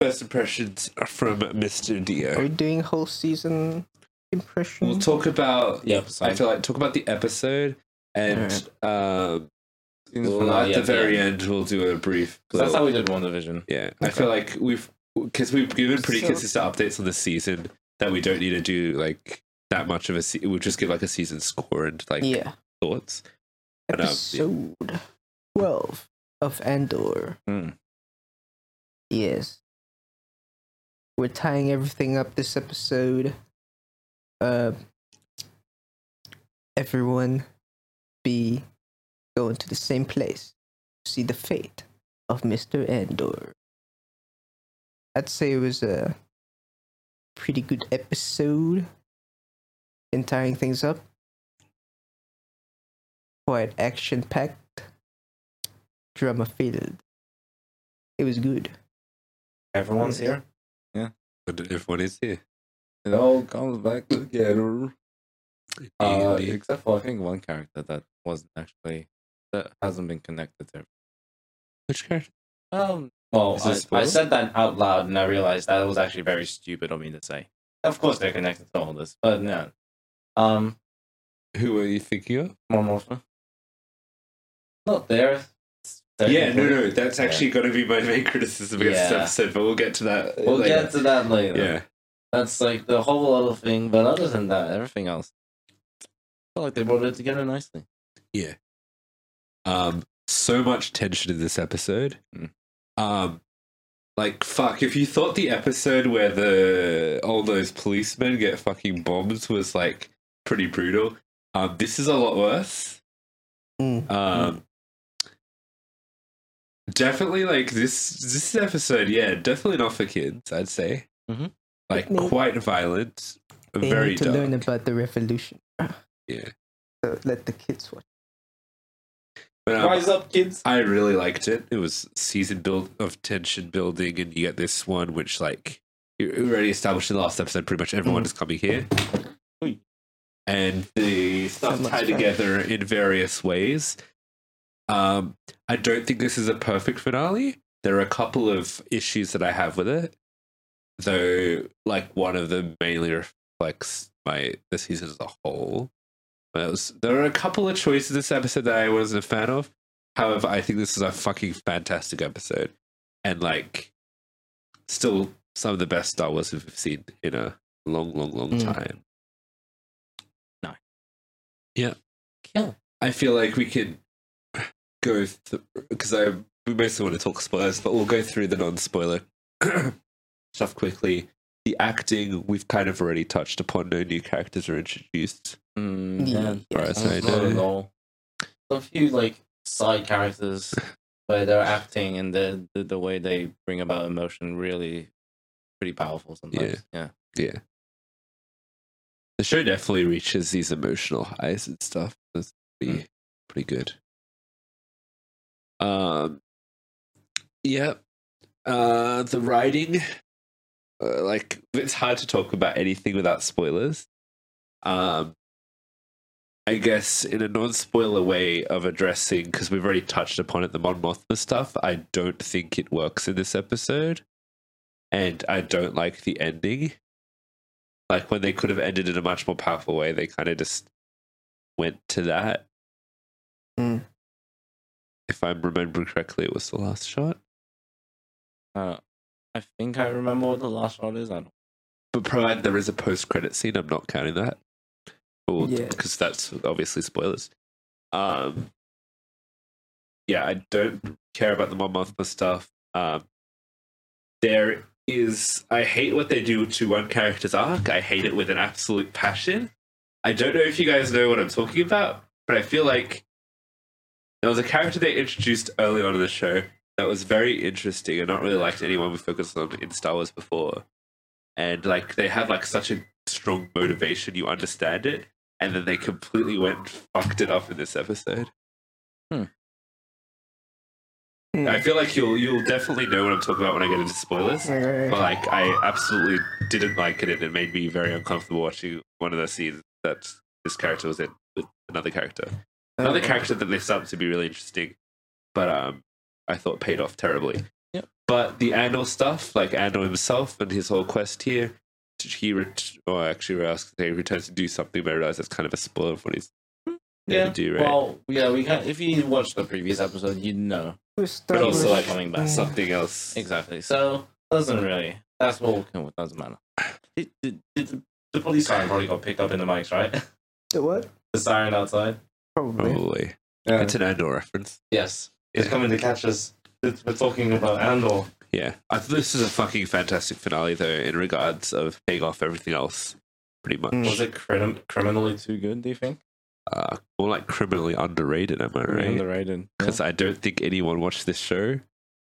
Speaker 1: First impressions from Mister
Speaker 3: Are we
Speaker 1: Dio.
Speaker 3: doing whole season impression?
Speaker 1: We'll talk about.
Speaker 2: Yep.
Speaker 1: I feel like talk about the episode and um,
Speaker 2: Season
Speaker 1: we'll,
Speaker 2: finale
Speaker 1: at the
Speaker 2: at
Speaker 1: very
Speaker 2: end.
Speaker 1: end we'll do a brief.
Speaker 2: 'Cause That's
Speaker 1: little-
Speaker 2: how we did one division.
Speaker 1: Yeah, I feel like we've because we've given pretty
Speaker 3: So-
Speaker 1: consistent updates on the season that we don't need to do like that much of a. Se- we'll just give like a season score and like
Speaker 3: yeah.
Speaker 1: thoughts. But, um, yeah.
Speaker 3: Episode 12 of Andor.
Speaker 2: Hmm.
Speaker 3: Yes. We're tying everything up this episode. Uh, everyone be going to the same place to see the fate of Mr. Andor. I'd say it was a pretty good episode in tying things up. Quite action packed, drama filled. It was good.
Speaker 2: Everyone's here.
Speaker 1: And everyone is here.
Speaker 4: It all comes back together.
Speaker 2: Uh,
Speaker 1: Indeed.
Speaker 2: except for I think one character that wasn't actually that hasn't been connected to.
Speaker 1: Which character?
Speaker 2: Um. Well,
Speaker 1: Is this
Speaker 2: I, I
Speaker 1: spoiler?
Speaker 2: said that out loud, and I realized that was actually very stupid of me to say. Of course, they're connected to all this, but no. Um,
Speaker 1: Who are you thinking of?
Speaker 2: one more. Not there.
Speaker 1: Yeah, no, no, that's actually going to be my main criticism against
Speaker 2: Uh, Yeah.
Speaker 1: this episode, but we'll get to that.
Speaker 2: We'll
Speaker 1: later.
Speaker 2: get to that later.
Speaker 1: yeah,
Speaker 2: That's like the whole other thing, but other than that, everything else. I feel like they brought it together nicely.
Speaker 1: um, so much tension in this episode.
Speaker 2: Mm.
Speaker 1: Um, like fuck, if you thought the episode where the all those policemen get fucking bombs was like pretty brutal, um, this is a lot worse.
Speaker 3: Mm.
Speaker 2: Hmm.
Speaker 1: Um, definitely like this this episode, yeah, definitely not for kids. I'd say,
Speaker 2: Mhm.
Speaker 1: like
Speaker 3: Maybe.
Speaker 1: quite violent,
Speaker 3: They
Speaker 1: very
Speaker 3: need to
Speaker 1: dark.
Speaker 3: learn about the revolution.
Speaker 1: yeah,
Speaker 3: So let the kids watch.
Speaker 1: but um,
Speaker 2: Rise up, kids!
Speaker 1: I really liked it. It was season build of tension building, and you get this one which like you already established in the last episode. Pretty much everyone is coming here,
Speaker 2: Oi.
Speaker 1: and the stuff
Speaker 3: much
Speaker 1: tied
Speaker 3: fun.
Speaker 1: together in various ways. Um, I don't think this is a perfect finale. There are a couple of issues that I have with it, though. Like one of them mainly reflects my the season as a whole. But it was, there are a couple of choices this episode that I wasn't a fan of. However, I think this is a fucking fantastic episode, and like, still some of the best Star Wars we've seen in a long, long, long
Speaker 3: Mm.
Speaker 1: time.
Speaker 2: Nice.
Speaker 1: Yeah,
Speaker 2: Kill.
Speaker 1: I feel like we could go because I we mostly want to talk spoilers, but we'll go through the non-spoiler stuff quickly. The acting we've kind of already touched upon. No new characters are introduced. Mm-hmm.
Speaker 2: Mm,
Speaker 3: Yeah.
Speaker 2: man.
Speaker 1: Right, so I
Speaker 2: Almost not
Speaker 1: do.
Speaker 2: at all. A few like side characters where they're acting and the, the the way they bring about emotion really pretty powerful sometimes. Yeah.
Speaker 1: Yeah. The show definitely reaches these emotional highs and stuff. That's pretty, pretty good. Um, yeah. Uh, the writing, uh, like, it's hard to talk about anything without spoilers. Um, I guess in a non-spoiler way of addressing, because we've already touched upon it, the Mon Mothma stuff. I don't think it works in this episode, and I don't like the ending like when they could have ended in a much more powerful way, they kind of just went to that.
Speaker 3: Mm.
Speaker 1: If I'm remembering correctly, it was the last shot.
Speaker 2: Uh, I think I remember what the last shot is. I don't.
Speaker 1: But provided there is a post credit scene, I'm not counting that. Well,
Speaker 3: Yeah.
Speaker 1: because that's obviously spoilers. Um, yeah, I don't care about the Mon Mothma stuff. Um, there is, I hate what they do to one character's arc. I hate it with an absolute passion. I don't know if you guys know what I'm talking about, but I feel like there was a character they introduced early on in the show that was very interesting and not really liked anyone we focused on in Star Wars before and like they have like such a strong motivation you understand it and then they completely went and fucked it up in this episode
Speaker 3: Hmm.
Speaker 1: i feel like you'll you'll definitely know what i'm talking about when i get into spoilers
Speaker 3: Okay.
Speaker 1: but like i absolutely didn't like it and it made me very uncomfortable watching one of the scenes that this character was in with another character another
Speaker 3: Okay.
Speaker 1: character that they started to be really interesting but um i thought paid off terribly
Speaker 2: Yep.
Speaker 1: but the Andor stuff like Andor himself and his whole quest here he ret- or actually we're asking he returns to do something but i realize that's kind of a spoiler for what he's gonna
Speaker 2: Yeah.
Speaker 1: do right
Speaker 2: Well, yeah, we can. If you watched the previous episode, you'd know.
Speaker 1: but also
Speaker 3: We established-
Speaker 1: like coming back
Speaker 3: Mm.
Speaker 1: something else
Speaker 2: Exactly. So doesn't really. That's what we can. What doesn't matter. Did, did, did the, the police siren probably got picked up in the mics, right?
Speaker 3: The what?
Speaker 2: The siren outside.
Speaker 3: Probably.
Speaker 1: probably
Speaker 2: Yeah.
Speaker 1: it's an Andor reference
Speaker 2: yes. It's coming to catch us. It's- We're talking about Andor.
Speaker 1: yeah I, this is a fucking fantastic finale though in regards of paying off everything else pretty much
Speaker 3: Mm.
Speaker 2: Was it crim- criminally too good? Do you think?
Speaker 1: uh, more like criminally underrated am I
Speaker 2: Mm.
Speaker 1: right
Speaker 2: Underrated.
Speaker 1: because I don't think anyone watched this show,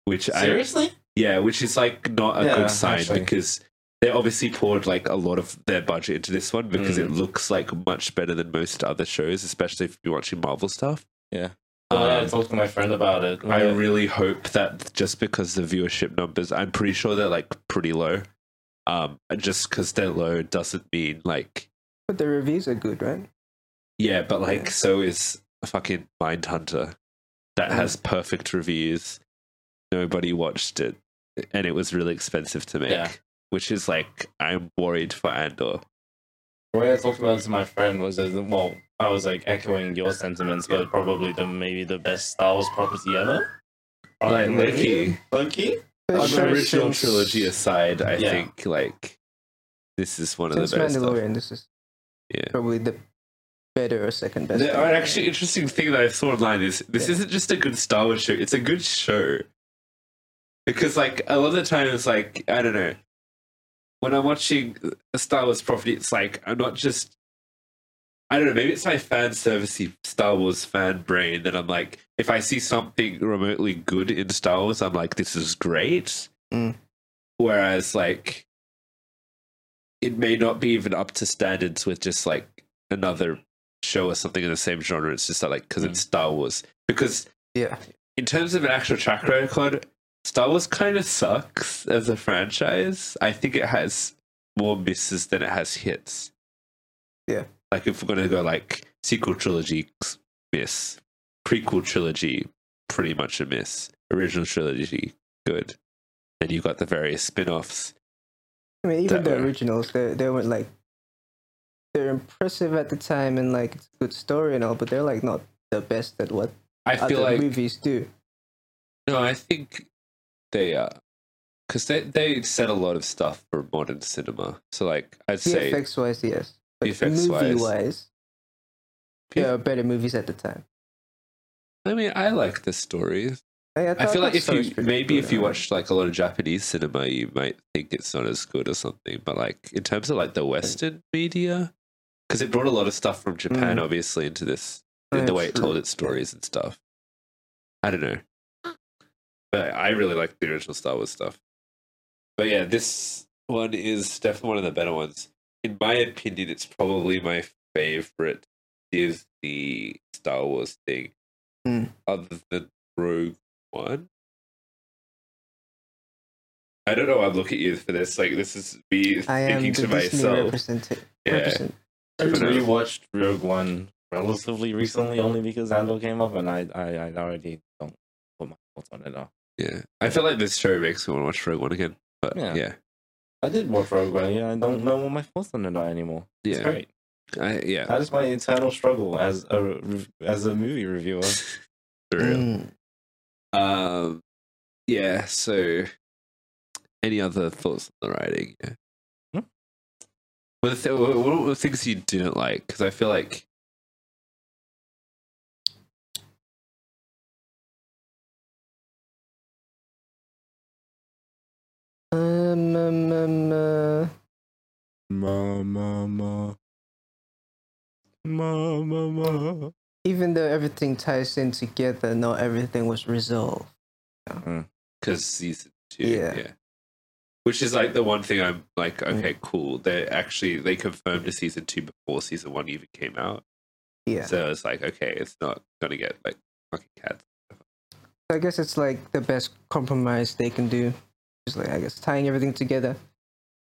Speaker 1: which I
Speaker 2: Seriously?
Speaker 1: yeah, which is like not a
Speaker 2: Yeah,
Speaker 1: good sign
Speaker 2: actually.
Speaker 1: because they obviously poured like a lot of their budget into this one because
Speaker 2: Mm.
Speaker 1: it looks like much better than most other shows, especially if you're watching Marvel stuff.
Speaker 2: Yeah.
Speaker 1: Um,
Speaker 2: Oh, yeah, I talked to my friend about it.
Speaker 1: I
Speaker 2: Yeah.
Speaker 1: really hope that just because the viewership numbers, I'm pretty sure they're like pretty low. Um, and just because they're low doesn't mean like
Speaker 3: But the reviews are good, right?
Speaker 1: yeah, but like
Speaker 3: Yeah.
Speaker 1: so is fucking Mindhunter that
Speaker 3: Mm.
Speaker 1: has perfect reviews. Nobody watched it, and it was really expensive to make.
Speaker 2: Yeah.
Speaker 1: Which is like I'm worried for Andor.
Speaker 2: The way I talked about it to my friend was that, well, I was like echoing your sentiments, but probably the maybe the best Star Wars property ever.
Speaker 1: Like Loki,
Speaker 2: Loki?
Speaker 1: on
Speaker 3: Especially
Speaker 1: Oh, the original
Speaker 3: since-
Speaker 1: trilogy aside, I
Speaker 2: Yeah.
Speaker 1: think like this is one of
Speaker 3: Since
Speaker 1: the best. stuff.
Speaker 3: Mandalorian, this is
Speaker 1: Yeah.
Speaker 3: probably the better or second best.
Speaker 1: The,
Speaker 3: thing.
Speaker 1: an actually interesting thing that I saw online is this
Speaker 3: Yeah.
Speaker 1: isn't just a good Star Wars show; it's a good show. Because like a lot of the time, it's like I don't know. When I'm watching a Star Wars property, it's like I'm not just. I don't know. Maybe it's my fan servicey Star Wars fan brain that I'm like, if I see something remotely good in Star Wars, I'm like, this is great.
Speaker 3: Mm.
Speaker 1: Whereas like, it may not be even up to standards with just like another show or something in the same genre. It's just that, like, because it's Star Wars. Because
Speaker 3: Mm. Yeah.
Speaker 1: in terms of an actual track record, Star Wars kind of sucks as a franchise. I think it has more misses than it has hits.
Speaker 3: Yeah.
Speaker 1: Like, if we're going to go like sequel trilogy, miss. Prequel trilogy, pretty much a miss. Original trilogy, good. Then you've got the various spin offs.
Speaker 3: I mean, even
Speaker 1: That-
Speaker 3: the originals, they they were like they're impressive at the time and like it's a good story and all, but they're like not the best at what
Speaker 1: I
Speaker 3: other
Speaker 1: feel like.
Speaker 3: movies do.
Speaker 1: No, I think they are because they they said a lot of stuff for modern cinema. So like I'd say
Speaker 3: VFX wise, yes, but
Speaker 1: VFX -wise.
Speaker 3: movie wise, there are better movies at the time.
Speaker 1: I mean I like the story.
Speaker 3: I,
Speaker 1: I feel like
Speaker 3: thought
Speaker 1: if
Speaker 3: Star
Speaker 1: you
Speaker 3: is pretty
Speaker 1: maybe
Speaker 3: good,
Speaker 1: if you
Speaker 3: alright.
Speaker 1: watched like a lot of Japanese cinema, you might think it's not as good or something. But like in terms of like the Western media, because it brought a lot of stuff from Japan,
Speaker 3: Mm.
Speaker 1: obviously, into this
Speaker 3: Yeah,
Speaker 1: in the way it
Speaker 3: true.
Speaker 1: told its stories and stuff. I don't know. But I really like the original Star Wars stuff. But yeah, this one is definitely one of the better ones. In my opinion, it's probably my favorite is the Star Wars thing.
Speaker 3: Hmm.
Speaker 1: Other than Rogue One. I don't know why I'm looking at you for this. Like this is me
Speaker 3: I am the
Speaker 1: thinking to
Speaker 3: Disney
Speaker 1: myself.
Speaker 3: representative.
Speaker 1: Yeah.
Speaker 2: I
Speaker 1: Who knows?
Speaker 2: rewatched Rogue One relatively recently only because Andor came up and I, I, I already don't put my thoughts on it now.
Speaker 1: Yeah. I feel like this show makes me want to watch Rogue One again. But
Speaker 2: Yeah.
Speaker 1: yeah.
Speaker 2: I did watch Rogue One, yeah, I don't know what my thoughts on it are anymore. It's
Speaker 1: Yeah.
Speaker 2: great.
Speaker 1: I, yeah.
Speaker 2: That is my internal struggle as a re- as a movie reviewer.
Speaker 1: For real.
Speaker 3: Mm.
Speaker 1: Um, yeah. So, any other thoughts on the writing? Yeah.
Speaker 2: Hmm?
Speaker 1: What, th- what what were things you didn't like? Because I feel like
Speaker 3: Um, um, um, uh,
Speaker 4: Ma, ma, ma. Ma, ma, ma.
Speaker 3: even though everything ties in together, not everything was resolved.
Speaker 1: because season two,
Speaker 3: Yeah. Mm.
Speaker 1: which is like the one thing I'm like, okay, cool. They actually they confirmed a season two before season one even came out,
Speaker 3: Yeah.
Speaker 1: so it's like, okay, it's not gonna get like fucking cats.
Speaker 3: I guess it's like the best compromise they can do. Just like I guess tying everything together.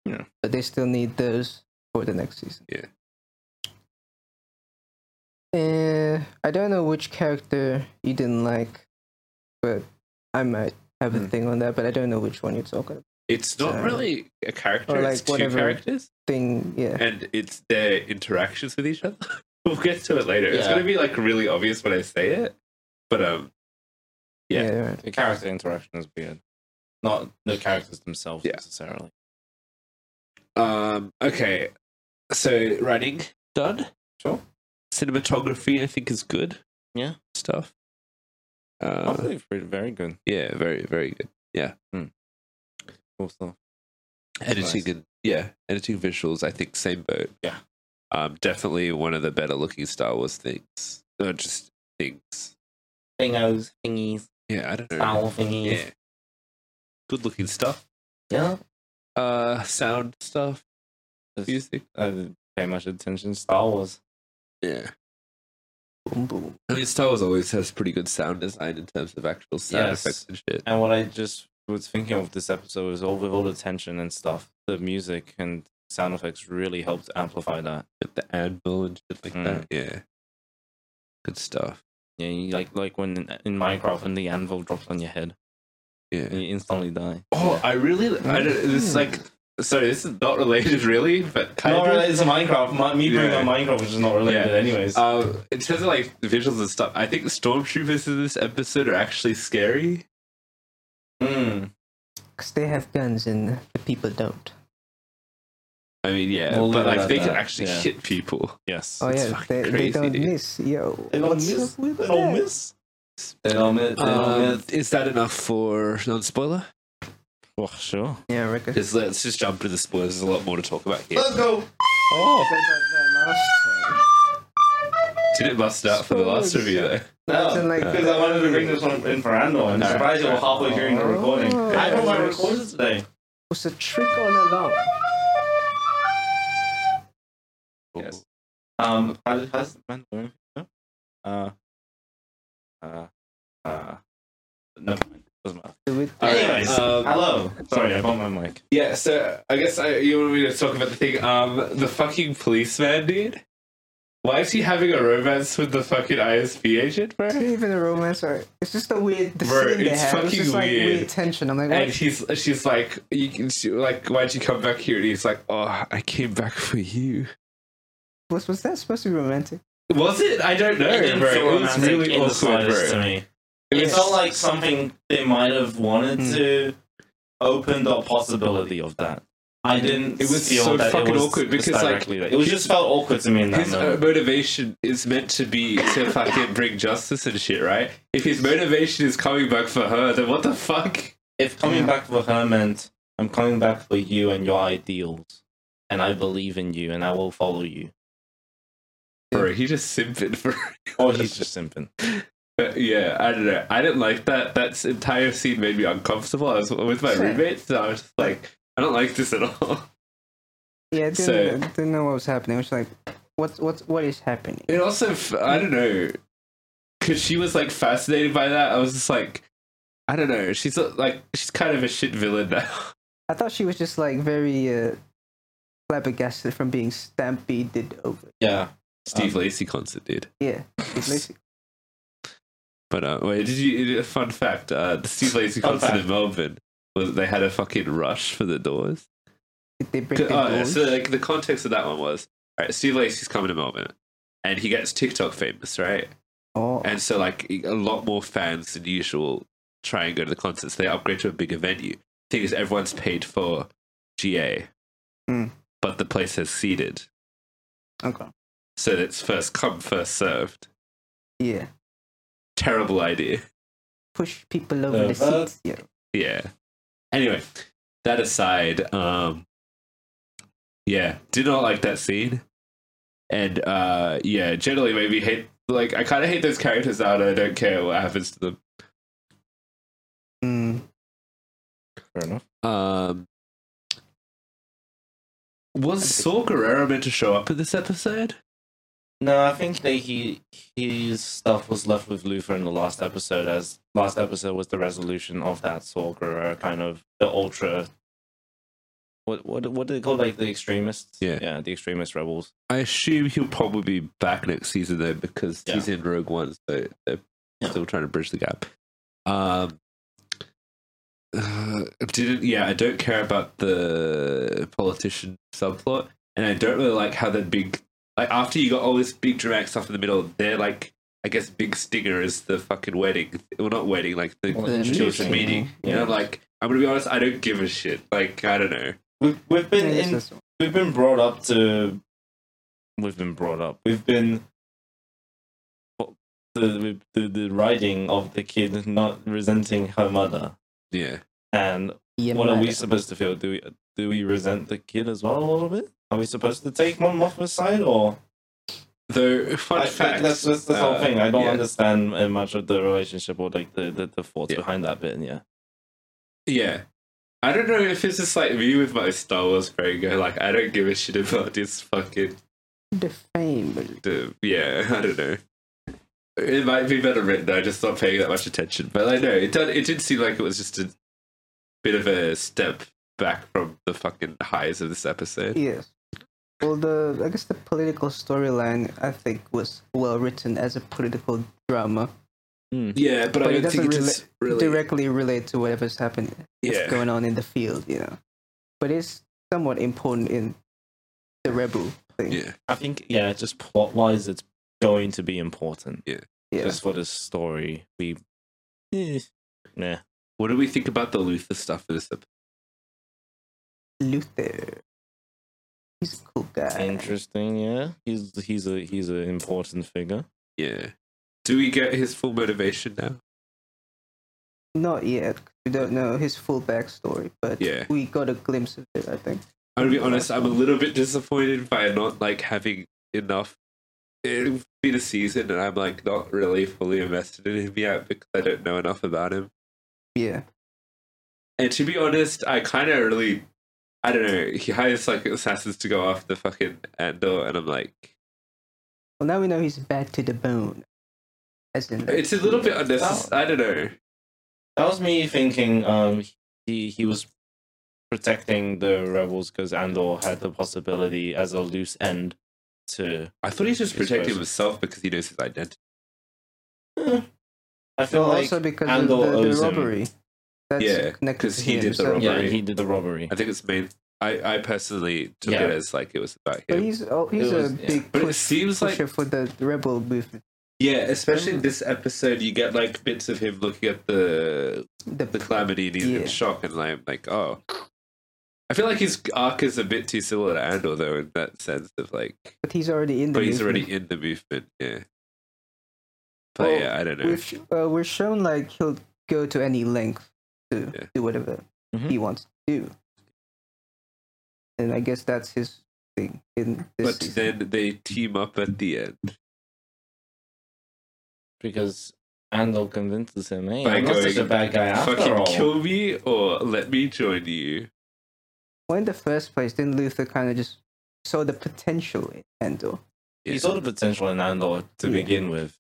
Speaker 2: Yeah.
Speaker 3: But they still need those for the next season.
Speaker 1: Yeah.
Speaker 3: Uh, I don't know which character you didn't like, but I might have
Speaker 1: Hmm.
Speaker 3: a thing on that. But I don't know which one you're talking about.
Speaker 1: It's not
Speaker 3: So-
Speaker 1: really a character.
Speaker 3: Or,
Speaker 1: it's
Speaker 3: like,
Speaker 1: two
Speaker 3: whatever.
Speaker 1: characters,
Speaker 3: Thing, yeah.
Speaker 1: and it's their interactions with each other. we'll get to it later. It's
Speaker 2: Yeah.
Speaker 1: gonna be like really obvious when I say it, but um, yeah.
Speaker 3: right.
Speaker 2: The character interaction is weird. Not the characters themselves
Speaker 1: Yeah.
Speaker 2: necessarily.
Speaker 1: Um. Okay. So writing done.
Speaker 2: Sure.
Speaker 1: Cinematography, I think, is good.
Speaker 2: Yeah.
Speaker 1: Stuff. Uh,
Speaker 2: Hopefully, very- very good.
Speaker 1: yeah. Very, very good.
Speaker 2: Cool stuff.
Speaker 1: Editing
Speaker 2: Nice.
Speaker 1: and yeah, editing visuals. I think same boat.
Speaker 2: Yeah.
Speaker 1: Um. Definitely one of the better looking Star Wars things. Not just things.
Speaker 2: Thingos, thingies,
Speaker 1: Yeah. I don't know.
Speaker 2: owl thingies.
Speaker 1: Yeah. Good looking stuff.
Speaker 2: Yeah.
Speaker 1: Uh. Sound stuff.
Speaker 2: Just-
Speaker 1: Music.
Speaker 2: I didn't pay much attention to Star Wars.
Speaker 1: Yeah.
Speaker 3: Boom, boom.
Speaker 1: I mean, Star Wars always has pretty good sound design in terms of actual sound
Speaker 2: Yes.
Speaker 1: effects and shit.
Speaker 2: And what I just was thinking of this episode is all with all the tension and stuff, the music and sound effects really helped amplify that.
Speaker 1: at the anvil and shit like that. Yeah. Good stuff.
Speaker 2: Yeah, you, like like when in, in Minecraft when the anvil drops on your head,
Speaker 1: Yeah.
Speaker 2: you instantly die.
Speaker 1: Mm. Oh, I really I don't this is like so this is not related really, but kind
Speaker 2: Not
Speaker 1: of
Speaker 2: related to Minecraft. My, me bringing
Speaker 1: Yeah.
Speaker 2: up Minecraft, which is not related,
Speaker 1: Yeah.
Speaker 2: anyways.
Speaker 1: um, in terms of like the visuals and stuff, I think the stormtroopers in this episode are actually scary.
Speaker 2: Mm.
Speaker 3: Because they have guns and the people don't.
Speaker 1: I mean, yeah,
Speaker 2: We'll
Speaker 1: but
Speaker 2: leave it
Speaker 1: like
Speaker 2: at
Speaker 1: they can
Speaker 2: that,
Speaker 1: actually
Speaker 2: yeah.
Speaker 1: hit people.
Speaker 2: Yes.
Speaker 3: Oh
Speaker 1: It's
Speaker 3: yeah,
Speaker 1: fucking
Speaker 3: they,
Speaker 1: crazy,
Speaker 3: they don't
Speaker 1: dude.
Speaker 3: miss. Yo,
Speaker 2: They don't
Speaker 3: what's
Speaker 2: miss.
Speaker 3: up with
Speaker 2: They don't
Speaker 3: that?
Speaker 2: miss. They don't miss. They don't
Speaker 1: Um,
Speaker 2: miss.
Speaker 1: is that enough for non-spoiler?
Speaker 2: Well, sure.
Speaker 3: Yeah, record.
Speaker 1: Just, let's just jump to the spoilers. There's a lot more to talk about here.
Speaker 2: Let's go.
Speaker 3: Said
Speaker 2: Oh,
Speaker 3: that the last time.
Speaker 1: Did it bust out for the last
Speaker 3: Spoilers.
Speaker 1: review though?
Speaker 2: no,
Speaker 3: Imagine, like,
Speaker 2: because I wanted to bring this one in for Andor. I'm surprised you were halfway during the recording.
Speaker 3: Oh.
Speaker 2: I know I recorded today.
Speaker 3: was a trick all along.
Speaker 2: Yes. Um, how how's the Mandalorian? feel? Uh, uh, uh, no, doesn't matter.
Speaker 3: Do it.
Speaker 1: All right,
Speaker 2: Anyways,
Speaker 1: um,
Speaker 2: hello. Sorry, I bumped my mic.
Speaker 1: Yeah, so I guess I, you want me to talk about the thing. Um, the fucking policeman, dude. Why is he having a romance with the fucking ISB agent, bro?
Speaker 3: It's not even a romance. Or it's just a weird. The
Speaker 1: Bro,
Speaker 3: scene they
Speaker 1: it's
Speaker 3: have. It's
Speaker 1: fucking
Speaker 3: just like weird.
Speaker 1: weird.
Speaker 3: tension. I'm like,
Speaker 1: And
Speaker 3: what?
Speaker 1: he's she's like, you can, she, like, why'd you come back here? And he's like, oh, I came back for you.
Speaker 3: was was that supposed to be romantic?
Speaker 1: Was it? I don't know, bro. It was really awkward,
Speaker 2: to
Speaker 1: bro.
Speaker 2: me.
Speaker 1: It
Speaker 2: It
Speaker 1: was-
Speaker 2: felt like something they might have wanted
Speaker 3: Hmm.
Speaker 2: to open the possibility of that. I didn't.
Speaker 1: It was
Speaker 2: feel
Speaker 1: so
Speaker 2: that
Speaker 1: fucking
Speaker 2: it was
Speaker 1: awkward because,
Speaker 2: just
Speaker 1: like,
Speaker 2: directly that. it was just felt awkward to me in that
Speaker 1: His uh,
Speaker 2: moment.
Speaker 1: motivation is meant to be to fucking bring justice and shit, right? If his motivation is coming back for her, then what the fuck?
Speaker 2: If coming back for her meant I'm coming back for you and your ideals, and I believe in you, and I will follow you,
Speaker 1: Bro, he just simped for
Speaker 2: or Oh, he's just simping.
Speaker 1: But yeah, I don't know. I didn't like that. That s- entire scene made me uncomfortable. I was with my
Speaker 3: Sure.
Speaker 1: roommates, so I was just like, I don't like this at all.
Speaker 3: Yeah, I didn't,
Speaker 1: So-
Speaker 3: didn't know what was happening. It was like, what what what is happening?
Speaker 1: It also, f- I don't know, because she was like fascinated by that. I was just like, I don't know. She's uh, like, she's kind of a shit villain now.
Speaker 3: I thought she was just like very uh, flabbergasted from being stampeded over.
Speaker 2: Yeah. Um,
Speaker 1: Steve Lacy concert did.
Speaker 3: Yeah, basically.
Speaker 1: But uh, wait, did you? Fun fact: uh, the Steve Lacy
Speaker 2: Fun
Speaker 1: concert
Speaker 2: fact.
Speaker 1: in Melbourne was they had a fucking rush for the doors.
Speaker 3: Did they break
Speaker 1: C-
Speaker 3: the
Speaker 1: oh, yeah,
Speaker 3: doors?
Speaker 1: so like the context of that one was all right, Steve Lacy's coming to Melbourne and he gets TikTok famous, right?
Speaker 3: oh,
Speaker 1: And so like a lot more fans than usual try and go to the concerts. They upgrade to a bigger venue. Thing is everyone's paid for GA.
Speaker 3: Hmm.
Speaker 1: but the place has seated.
Speaker 3: Okay.
Speaker 1: So it's first come, first served.
Speaker 3: Yeah.
Speaker 1: Terrible idea.
Speaker 3: Push people over
Speaker 2: Uh,
Speaker 3: the seats. Yeah.
Speaker 1: Yeah. Anyway, that aside, um yeah, did not like that scene. And uh yeah, generally maybe hate like I kinda hate those characters out I don't care what happens to them.
Speaker 3: Mm.
Speaker 2: Fair enough.
Speaker 1: Um Was Saul Guerrero meant to show up in this episode?
Speaker 2: No, I think that he his stuff was left with Luther in the last episode, as last episode was the resolution of that Saul Guerrero kind of the ultra. What what what do they call like the extremists?
Speaker 1: Yeah.
Speaker 2: yeah, the extremist rebels.
Speaker 1: I assume he'll probably be back next season though because
Speaker 2: Yeah.
Speaker 1: he's in Rogue One, so they're
Speaker 2: Yeah.
Speaker 1: still trying to bridge the gap. Um, uh, didn't yeah, I don't care about the politician subplot, and I don't really like how that big like after you got all this big dramatic stuff in the middle, they're like I guess big stinger is the fucking wedding. Well, not wedding, like the
Speaker 2: Well,
Speaker 3: the
Speaker 1: children's
Speaker 2: meeting.
Speaker 1: meeting. And
Speaker 2: Yeah.
Speaker 1: I'm like, I'm gonna be honest, I don't give a shit. Like I don't know.
Speaker 2: We've we've been
Speaker 3: Yeah, it's
Speaker 2: in
Speaker 3: this one.
Speaker 2: we've been brought up to we've been brought up we've been the the, the writing of the kid not resenting her mother
Speaker 1: Yeah,
Speaker 2: and
Speaker 3: Yeah,
Speaker 2: what are
Speaker 3: man.
Speaker 2: we supposed to feel do we do we resent the kid as well a little bit are we supposed to take mom off her side or
Speaker 1: though fun
Speaker 2: I-
Speaker 1: fact.
Speaker 2: that's that's the whole
Speaker 1: uh,
Speaker 2: thing i don't
Speaker 1: yeah.
Speaker 2: understand uh, much of the relationship or like the the, the thoughts
Speaker 1: Yeah.
Speaker 2: behind that bit yeah
Speaker 1: Yeah. I don't know if it's just like me with my Star Wars go like I don't give a shit about this fucking
Speaker 3: the fame.
Speaker 1: uh, yeah, I don't know. It might be better written, I just not paying that much attention. But I know it did it did seem like it was just a bit of a step back from the fucking highs of this episode.
Speaker 3: Yes. Well, the I guess the political storyline I think was well written as a political drama.
Speaker 1: Yeah, but,
Speaker 3: But
Speaker 1: I
Speaker 3: it
Speaker 1: don't think
Speaker 3: doesn't
Speaker 1: it's really
Speaker 3: directly relate to whatever's happening
Speaker 1: yeah.
Speaker 3: what's going on in the field, you know. But it's somewhat important in the rebel thing.
Speaker 1: yeah.
Speaker 2: i think yeah just plot wise it's going to be important
Speaker 3: Yeah.
Speaker 2: just for the story we eh, nah
Speaker 1: What do we think about the Luther stuff in this episode?
Speaker 3: Luther. He's a cool guy.
Speaker 2: Interesting, yeah. He's he's a he's an important figure.
Speaker 1: Yeah. Do we get his full motivation now?
Speaker 3: Not yet. We don't know his full backstory, but
Speaker 1: Yeah.
Speaker 3: we got a glimpse of it, I think.
Speaker 1: I'm gonna be honest, I'm a little bit disappointed by not like having enough. It's been a season, and I'm like not really fully invested in him yet because I don't know enough about him.
Speaker 3: Yeah.
Speaker 1: And to be honest, I kind of really, I don't know. He hires like assassins to go after fucking Andor, and I'm like,
Speaker 3: Well now we know he's bad to the bone. As in like,
Speaker 1: it's a little bit unnecessary. I don't know.
Speaker 2: That was me thinking. Um, he he was protecting the rebels because Andor had the possibility as a loose end to.
Speaker 1: I thought he's just
Speaker 2: His
Speaker 1: protecting
Speaker 2: person.
Speaker 1: himself because he knows his identity.
Speaker 2: I feel like
Speaker 3: also because
Speaker 2: Andor
Speaker 3: of the,
Speaker 2: owes
Speaker 3: the
Speaker 2: him.
Speaker 3: robbery. That's
Speaker 1: Yeah,
Speaker 3: connected
Speaker 1: 'cause
Speaker 3: to
Speaker 1: he
Speaker 3: him,
Speaker 1: did the
Speaker 3: so-
Speaker 1: robbery.
Speaker 2: yeah, he did the robbery.
Speaker 1: I think it's made. I I personally took
Speaker 2: Yeah.
Speaker 1: it as like it was about
Speaker 3: But
Speaker 1: him.
Speaker 3: he's oh, he's
Speaker 2: was-
Speaker 3: a
Speaker 2: yeah.
Speaker 3: big
Speaker 1: But it
Speaker 3: push,
Speaker 1: seems like
Speaker 3: pusher for the rebel movement.
Speaker 1: Yeah, especially
Speaker 3: Mm.
Speaker 1: in this episode, you get like bits of him looking at the
Speaker 3: The,
Speaker 1: the calamity and he's
Speaker 3: Yeah.
Speaker 1: in shock, and I'm like, oh. I feel like his arc is a bit too similar to Andor, though, in that sense of like,
Speaker 3: but he's already in the
Speaker 1: but he's
Speaker 3: movement.
Speaker 1: already in the movement, yeah. But
Speaker 3: Well,
Speaker 1: yeah, I don't know.
Speaker 3: we're, sh- uh, we're shown like he'll go to any length to
Speaker 1: Yeah.
Speaker 3: do whatever
Speaker 2: Mhm.
Speaker 3: he wants to do and i guess that's his thing in this
Speaker 1: But
Speaker 3: season.
Speaker 1: then they team up at the end
Speaker 2: because Andor convinces him, hey,
Speaker 1: By
Speaker 2: I'm not such a
Speaker 1: going,
Speaker 2: bad guy after
Speaker 1: fucking
Speaker 2: all.
Speaker 1: kill me or let me join you.
Speaker 3: well in the first place then luther kind of just saw the potential in Endor.
Speaker 2: He saw the potential in Andor to
Speaker 3: Yeah.
Speaker 2: begin with,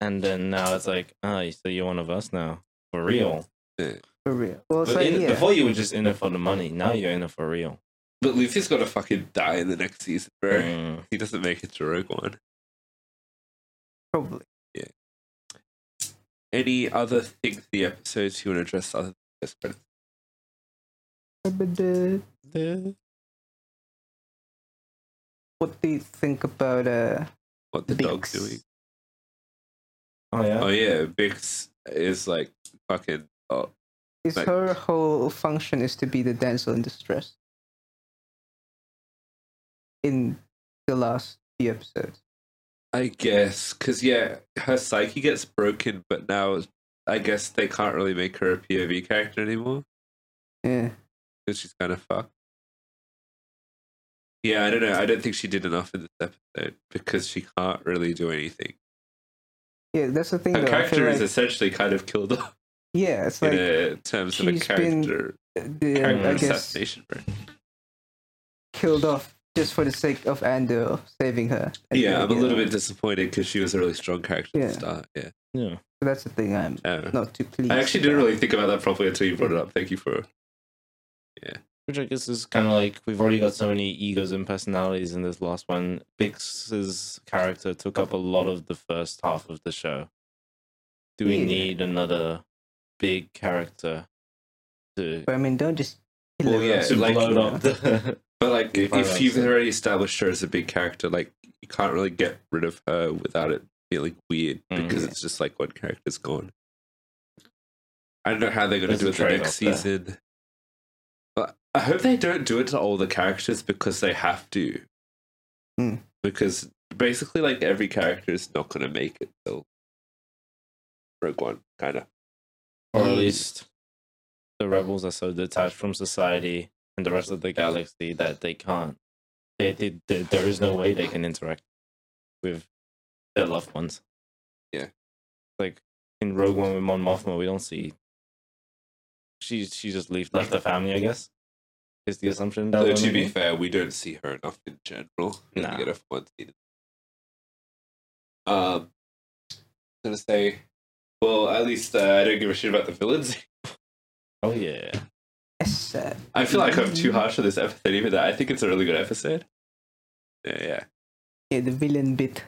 Speaker 2: and then now it's like, ah, so you're one of us now for real.
Speaker 3: for real well
Speaker 2: But
Speaker 3: so
Speaker 2: in-
Speaker 3: yeah
Speaker 2: Before you were just in it for the money. Now you're in it for real.
Speaker 1: But Luffy's gonna fucking die in the next season, bro.
Speaker 2: Mm.
Speaker 1: He doesn't make it to Rogue One.
Speaker 3: probably
Speaker 1: Any other things, the episodes you want to address other than this?
Speaker 3: but uh, what do you think about uh
Speaker 1: what the dog's
Speaker 3: Bix?
Speaker 1: doing.
Speaker 2: Oh yeah.
Speaker 1: Oh yeah, Bix is like fucking. Oh,
Speaker 3: is
Speaker 1: Like-
Speaker 3: her whole function is to be the damsel in distress in the last few episodes.
Speaker 1: I guess because yeah, her psyche gets broken, but now I guess they can't really make her a POV character anymore
Speaker 3: Yeah.
Speaker 1: because she's kind of fucked. Yeah, I don't know. I don't think she did enough in this episode because she can't really do anything.
Speaker 3: Yeah, that's the thing.
Speaker 1: Her
Speaker 3: though. I feel
Speaker 1: character is
Speaker 3: like-
Speaker 1: essentially kind of killed off
Speaker 3: yeah, it's
Speaker 1: in
Speaker 3: like
Speaker 1: uh terms of a
Speaker 3: she's been-
Speaker 1: character,
Speaker 3: the,
Speaker 1: character
Speaker 3: I guess
Speaker 1: assassination. right?
Speaker 3: killed off just for the sake of Andor saving her. at the
Speaker 1: Yeah, I'm a
Speaker 3: beginning.
Speaker 1: little bit disappointed because she was a really strong character at
Speaker 3: Yeah.
Speaker 1: the start. Yeah,
Speaker 4: Yeah.
Speaker 3: That's the thing. I'm
Speaker 1: Um,
Speaker 3: not too pleased.
Speaker 1: I actually didn't
Speaker 3: about.
Speaker 1: really think about that properly until you brought it up. Thank you for
Speaker 2: Which I guess is kind of like we've already got so many egos and personalities in this last one. Bix's character took up a lot of the first half of the show. Do we
Speaker 3: Yeah.
Speaker 2: need another big character to,
Speaker 3: But I mean, don't just kill
Speaker 1: Well,
Speaker 3: her
Speaker 1: yeah,
Speaker 3: off.
Speaker 2: to
Speaker 1: like-
Speaker 2: load up the.
Speaker 1: But like,
Speaker 2: If
Speaker 1: if,
Speaker 2: I like
Speaker 1: you've
Speaker 2: so.
Speaker 1: already established her as a big character, like you can't really get rid of her without it feeling weird
Speaker 2: Mm.
Speaker 1: because it's just like one character's gone. I don't know how they're going to
Speaker 2: There's
Speaker 1: do
Speaker 2: a
Speaker 1: it the next
Speaker 2: trade-off there.
Speaker 1: season. But I hope they don't do it to all the characters because they have to.
Speaker 2: Hmm.
Speaker 3: Mm.
Speaker 1: Because basically, like every character is not going to make it till Rogue One, kind of.
Speaker 2: or
Speaker 1: Um,
Speaker 2: at least
Speaker 1: uh,
Speaker 2: the rebels are so detached from society and the rest of the galaxy that they can't. They, they, there- there is no way they can interact with their loved ones.
Speaker 1: Yeah.
Speaker 2: like in Rogue One with Mon Mothma, we don't see. She she just left left the family, I guess. Is the assumption that
Speaker 1: Though
Speaker 2: we're
Speaker 1: to Oh, be
Speaker 2: making.
Speaker 1: fair, we don't see her enough in general. We
Speaker 2: Nah.
Speaker 1: get her for one season. Um, I was gonna say, well, at least uh, I don't give a shit about the villains.
Speaker 2: Oh yeah,
Speaker 3: Yes, uh,
Speaker 1: I feel like I'm
Speaker 2: Mm.
Speaker 1: too harsh on this episode, even though I think it's a really good episode. Yeah, yeah,
Speaker 3: yeah, the villain bit.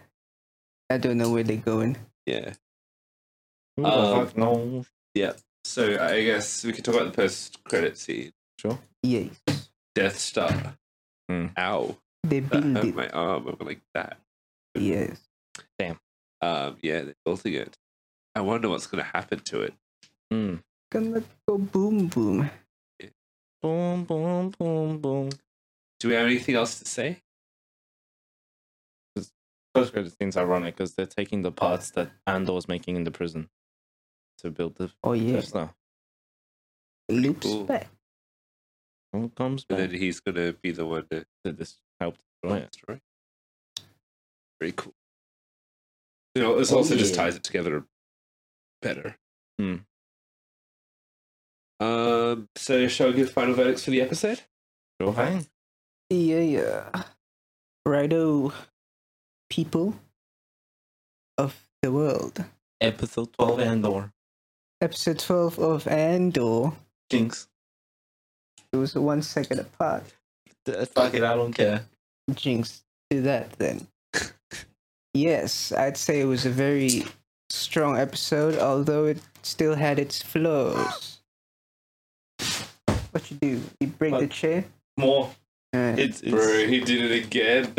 Speaker 3: I don't know where they're going.
Speaker 1: yeah.
Speaker 2: Who the
Speaker 1: Um,
Speaker 2: fuck knows?
Speaker 1: So I guess we could talk about the post-credit scene.
Speaker 3: Yeah,
Speaker 1: Death Star.
Speaker 2: Hmm.
Speaker 1: Ow!
Speaker 3: they
Speaker 1: That
Speaker 3: build
Speaker 1: hurt
Speaker 3: it.
Speaker 1: my arm. I'm like that.
Speaker 3: Yes.
Speaker 1: Um, yeah, they're building it. I wonder what's gonna happen to it.
Speaker 2: Mm.
Speaker 3: Gonna go boom boom.
Speaker 2: Boom boom boom boom.
Speaker 1: Do we have anything else to say?
Speaker 2: post credit scene's ironic because they're taking the parts that Andor's making in the prison to build the
Speaker 3: Oh yeah,
Speaker 2: Death Star.
Speaker 3: loops
Speaker 1: cool.
Speaker 3: back.
Speaker 2: All comes
Speaker 1: And
Speaker 2: back
Speaker 1: then he's going to be the one to
Speaker 2: that this helped destroy it.
Speaker 1: destroy. Very cool. You know, this also just
Speaker 3: yeah.
Speaker 1: ties it together better.
Speaker 2: Hmm.
Speaker 1: Um, so shall we give final verdicts for the episode?
Speaker 2: Sure thing.
Speaker 3: Yeah, yeah. Righto, people of the world.
Speaker 2: Episode 12 Andor.
Speaker 3: Episode twelve of Andor.
Speaker 2: Jinx.
Speaker 3: It was one second apart.
Speaker 2: D- uh, Fuck it, I don't care.
Speaker 3: Jinx, do that then. yes, I'd say it was a very strong episode, although it still had its flaws. What you do? You break the
Speaker 2: What?
Speaker 3: chair? Uh,
Speaker 2: More.
Speaker 3: Alright.
Speaker 2: It's. it's
Speaker 1: Bro, he did it again.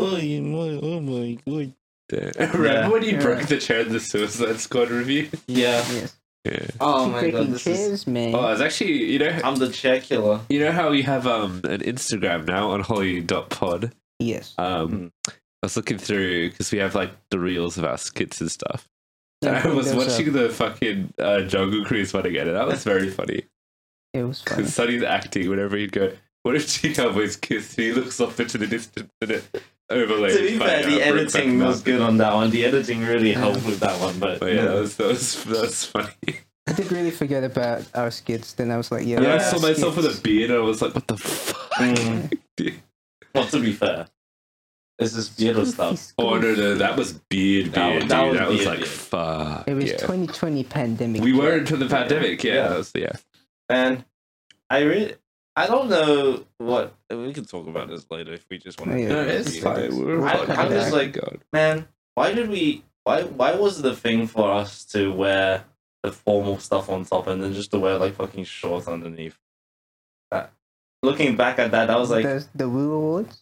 Speaker 2: oh, you mo- oh my god.
Speaker 1: Remember when you
Speaker 3: Yeah.
Speaker 1: broke the chair in the Suicide Squad review?
Speaker 2: Yeah.
Speaker 3: yes.
Speaker 1: Yeah.
Speaker 2: Oh
Speaker 3: Keep breaking chairs, man.
Speaker 1: Oh, it's actually, you know,
Speaker 2: I'm the chair killer.
Speaker 1: you know how we have um an Instagram now on holly.pod?
Speaker 3: yes.
Speaker 1: Um, I was looking through because we have like the reels of our skits and stuff.
Speaker 3: Yeah,
Speaker 1: I was
Speaker 3: those are-
Speaker 1: watching the fucking uh, Jungle Cruise one again, and that was very funny.
Speaker 3: It was fun.
Speaker 1: Because Sonny's acting whenever he'd go, What if two cowboys kissed? And he looks off into the distance and it overlays.
Speaker 2: to be
Speaker 1: by,
Speaker 2: fair,
Speaker 1: uh,
Speaker 2: the
Speaker 1: Brokeback
Speaker 2: editing was
Speaker 1: Mountain.
Speaker 2: good on that one. The editing really helped with that one, but.
Speaker 1: But yeah, that was, that was, that was funny.
Speaker 3: I did really forget about our skits. Then I was like, yeah.
Speaker 1: And I
Speaker 2: Yeah,
Speaker 1: saw myself with a
Speaker 3: skits.
Speaker 1: beard and I was like, What the fuck?
Speaker 2: Mm. Well, to be fair, this is beautiful stuff.
Speaker 1: Oh no, no, that was beard, beard,
Speaker 2: That was-
Speaker 1: dude.
Speaker 2: that was
Speaker 1: That was
Speaker 2: beard,
Speaker 1: like,
Speaker 2: beard.
Speaker 1: fuck.
Speaker 3: It was
Speaker 1: yeah.
Speaker 3: 2020 pandemic.
Speaker 1: We were into the pandemic, yeah.
Speaker 2: Yeah.
Speaker 1: That was, yeah.
Speaker 2: And I really, I don't know what we can talk about this later if we just want to.
Speaker 3: Yeah.
Speaker 1: No, it's fine. We're
Speaker 3: I-
Speaker 1: fine.
Speaker 3: I was
Speaker 2: like-
Speaker 1: God.
Speaker 2: Man, why did we? Why why was the thing for us to wear the formal stuff on top and then just to wear like fucking shorts underneath? That, looking back at that, I was like, that
Speaker 3: the, the Woo Awards.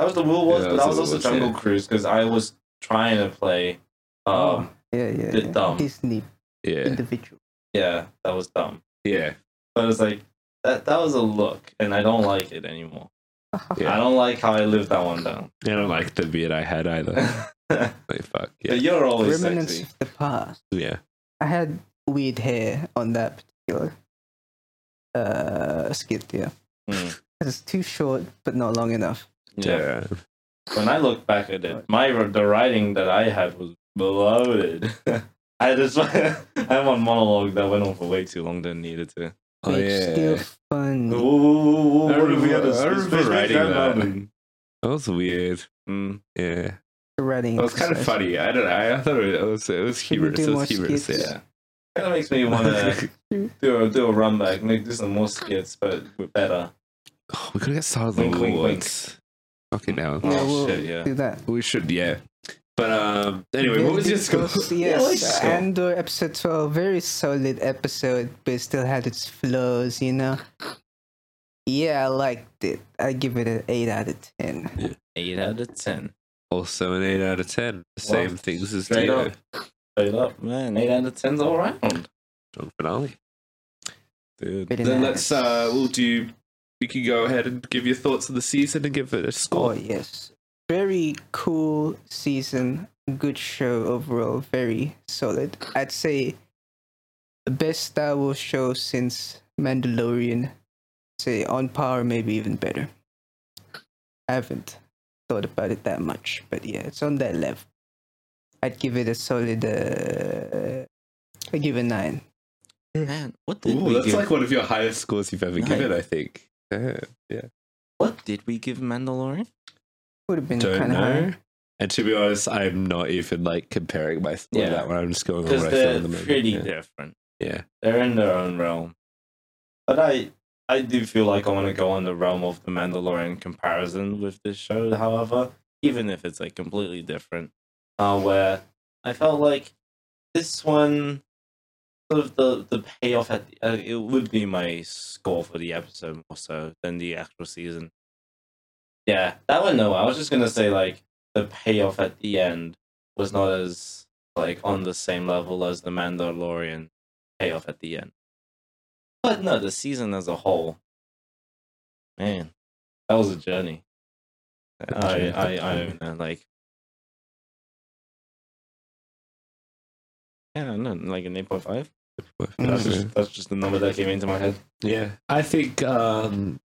Speaker 2: was the Will was,
Speaker 1: Yeah,
Speaker 2: but
Speaker 1: that
Speaker 2: I
Speaker 1: was
Speaker 2: was
Speaker 1: the
Speaker 2: also
Speaker 1: Will Wars,
Speaker 2: Jungle Cruise because I was trying to play.
Speaker 3: Oh.
Speaker 2: Um,
Speaker 3: Yeah, yeah.
Speaker 2: Bit
Speaker 3: yeah.
Speaker 2: dumb.
Speaker 3: Disney
Speaker 1: Yeah.
Speaker 3: individual.
Speaker 2: yeah, that was dumb.
Speaker 1: Yeah.
Speaker 2: But it's like that that was a look, and I don't like it anymore. I don't like how I lived that one down.
Speaker 1: I don't like the beard I had either. like, fuck. Yeah.
Speaker 2: But you're always
Speaker 3: Remnants
Speaker 2: sexy.
Speaker 3: of the past.
Speaker 1: Yeah.
Speaker 3: I had weird hair on that particular uh, skit, yeah.
Speaker 2: Mm.
Speaker 3: It's too short, but not long enough.
Speaker 2: Yeah.
Speaker 1: Yeah.
Speaker 2: When I look back at it, my the writing that I had was bloated. I just I had one monologue that went on for way too long than it needed
Speaker 1: Oh,
Speaker 2: to.
Speaker 3: But it's
Speaker 1: yeah.
Speaker 3: still fun.
Speaker 2: Ooh, ooh, ooh,
Speaker 1: I
Speaker 2: what if we had
Speaker 1: remember-
Speaker 2: a
Speaker 1: I
Speaker 2: sp-
Speaker 1: remember
Speaker 2: specific
Speaker 1: writing that.
Speaker 2: moment?
Speaker 1: That was weird.
Speaker 2: Mm.
Speaker 1: Yeah.
Speaker 3: Writing
Speaker 1: That was kind of
Speaker 3: exercise.
Speaker 1: funny. I don't know. I thought it was, it was
Speaker 3: Should we
Speaker 1: humorous.
Speaker 3: do
Speaker 1: It
Speaker 3: more
Speaker 1: was humorous.
Speaker 3: skits?
Speaker 1: Yeah.
Speaker 2: Kind of makes me want to do a do a run back, make do some more skits, but better.
Speaker 1: Oh, we could get started with
Speaker 2: Wink,
Speaker 1: the
Speaker 2: wink, wink.
Speaker 1: awards. Fucking hell.
Speaker 3: Yeah,
Speaker 2: Oh,
Speaker 3: we'll
Speaker 2: shit, yeah.
Speaker 3: do that.
Speaker 1: We should, yeah. But um, anyway, what was your score?
Speaker 3: Yes,
Speaker 1: Yeah,
Speaker 3: Andor uh, episode 12. Very solid episode, but it still had its flaws, you know? Yeah, I liked it. I give it an 8 out of 10.
Speaker 2: Eight out of ten.
Speaker 1: Also an Oh, eight out of ten. Same things as
Speaker 2: straight
Speaker 1: Dio.
Speaker 2: up. Straight up, man. Eight out of ten's all around.
Speaker 1: Strong finale.
Speaker 4: Dude.
Speaker 3: Pretty
Speaker 1: Then
Speaker 3: nice.
Speaker 1: let's uh, we'll do. You can go ahead and give your thoughts of the season and give it a
Speaker 3: Oh,
Speaker 1: score.
Speaker 3: yes. Very cool season. Good show overall. Very solid. I'd say the best Star Wars show since Mandalorian. Say on par, maybe even better. I haven't thought about it that much, but yeah, it's on that level. I'd give it a solid. Uh, I give it nine.
Speaker 4: Man, what did
Speaker 1: Ooh,
Speaker 4: we
Speaker 1: that's
Speaker 4: give?
Speaker 1: like one of your highest scores you've ever
Speaker 4: Nice.
Speaker 1: given, I think. Yeah.
Speaker 4: what did we give Mandalorian?
Speaker 3: Would have been
Speaker 1: Don't
Speaker 3: kind of
Speaker 1: know.
Speaker 3: high.
Speaker 1: And to be honest, I'm not even like comparing my score
Speaker 2: Yeah.
Speaker 1: to that one. I'm just going on
Speaker 2: Because
Speaker 1: what I feel
Speaker 2: they're
Speaker 1: in the moment.
Speaker 2: pretty
Speaker 1: Yeah.
Speaker 2: different.
Speaker 1: Yeah.
Speaker 2: They're in their own realm. But I I do feel like I want to go on the realm of the Mandalorian comparison with this show, however, even if it's like completely different. Uh, where I felt like this one sort of the, the payoff at the, uh, it would be my score for the episode more so than the actual season. Yeah, that one no, I was just gonna say like the payoff at the end was not as like on the same level as the Mandalorian payoff at the end. But no, the season as a whole, man, that was a journey. I, I, I don't know, like, yeah, no, like an eight point five. That's
Speaker 1: Mm-hmm.
Speaker 2: just that's just the number that came into my head.
Speaker 1: Yeah, I think. Um,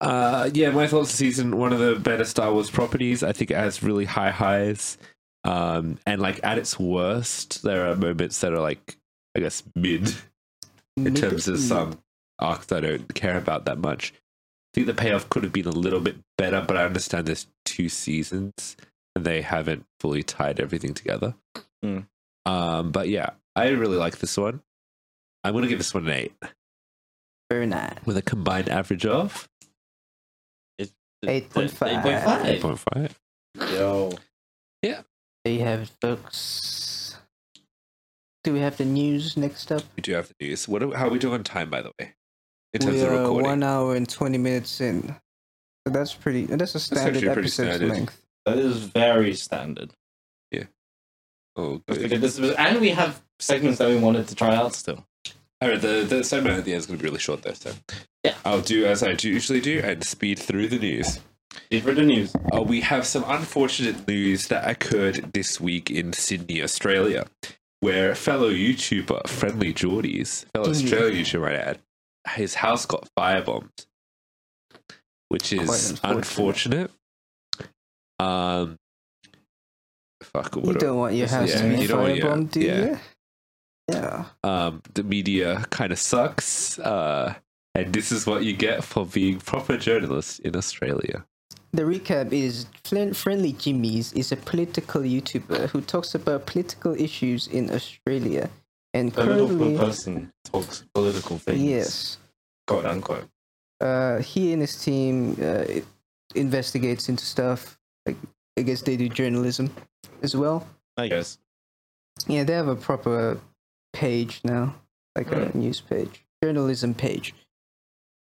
Speaker 1: uh, yeah, my thoughts of season one of the better Star Wars properties. I think it has really high highs, um, and like at its worst, there are moments that are like I guess mid in terms of some arcs I don't care about that much. I think the payoff could have been a little bit better, but I understand there's two seasons and they haven't fully tied everything together.
Speaker 2: Hmm.
Speaker 1: Um, but yeah, I really like this one. I'm gonna give this one an eight
Speaker 3: Very nice.
Speaker 1: with a combined average of
Speaker 3: Eight point
Speaker 2: Eight point
Speaker 3: five.
Speaker 2: five.
Speaker 1: 8.5.
Speaker 2: Yo,
Speaker 3: There you have it, folks. Do we have the news next up?
Speaker 1: We do have the news. What are, how are we doing on time, by the way? In terms
Speaker 3: we
Speaker 1: of
Speaker 3: are
Speaker 1: recording.
Speaker 3: one hour and twenty minutes in. So that's pretty. That's a standard
Speaker 1: actually pretty
Speaker 3: episode
Speaker 1: standard.
Speaker 3: length.
Speaker 2: that is very standard.
Speaker 1: Oh,
Speaker 2: Just
Speaker 1: good.
Speaker 2: because this was- and we have segments that we wanted to try out still.
Speaker 1: All right, the, the segment at the end is going to be really short, though. So
Speaker 2: Yeah.
Speaker 1: I'll do as I do- usually do and speed through the news.
Speaker 2: Read for the news.
Speaker 1: Uh, we have some unfortunate news that occurred this week in Sydney, Australia, where fellow YouTuber Friendly Geordies, fellow
Speaker 3: Mhm.
Speaker 1: Australian YouTuber, might add, his house got firebombed, which is
Speaker 3: Quite
Speaker 1: unfortunate. Um, fuck.
Speaker 3: You
Speaker 1: what-
Speaker 3: don't want your
Speaker 1: this
Speaker 3: house
Speaker 1: is-
Speaker 3: to
Speaker 1: yeah,
Speaker 3: be
Speaker 1: you don't want your-
Speaker 3: firebombed, do
Speaker 1: yeah.
Speaker 3: you? Yeah.
Speaker 1: um, the media kind of sucks. Uh, and this is what you get for being proper journalists in Australia.
Speaker 3: The recap is Flin- Friendly Jimmy's is a political YouTuber who talks about political issues in Australia and
Speaker 2: Political
Speaker 3: currently,
Speaker 2: person talks political things.
Speaker 3: yes,
Speaker 2: quote unquote.
Speaker 3: uh, he and his team uh, investigates into stuff. Like, I guess they do journalism as well.
Speaker 2: I guess.
Speaker 3: Yeah, they have a proper page now, like
Speaker 2: Right.
Speaker 3: a news page, journalism page,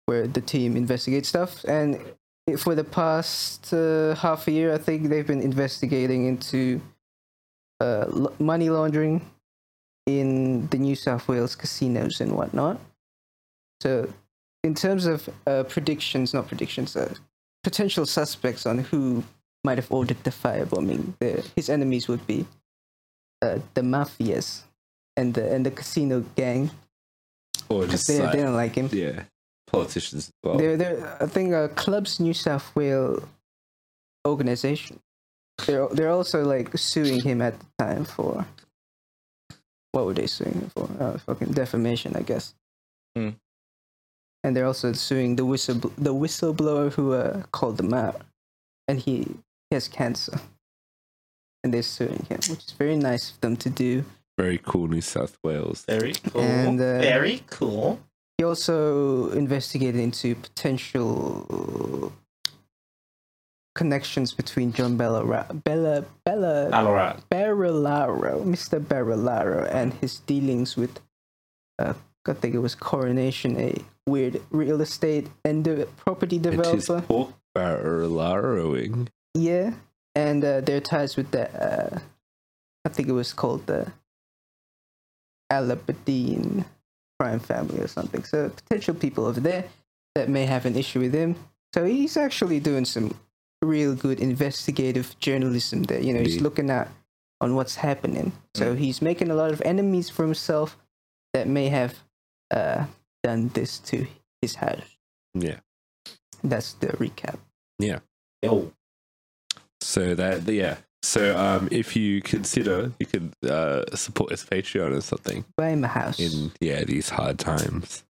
Speaker 3: where the team investigates stuff. And it- for the past uh, half a year, I think they've been investigating into uh, l- money laundering in the New South Wales casinos and whatnot. So, in terms of uh, predictions, not predictions, uh, potential suspects on who might have ordered the firebombing. The, his enemies would be uh, the mafias and the and the casino gang
Speaker 1: Or
Speaker 3: because
Speaker 1: just
Speaker 3: they, they
Speaker 1: like,
Speaker 3: don't like him.
Speaker 1: yeah, politicians as well.
Speaker 3: They're, they're, I think uh, clubs New South Wales organization. They're they're also like suing him at the time for what were they suing him for? Uh, fucking defamation, I guess.
Speaker 2: Hmm.
Speaker 3: And they're also suing the whistle the whistleblower who uh, called them out, and he, he has cancer. And they're suing him, which is very nice of them to do.
Speaker 1: Very cool New South Wales.
Speaker 2: Very cool.
Speaker 3: And, uh,
Speaker 2: Very cool.
Speaker 3: He also investigated into potential uh, connections between John Bellara, Bella, Bella,
Speaker 2: Alarat.
Speaker 3: Barilaro, Mr. Barilaro, and his dealings with, uh, I think it was Coronation, a weird real estate and de- property
Speaker 1: It is
Speaker 3: developer.
Speaker 1: pork barrelling.
Speaker 3: Yeah, and uh, their ties with the, uh, I think it was called the Alabedine crime family or something. So potential people over there that may have an issue with him. So he's actually doing some real good investigative journalism there. You know, he's
Speaker 1: Indeed. Mm.
Speaker 3: looking at on what's happening. So he's making a lot of enemies for himself that may have uh, done this to his house.
Speaker 1: Yeah.
Speaker 3: That's the recap.
Speaker 2: Yo.
Speaker 1: So that yeah. So um, if you consider you could uh, support his Patreon or something.
Speaker 3: Buy him a house.
Speaker 1: in yeah these hard times.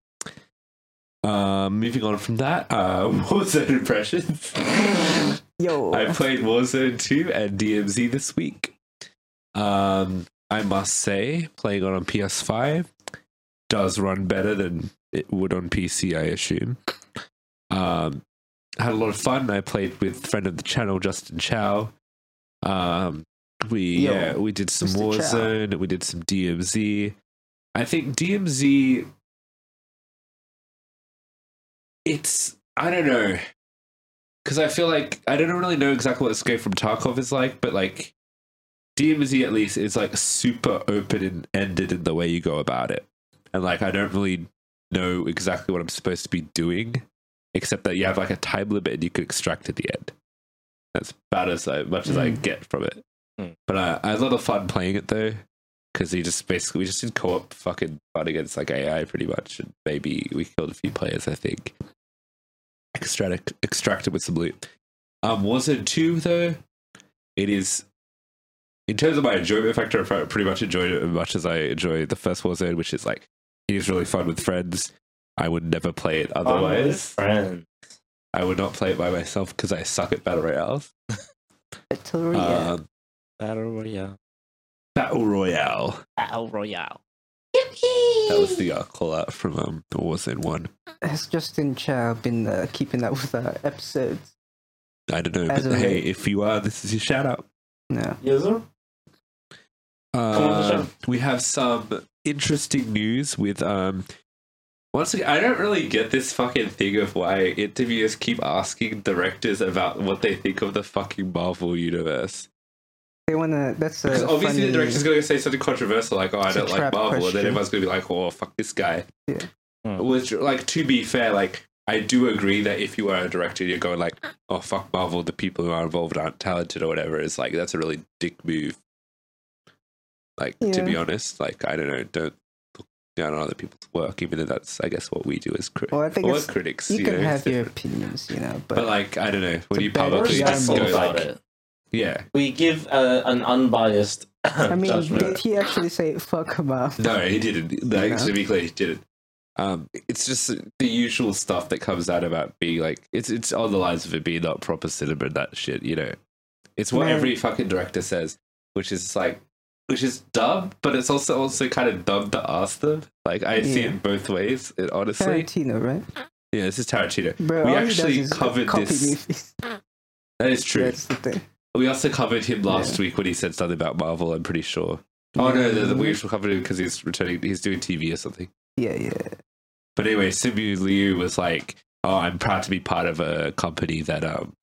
Speaker 1: Um, moving on from that, uh, Warzone impressions. I
Speaker 3: Yo.
Speaker 1: played Warzone 2 and DMZ this week. Um, I must say, playing on a PS5 does run better than it would on PC, I assume. Um, had a lot of fun. I played with friend of the channel, Justin Chow. Um, we
Speaker 3: Yo,
Speaker 1: yeah, we did some
Speaker 3: Mr. Chow.
Speaker 1: Warzone. We did some DMZ. I think DMZ. It's I don't know, because I feel like I don't really know exactly what Escape from Tarkov is like, but like DMZ at least is like super open and ended in the way you go about it, and like I don't really know exactly what I'm supposed to be doing, except that you have like a time limit and you can extract at the end. That's about as I- much as I
Speaker 3: Mm.
Speaker 1: get from it.
Speaker 2: Mm.
Speaker 1: But I, I had a lot of fun playing it though, because he just basically we just did co-op fucking fun against like AI pretty much, and maybe we killed a few players. I think extract extracted with some loot. Um, Warzone two though, it is in terms of my enjoyment factor. I pretty much enjoyed it as much as I enjoy the first Warzone, which is like it is really fun with friends. I would never play it otherwise.
Speaker 2: Friend.
Speaker 1: I would not play it by myself because I suck at battle royales.
Speaker 3: Artillery, Oh, yeah.
Speaker 1: Um,
Speaker 2: Battle Royale.
Speaker 1: battle royale.
Speaker 2: Battle Royale.
Speaker 1: That was the uh, call out from um, Warzone One.
Speaker 3: Has Justin Chow been uh, keeping up with our episodes?
Speaker 1: I don't know,
Speaker 3: As
Speaker 1: but
Speaker 3: of
Speaker 1: hey,
Speaker 3: late.
Speaker 1: if you are, this is your shout out.
Speaker 3: No.
Speaker 2: Yes, sir. on,
Speaker 1: Uh,
Speaker 2: Michelle.
Speaker 1: we have some interesting news with um. Once again, I don't really get this fucking thing of why interviewers keep asking directors about what they think of the fucking Marvel universe.
Speaker 3: They wanna. That's a
Speaker 1: Because obviously
Speaker 3: funny,
Speaker 1: the director's going to say something controversial, like "Oh, I
Speaker 3: It's a
Speaker 1: don't like
Speaker 3: trap
Speaker 1: Marvel," and
Speaker 3: question.
Speaker 1: then everyone's going to be like, "Oh, fuck this guy."
Speaker 3: Yeah.
Speaker 2: Hmm.
Speaker 1: Which, like, to be fair, like, I do agree that if you are a director, you're going like, "Oh, fuck Marvel," the people who are involved aren't talented or whatever. It's like that's a really dick move. Like to be
Speaker 3: Yeah.
Speaker 1: honest, like I don't know, don't look down on other people's work, even though that's I guess what we do as cri-
Speaker 3: Well, I think
Speaker 1: or
Speaker 3: it's-
Speaker 1: critics.
Speaker 3: You can
Speaker 1: know,
Speaker 3: have
Speaker 1: it's
Speaker 3: your
Speaker 1: different.
Speaker 3: opinions, you know, but,
Speaker 1: but like I don't know when
Speaker 3: a
Speaker 1: you
Speaker 3: bad
Speaker 1: publicly just
Speaker 3: example
Speaker 1: go
Speaker 2: about
Speaker 1: like,
Speaker 2: it.
Speaker 1: yeah,
Speaker 2: We give uh, an unbiased
Speaker 1: uh,
Speaker 3: I mean, did
Speaker 2: judgment.
Speaker 3: he actually say "fuck about"?
Speaker 1: No, he didn't. Like,
Speaker 3: No.
Speaker 1: To be clear, he didn't. Um, it's just the usual stuff that comes out about being like it's it's on the lines of it being not proper cinema and that shit. You know, it's what
Speaker 3: Man.
Speaker 1: every fucking director says, which is like, which is dumb, but it's also also kind of dumb to ask them. Like I see
Speaker 3: Yeah.
Speaker 1: it both ways. It, honestly,
Speaker 3: Tarantino, right?
Speaker 1: yeah, this is Tarantino.
Speaker 3: Bro,
Speaker 1: we
Speaker 3: all he
Speaker 1: actually
Speaker 3: does is
Speaker 1: covered
Speaker 3: copy
Speaker 1: this.
Speaker 3: movies.
Speaker 1: That is true.
Speaker 3: That's the thing.
Speaker 1: We also covered him last
Speaker 3: Yeah.
Speaker 1: week when he said something about Marvel. I'm pretty sure. Oh no, the, the, we actually covered him because he's returning. He's doing TV or something.
Speaker 3: Yeah, yeah.
Speaker 1: But anyway, Simu Liu was like, "Oh, I'm proud to be part of a company that um,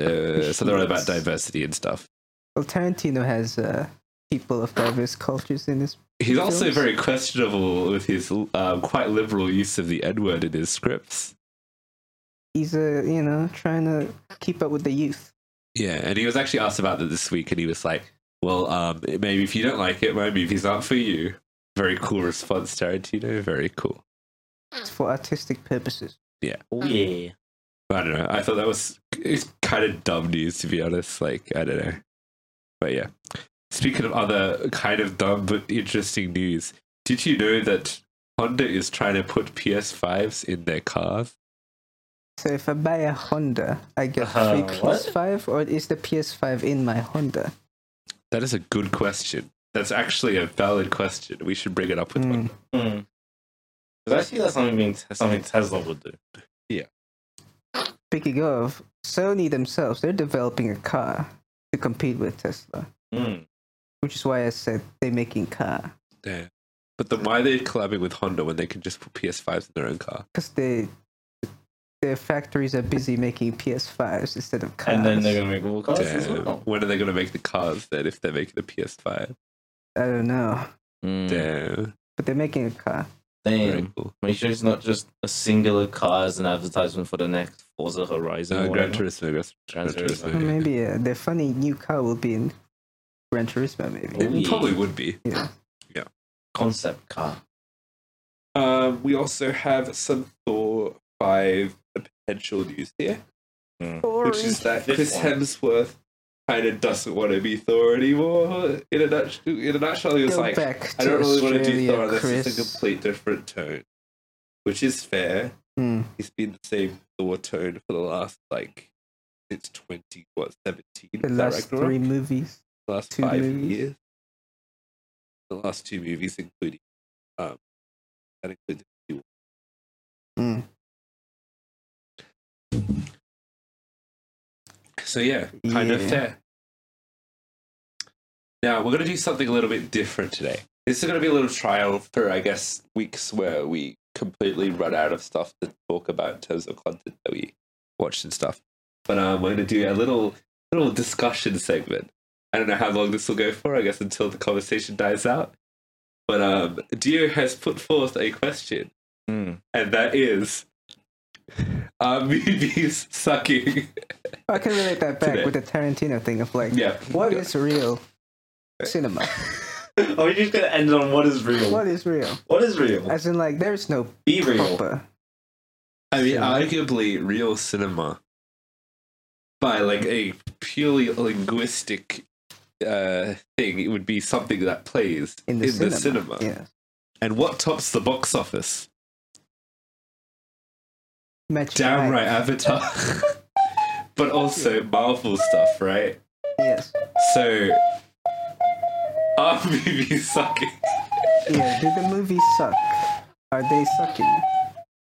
Speaker 1: uh, something about diversity and stuff."
Speaker 3: Well, Tarantino has uh, people of diverse cultures in his.
Speaker 1: He's also very questionable with his um, quite liberal use of the N word in his scripts.
Speaker 3: he's a you know trying to keep up with the youth.
Speaker 1: Yeah, and he was actually asked about that this week, and he was like, "Well, um, maybe if you don't like it, my movies aren't for you." Very cool response, Tarantino. Very cool.
Speaker 3: It's for artistic purposes.
Speaker 2: Oh yeah.
Speaker 1: I don't know. I thought that was it's kind of dumb news to be honest. Like I don't know, but yeah. Speaking of other kind of dumb but interesting news, did you know that Honda is trying to put PS5s in their cars?
Speaker 3: So if I buy a Honda, I get
Speaker 2: Uh,
Speaker 1: Uh-huh.
Speaker 3: free
Speaker 2: what?
Speaker 3: PS5, or is the PS5 in my Honda?
Speaker 1: That is a good question. That's actually a valid question. We should bring it up with
Speaker 3: Hmm.
Speaker 1: Honda.
Speaker 2: Because Mm. I see that's something being something Tesla would do.
Speaker 3: Speaking of, Sony themselves, they're developing a car to compete with Tesla,
Speaker 2: Mm.
Speaker 3: which is why I said they're making car
Speaker 1: Yeah. But then why are they collabing with Honda when they can just put PS5s in their own car?
Speaker 3: because they their factories are busy making PS5s instead of cars.
Speaker 2: And then they're gonna make all cars as
Speaker 1: Damn.
Speaker 2: well.
Speaker 1: When are they going to make the cars then if they're making the PS5?
Speaker 3: I don't know,
Speaker 2: Mm.
Speaker 1: Damn.
Speaker 3: but they're making a car.
Speaker 1: Very
Speaker 2: Damn.
Speaker 1: cool.
Speaker 2: Make sure it's not just a singular car as an advertisement for the next Forza Horizon.
Speaker 1: No,
Speaker 2: or
Speaker 1: Gran
Speaker 2: whatever.
Speaker 1: Turismo. Gran- Gran
Speaker 2: Gran Turismo.
Speaker 1: Turismo.
Speaker 3: Or
Speaker 1: yeah.
Speaker 3: maybe uh, their funny new car will be in Gran Turismo, maybe.
Speaker 2: Yeah.
Speaker 1: It probably would be.
Speaker 3: Yeah.
Speaker 2: Concept car.
Speaker 1: Um, we also have some Thor 5 potential news here, which is that
Speaker 2: This
Speaker 1: Chris
Speaker 2: one.
Speaker 1: Hemsworth kind of doesn't want to be Thor anymore. In a nutshell, in a nutshell he was
Speaker 3: Go
Speaker 1: like,
Speaker 3: back to
Speaker 1: I don't really
Speaker 3: Australia,
Speaker 1: want to do Thor unless
Speaker 3: Chris.
Speaker 1: it's a complete different tone, which is fair.
Speaker 3: Hmm.
Speaker 1: He's been the same Thor tone for the last, like, since 20, what, 17?
Speaker 3: The
Speaker 1: Was that
Speaker 3: last
Speaker 1: Ragnarok?
Speaker 3: three movies.
Speaker 1: the last
Speaker 3: two
Speaker 1: five
Speaker 3: movies?
Speaker 1: years. The last two movies, including um, that includes the
Speaker 3: Mm.
Speaker 1: So yeah, kind of
Speaker 3: Yeah.
Speaker 1: fair. Now we're gonna do something a little bit different today. This is gonna be a little trial for, I guess, weeks where we completely run out of stuff to talk about in terms of content that we watched and stuff. But um, we're gonna do a little little discussion segment. I don't know how long this will go for. I guess until the conversation dies out. But um, Dio has put forth a question,
Speaker 4: Mm.
Speaker 1: and that is, are movies sucking?
Speaker 3: I can relate that back
Speaker 1: Today.
Speaker 3: with the Tarantino thing of like,
Speaker 1: yeah.
Speaker 3: what is real cinema?
Speaker 2: Are we just gonna end on what is real?
Speaker 3: What is real?
Speaker 2: what is real?
Speaker 3: As in, like, there's no
Speaker 2: Be real.
Speaker 3: proper.
Speaker 1: I mean, arguably, real cinema by like a purely linguistic uh, thing, it would be something that plays
Speaker 3: In the cinema.
Speaker 1: cinema.
Speaker 3: Yeah.
Speaker 1: And what tops the box office?
Speaker 3: Match
Speaker 1: Downright Avatar, but also Marvel stuff, right?
Speaker 3: Yes.
Speaker 1: So, are movies sucking?
Speaker 3: Yeah. Do the movies suck? Are they sucking?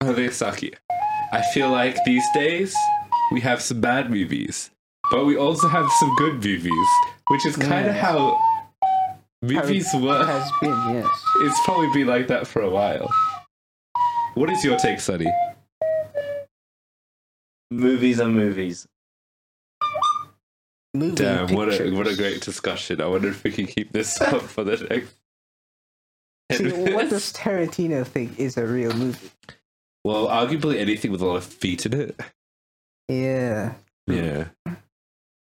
Speaker 1: Are they sucky? I feel like these days we have some bad movies, but we also have some good movies, which is kind of
Speaker 3: Yeah.
Speaker 1: how movies
Speaker 3: It
Speaker 1: work.
Speaker 3: has been, yes.
Speaker 1: It's probably been like that for a while. What is your take, Sonny?
Speaker 2: Movies are movies.
Speaker 3: Movie
Speaker 1: Damn, what a
Speaker 3: pictures.
Speaker 1: what a great discussion. I wonder if we can keep this up for the next.
Speaker 3: See, what does Tarantino think is a real movie?
Speaker 1: Well, arguably anything with a lot of feet in it.
Speaker 3: Yeah.
Speaker 1: Yeah.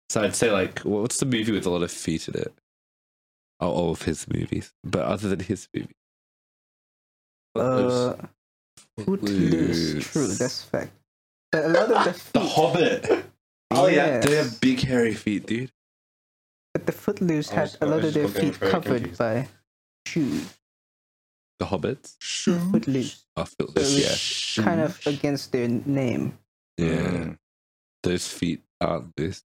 Speaker 1: So I'd say like, what's the movie with a lot of feet in it? Oh, all of his movies, but other than his movie.
Speaker 3: Uh, Footloose. True, that's fact. But a lot of the feet.
Speaker 1: the Hobbit.
Speaker 2: Oh, yeah,
Speaker 1: They
Speaker 3: yes.
Speaker 1: have big hairy feet, dude.
Speaker 3: But the Footloose
Speaker 4: I
Speaker 3: had
Speaker 4: was-
Speaker 3: a
Speaker 4: I
Speaker 3: lot
Speaker 4: was
Speaker 3: of their
Speaker 4: looking
Speaker 3: feet
Speaker 4: very
Speaker 3: covered
Speaker 4: confused.
Speaker 3: by shoes.
Speaker 1: The Hobbits.
Speaker 3: Footloose.
Speaker 1: Oh,
Speaker 3: So
Speaker 1: Footloose.
Speaker 3: it's kind of against their name.
Speaker 1: Yeah, yeah.
Speaker 4: Mm.
Speaker 1: Those feet aren't this.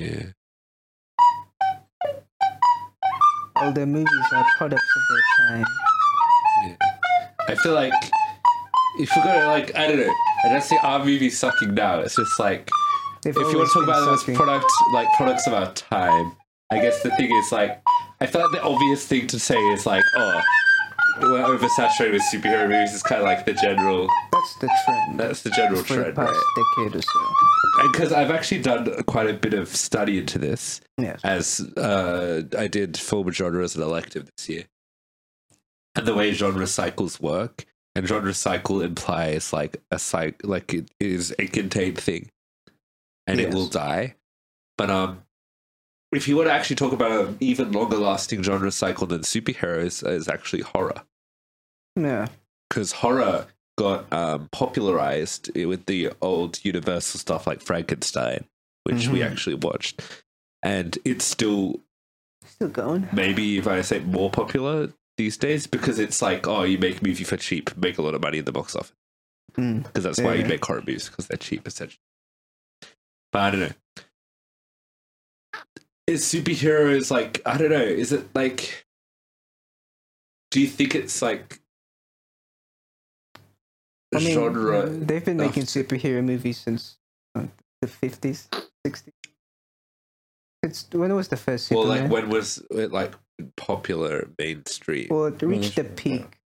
Speaker 1: Yeah.
Speaker 3: All their movies are products of their time.
Speaker 1: I feel like if we're gonna like, I don't know. I don't say our movie sucking now. It's just like if
Speaker 3: They've
Speaker 1: you want
Speaker 3: always
Speaker 1: to talk
Speaker 3: been
Speaker 1: about them as
Speaker 3: sucking.
Speaker 1: product like products of our time, I guess the thing is like I feel like the obvious thing to say is like, oh, we're oversaturated with superhero movies. It's kind of like the general.
Speaker 3: That's the trend.
Speaker 1: That's the general
Speaker 3: for the
Speaker 1: trend,
Speaker 3: past
Speaker 1: right?
Speaker 3: decade or so.
Speaker 1: Because I've actually done quite a bit of study into this,
Speaker 3: Yes.
Speaker 1: as uh, I did film genre as an elective this year, and the way genre cycles work And genre cycle implies like a cycle, like it is a contained thing, and it
Speaker 3: Yes.
Speaker 1: will die. But um, if you want to actually talk about an even longer lasting genre cycle than superheroes, uh, is actually horror
Speaker 3: Yeah.
Speaker 1: because horror got um, popularized with the old Universal stuff like Frankenstein, which we
Speaker 3: Mhm.
Speaker 1: actually watched, and it's still
Speaker 3: Still going.
Speaker 1: maybe if I say more popular these days because it's like, oh, you make a movie for cheap, make a lot of money in the box office
Speaker 3: Mm.
Speaker 1: because that's why you
Speaker 3: Yeah.
Speaker 1: make horror movies because they're cheap, essentially. But I don't know. Is superheroes like I don't know? Is it like? Do you think it's like
Speaker 3: I mean, mm,
Speaker 1: genre?
Speaker 3: They've been
Speaker 1: of-
Speaker 3: making superhero movies since uh, the fifties, sixties. It's when was the first
Speaker 1: Well,
Speaker 3: Superman?
Speaker 1: like when was it like popular mainstream?
Speaker 3: well, it reached the
Speaker 2: Mainstream, yeah.
Speaker 3: peak.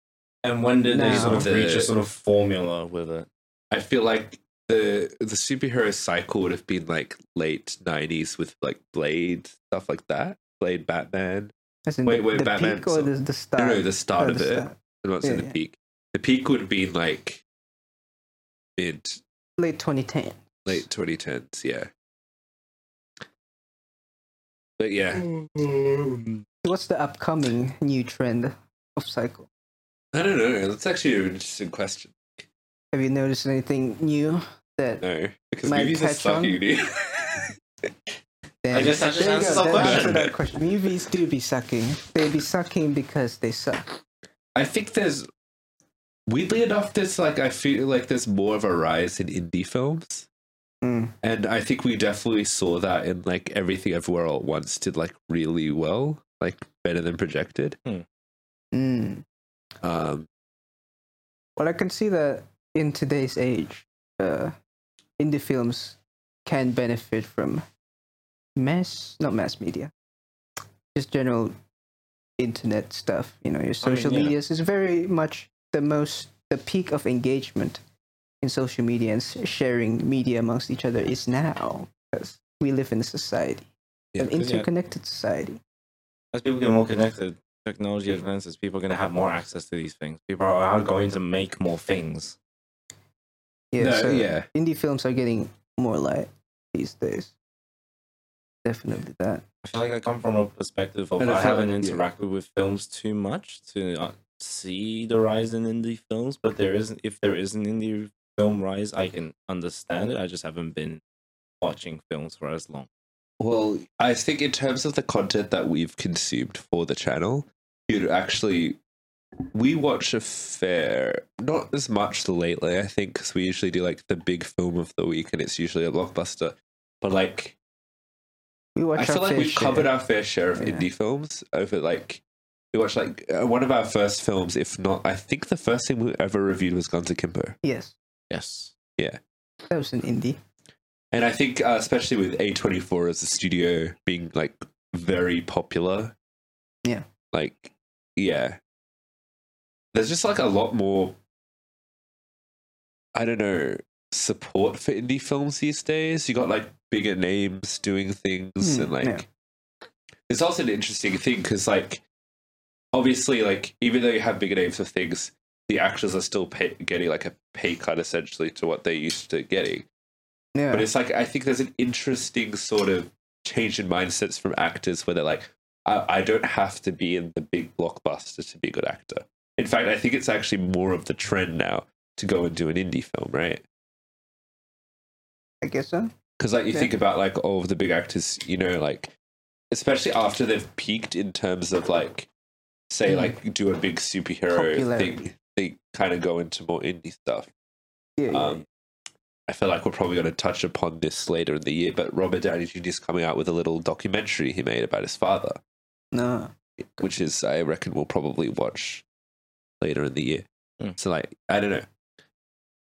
Speaker 2: And when did they
Speaker 3: No.
Speaker 2: sort of
Speaker 1: The-
Speaker 2: reach a sort of formula with it?
Speaker 1: I feel like the the superhero cycle would have been like late nineties with like Blade stuff like that. Blade Batman.
Speaker 3: As in
Speaker 1: Wait,
Speaker 3: the,
Speaker 1: wait,
Speaker 3: the
Speaker 1: Batman,
Speaker 3: peak or
Speaker 1: so-
Speaker 3: the, the start?
Speaker 1: No, no, the
Speaker 3: Oh,
Speaker 1: start of
Speaker 3: the
Speaker 1: it.
Speaker 3: start.
Speaker 1: I'm not saying
Speaker 3: Yeah,
Speaker 1: the
Speaker 3: yeah.
Speaker 1: peak. The peak would have been like mid
Speaker 3: Late 2010.
Speaker 1: late twenty tens, yeah. But yeah.
Speaker 3: Mm.
Speaker 1: Mm-hmm.
Speaker 3: What's the upcoming new trend of cycle?
Speaker 1: I don't know. That's actually an interesting question.
Speaker 3: Have you noticed anything new that?
Speaker 1: No. Because
Speaker 3: My
Speaker 1: movies are
Speaker 3: patron?
Speaker 1: sucking, dude.
Speaker 3: Damn.
Speaker 2: I guess that just
Speaker 3: There you
Speaker 2: answers
Speaker 3: go,
Speaker 2: our
Speaker 3: that answered
Speaker 2: question.
Speaker 3: that question. Movies do be sucking. They be sucking because they suck.
Speaker 1: I think there's weirdly enough, there's like I feel like there's more of a rise in indie films.
Speaker 3: Mm.
Speaker 1: And I think we definitely saw that in like everything everywhere all at once did like really well, like better than projected.
Speaker 3: Mm.
Speaker 1: Um,
Speaker 3: Well, I can see that in today's age, uh, indie films can benefit from mass, not mass media, just general internet stuff. You know, your social
Speaker 2: yeah.
Speaker 3: medias is very much the most, the peak of engagement in social media and s- sharing media amongst each other is now because we live in a society,
Speaker 1: Yeah,
Speaker 3: an interconnected society.
Speaker 2: As people get more connected, technology advances, people are going to have more access to these things. People are are going to make more things.
Speaker 3: Yeah,
Speaker 1: no,
Speaker 3: so
Speaker 1: yeah.
Speaker 3: indie films are getting more light these days. Definitely that.
Speaker 2: I feel like I come from a perspective of
Speaker 1: And I
Speaker 2: I
Speaker 1: feel
Speaker 2: haven't
Speaker 1: like- yeah.
Speaker 2: interacted with films too much to uh, see the rise in indie films, but there isn't if there is an indie film rise, I can understand it. I just haven't been watching films for as long.
Speaker 1: Well, I think in terms of the content that we've consumed for the channel, you'd actually we watch a fair not as much lately, I think, because we usually do like the big film of the week, and it's usually a blockbuster. But like
Speaker 3: We watch
Speaker 1: I feel
Speaker 3: our
Speaker 1: like
Speaker 3: fair
Speaker 1: we've covered
Speaker 3: share.
Speaker 1: our fair share of
Speaker 3: Yeah.
Speaker 1: indie films over like we watched like uh, one of our first films, if not, I think the first thing we ever reviewed was Guns Akimbo,
Speaker 3: Yes,
Speaker 2: Yes.
Speaker 3: that was an indie.
Speaker 1: and I think uh, especially with A twenty four as a studio being like very popular,
Speaker 3: Yeah.
Speaker 1: like yeah, there's just like a lot more. I don't know support for indie films these days. You got like bigger names doing things,
Speaker 3: Hmm,
Speaker 1: and like
Speaker 3: yeah.
Speaker 1: it's also an interesting thing because like obviously like even though you have bigger names for things the actors are still pay- getting like a pay cut essentially to what they're used to getting
Speaker 3: Yeah,
Speaker 1: but it's like i think there's an interesting sort of change in mindsets from actors where they're like I-, I don't have to be in the big blockbuster to be a good actor in fact i think it's actually more of the trend now to go and do an indie film right
Speaker 3: I guess so.
Speaker 1: because like you
Speaker 3: Yeah.
Speaker 1: think about like all of the big actors, you know, like especially after they've peaked in terms of like say
Speaker 3: Mm.
Speaker 1: like do a big superhero
Speaker 3: Popularity.
Speaker 1: thing, they kind of go into more indie stuff.
Speaker 3: Yeah, yeah,
Speaker 1: Um, I feel like we're probably going to touch upon this later in the year, but Robert Downey Jr. is coming out with a little documentary he made about his father,
Speaker 3: no,
Speaker 1: which is I reckon we'll probably watch later in the year.
Speaker 2: Mm.
Speaker 1: So like I don't know,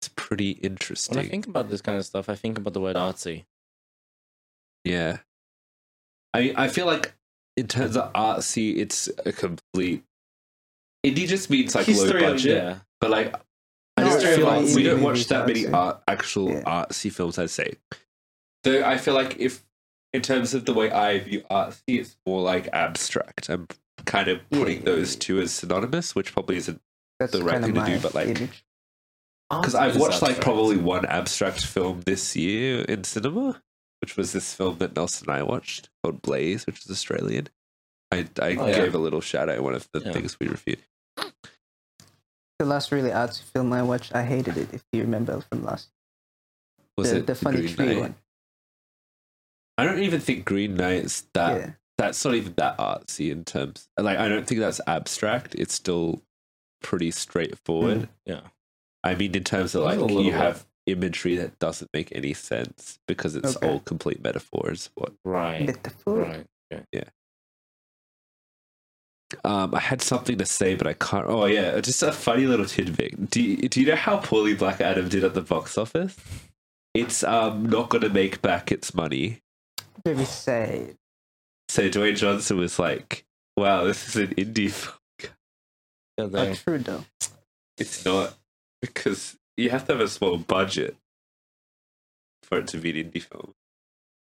Speaker 1: it's pretty
Speaker 2: When I
Speaker 1: interesting.
Speaker 2: think about this kind of stuff, I think about the word artsy.
Speaker 1: Yeah. I I feel like in terms of artsy, it's a complete. Indie just means like low budget,
Speaker 2: yeah.
Speaker 1: but like I
Speaker 3: No,
Speaker 1: just
Speaker 2: it's
Speaker 1: feel
Speaker 2: like
Speaker 1: like we
Speaker 2: indie
Speaker 1: don't
Speaker 3: movies
Speaker 1: watch that many
Speaker 3: artsy.
Speaker 1: art, actual
Speaker 3: Yeah.
Speaker 1: artsy films. I'd say, though, I feel like if in terms of the way I view artsy, it's more like abstract. I'm kind of
Speaker 3: Yeah,
Speaker 1: putting
Speaker 3: yeah,
Speaker 1: those
Speaker 3: yeah.
Speaker 1: two as synonymous, which probably isn't
Speaker 3: That's
Speaker 1: the right
Speaker 3: kind of
Speaker 1: thing to
Speaker 3: my
Speaker 1: do, but, like,
Speaker 3: image.
Speaker 1: Because I've watched like probably
Speaker 2: Mm.
Speaker 1: one abstract film this year in cinema, which was this film that Nelson and I watched called Blaze, which is Australian. I, I
Speaker 2: Oh, yeah.
Speaker 1: gave a little shout out in one of the
Speaker 2: Yeah.
Speaker 1: things we reviewed.
Speaker 3: the last really artsy film I watched, I hated it. If you remember from last,
Speaker 1: Was
Speaker 3: the,
Speaker 1: it
Speaker 3: the funny
Speaker 1: Green
Speaker 3: tree
Speaker 1: Knight?
Speaker 3: one?
Speaker 1: I don't even think Green Knight's that.
Speaker 3: yeah,
Speaker 1: That's not even that artsy in terms. Like I don't think that's abstract. It's still pretty straightforward.
Speaker 2: Yeah.
Speaker 1: I mean, in terms of
Speaker 2: Hmm. That was
Speaker 1: like
Speaker 2: a little
Speaker 1: you
Speaker 2: bit-
Speaker 1: have imagery that doesn't make any sense because it's
Speaker 3: Okay.
Speaker 1: all complete metaphors. What
Speaker 2: Right.
Speaker 3: bit the food.
Speaker 2: Right.
Speaker 1: Um, I had something to say, but I can't. Oh yeah, just a funny little tidbit. Do you, do you know how poorly Black Adam did at the box office? It's um not going to make back its money.
Speaker 3: They were sad.
Speaker 1: So Dwayne Johnson was like, "Wow, this is an indie. film.
Speaker 2: Yeah,
Speaker 3: But
Speaker 2: then-
Speaker 3: true though.
Speaker 1: It's not because you have to have a small budget for it to be an indie film,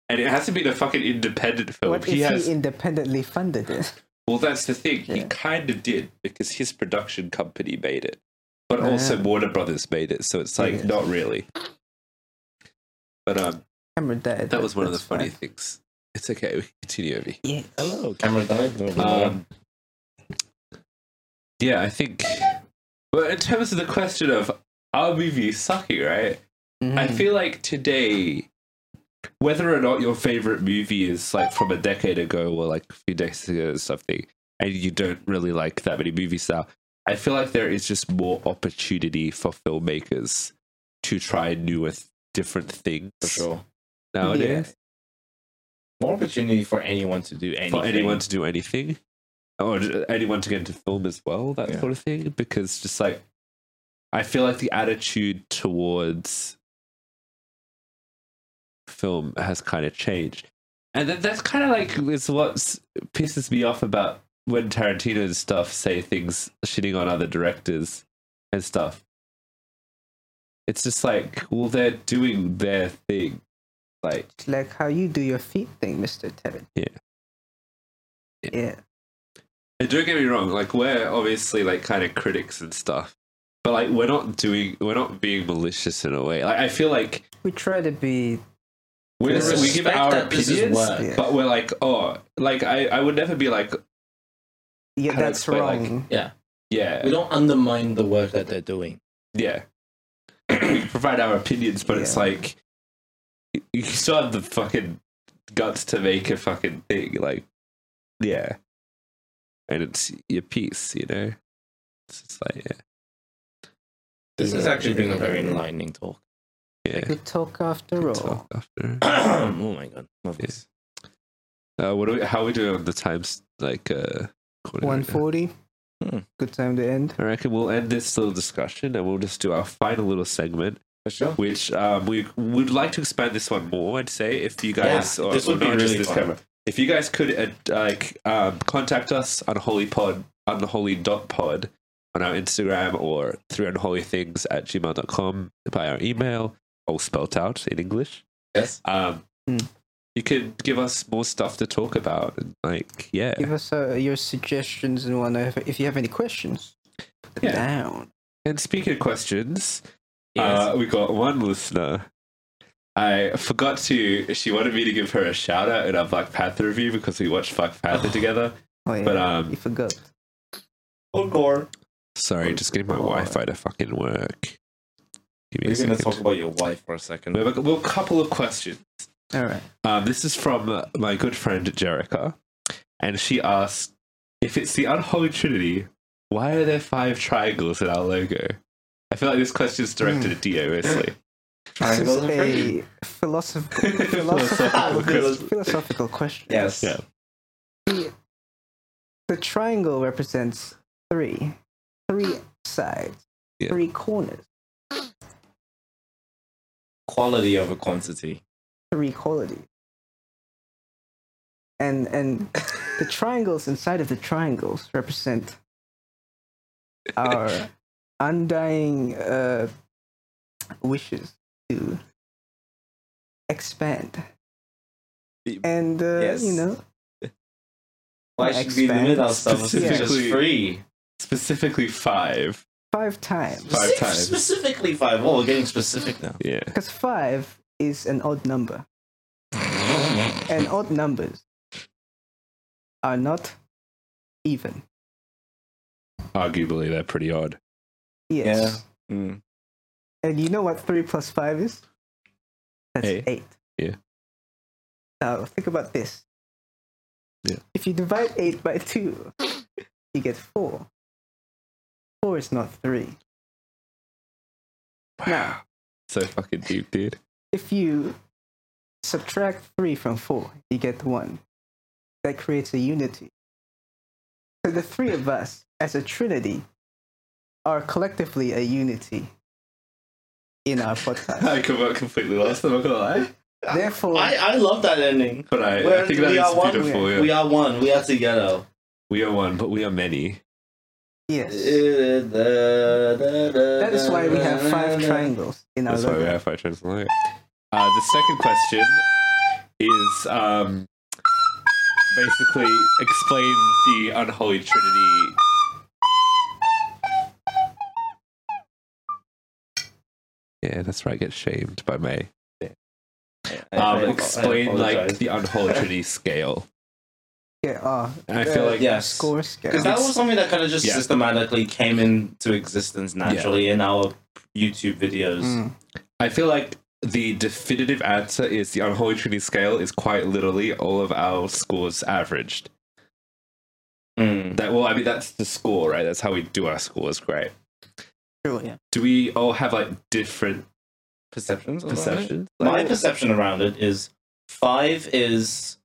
Speaker 1: and it has to be a fucking independent film.
Speaker 3: What if
Speaker 1: he has
Speaker 3: he independently funded it?
Speaker 1: Well, that's the thing. He
Speaker 3: Yeah.
Speaker 1: kind of did because his production company made it, but also
Speaker 3: Ah.
Speaker 1: Warner Brothers made it. So it's like
Speaker 3: Yeah.
Speaker 1: not really. But um,
Speaker 3: Camera died.
Speaker 1: that was one of the
Speaker 3: that's
Speaker 1: funny
Speaker 3: fine.
Speaker 1: things. It's okay. We continue. Ovi.
Speaker 3: Yeah.
Speaker 2: Hello, camera died. No,
Speaker 1: Um, yeah, I think. But in terms of the question of our movie sucky, right?
Speaker 2: Hmm.
Speaker 1: I
Speaker 3: Mhm.
Speaker 1: feel like today, whether or not your favorite movie is like from a decade ago or like a few decades ago or something, and you don't really like that many movies now, I feel like there is just more opportunity for filmmakers to try newer, th- different things
Speaker 2: for sure.
Speaker 1: nowadays.
Speaker 2: More opportunity for anyone to do anything.
Speaker 1: For anyone to do anything, or j- anyone to get into film as well, that
Speaker 2: Yeah.
Speaker 1: sort of thing. Because just like, I feel like the attitude towards film has kind of changed. And that, that's kind of like it's what s- pisses me off about when Tarantino and stuff say things shitting on other directors and stuff. It's just like, well, they're doing their thing. Like,
Speaker 3: It's like how you do your feet thing, Mister Tarantino.
Speaker 1: Yeah.
Speaker 3: Yeah.
Speaker 1: Yeah. and don't get me wrong, like, we're obviously like kind of critics and stuff, but like, we're not doing, we're not being malicious in a way. Like, I feel like
Speaker 3: we try to be.
Speaker 1: we're,
Speaker 3: Yeah.
Speaker 1: we give
Speaker 2: Respect
Speaker 1: our
Speaker 2: that this is
Speaker 1: opinions,
Speaker 2: work.
Speaker 3: Yeah.
Speaker 1: Uh, but we're like, oh, like, I, I would never be like,
Speaker 3: Yeah,
Speaker 1: How do I
Speaker 3: that's
Speaker 1: explain, like-
Speaker 3: wrong.
Speaker 2: Yeah,
Speaker 1: yeah,
Speaker 2: we don't undermine the work that they're doing.
Speaker 1: yeah we provide our opinions but it's
Speaker 3: Yeah.
Speaker 1: like you- you still have the fucking guts to make a fucking thing like yeah and it's your piece you know it's just like
Speaker 2: This has
Speaker 3: Yeah.
Speaker 2: actually been a very enlightening talk.
Speaker 1: yeah yeah
Speaker 3: we talk after
Speaker 1: Good
Speaker 3: all.
Speaker 1: talk after
Speaker 2: oh my god, love
Speaker 1: Yeah.
Speaker 2: this.
Speaker 1: uh, what are we how are we doing on the times like uh quarter
Speaker 3: One
Speaker 1: right now?
Speaker 3: forty.
Speaker 2: Hmm.
Speaker 3: Good time to end.
Speaker 1: I reckon we'll end this little discussion and we'll just do our final little segment,
Speaker 2: For sure.
Speaker 1: which um, we would like to expand this one more. I'd say if you guys,
Speaker 2: Yeah,
Speaker 1: or,
Speaker 2: this
Speaker 1: or
Speaker 2: would be
Speaker 1: not just
Speaker 2: really
Speaker 1: this
Speaker 2: fun.
Speaker 1: camera, if you guys could uh, like um, contact us on holy pod unholy dot pod on our instagram or through unholy things at gmail.com by our email all spelt out in english
Speaker 2: Yes.
Speaker 1: um,
Speaker 3: Hmm.
Speaker 1: you could give us more stuff to talk about and like yeah
Speaker 3: Give us uh, your suggestions and whatnot. If- If you have any questions, put them
Speaker 1: Yeah.
Speaker 3: down.
Speaker 1: and speaking of questions
Speaker 2: Yes.
Speaker 1: uh, we got one listener I forgot to. She wanted me to give her a shout out in our Black Panther review because we watched Black Panther together.
Speaker 3: Oh yeah,
Speaker 1: But
Speaker 2: Mm.
Speaker 1: um,
Speaker 3: you forgot.
Speaker 2: Or gore.
Speaker 1: Sorry, just getting my
Speaker 2: Oh.
Speaker 1: Wi-Fi to fucking work. Give me
Speaker 2: We're
Speaker 1: a
Speaker 2: gonna
Speaker 1: second.
Speaker 2: talk about your wife for a second.
Speaker 1: we have a, we have a couple of questions.
Speaker 3: All right.
Speaker 1: Um, this is from uh, my good friend Jerica, and she asked if it's the unholy trinity. Why are there five triangles in our logo? I feel like this question is
Speaker 2: Hmm.
Speaker 1: directed at Dio mostly.
Speaker 3: This is
Speaker 2: Triangles and
Speaker 3: a philosophical, philosophical,
Speaker 1: Philosophical
Speaker 2: question.
Speaker 3: philosophical question.
Speaker 2: Yes.
Speaker 1: Yeah.
Speaker 3: The triangle represents three, three sides,
Speaker 1: Yeah.
Speaker 3: three corners,
Speaker 2: Quality over quantity.
Speaker 3: three qualities. And and the triangles inside of the triangles represent our undying uh, wishes to expand. And uh, you
Speaker 2: Yes.
Speaker 3: know,
Speaker 2: Why should we limit
Speaker 3: Expand.
Speaker 2: ourselves to
Speaker 1: Specifically-
Speaker 2: just free?
Speaker 1: Specifically, five.
Speaker 3: five times.
Speaker 1: Five
Speaker 2: Six-
Speaker 1: times.
Speaker 2: Specifically five. Oh, we're getting specific now.
Speaker 1: Yeah.
Speaker 3: Because five is an odd number. and odd numbers are not even.
Speaker 1: Arguably, they're pretty odd.
Speaker 3: Yes.
Speaker 4: Mm.
Speaker 3: And you know what three plus five is? That's
Speaker 1: Eight.
Speaker 3: eight.
Speaker 1: Yeah.
Speaker 3: Now think about this.
Speaker 1: Yeah.
Speaker 3: If you divide eight by two, you get four. Four is not three. Now
Speaker 1: So fucking deep, dude.
Speaker 3: if you subtract three from four, you get one. That creates a unity. So the three of us as a trinity are collectively a unity in our podcast.
Speaker 1: I com- completely lost them, I'm not gonna lie.
Speaker 3: Therefore,
Speaker 2: I, I love that ending.
Speaker 1: But I, I
Speaker 2: We're-
Speaker 1: think that
Speaker 2: we are
Speaker 1: is
Speaker 2: one.
Speaker 1: beautiful. yeah.
Speaker 2: We are one. We are together.
Speaker 1: we are one, but we are many.
Speaker 3: yes,
Speaker 2: That
Speaker 3: that is why we have five triangles in our
Speaker 1: That's why we
Speaker 3: logo.
Speaker 1: have five times longer. Uh, the second question is um, basically explain the unholy trinity. Yeah, that's where I get shamed by May. Um, explain like the unholy trinity scale.
Speaker 3: Yeah, oh,
Speaker 1: And I feel like
Speaker 2: yes.
Speaker 3: score scale.
Speaker 2: Because that was something that kind of just
Speaker 1: Yeah.
Speaker 2: systematically came into existence naturally in our YouTube videos.
Speaker 3: Mm.
Speaker 1: I feel like the definitive answer is the unholy trinity scale is quite literally all of our scores averaged.
Speaker 3: Hmm.
Speaker 2: Mm.
Speaker 1: That well, I mean that's the score, right? That's how we do our scores, great.
Speaker 3: True, yeah.
Speaker 1: do we all have like different
Speaker 2: Perceptions. of that?
Speaker 1: perceptions?
Speaker 2: My
Speaker 1: Like,
Speaker 2: perception around it is five is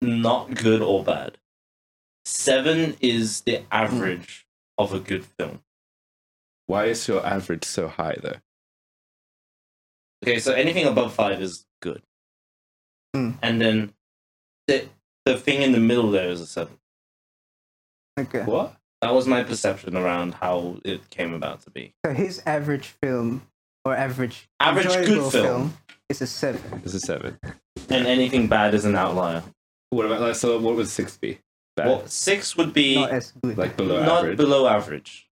Speaker 2: not good or bad. Seven is the average of a good film.
Speaker 1: why is your average so high though?
Speaker 2: Okay, so anything above five is good.
Speaker 3: Mm.
Speaker 2: And then the the thing in the middle there is a seven.
Speaker 3: Okay.
Speaker 2: What? That was my perception around how it came about to be.
Speaker 3: So his average film or average
Speaker 2: Average good
Speaker 3: enjoyable
Speaker 2: film.
Speaker 3: is a seven.
Speaker 1: This is seven.
Speaker 2: And anything bad is an outlier.
Speaker 1: What about like so? What would six be? Bad.
Speaker 2: Well, six would be
Speaker 3: Not as good.
Speaker 1: like below
Speaker 2: not
Speaker 1: average,
Speaker 2: below average.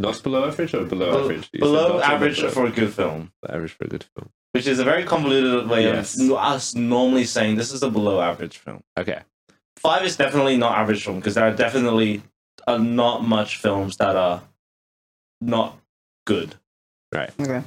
Speaker 1: not below average or below
Speaker 2: Bel-
Speaker 1: average. You said
Speaker 2: below
Speaker 1: not so
Speaker 2: average
Speaker 1: below
Speaker 2: for a good film.
Speaker 1: average for a good film.
Speaker 2: which is a very convoluted way
Speaker 1: Yes.
Speaker 2: of n- us normally saying this is a below average film.
Speaker 1: Okay,
Speaker 2: Five is definitely not average film because there are definitely uh, not much films that are not good.
Speaker 3: okay.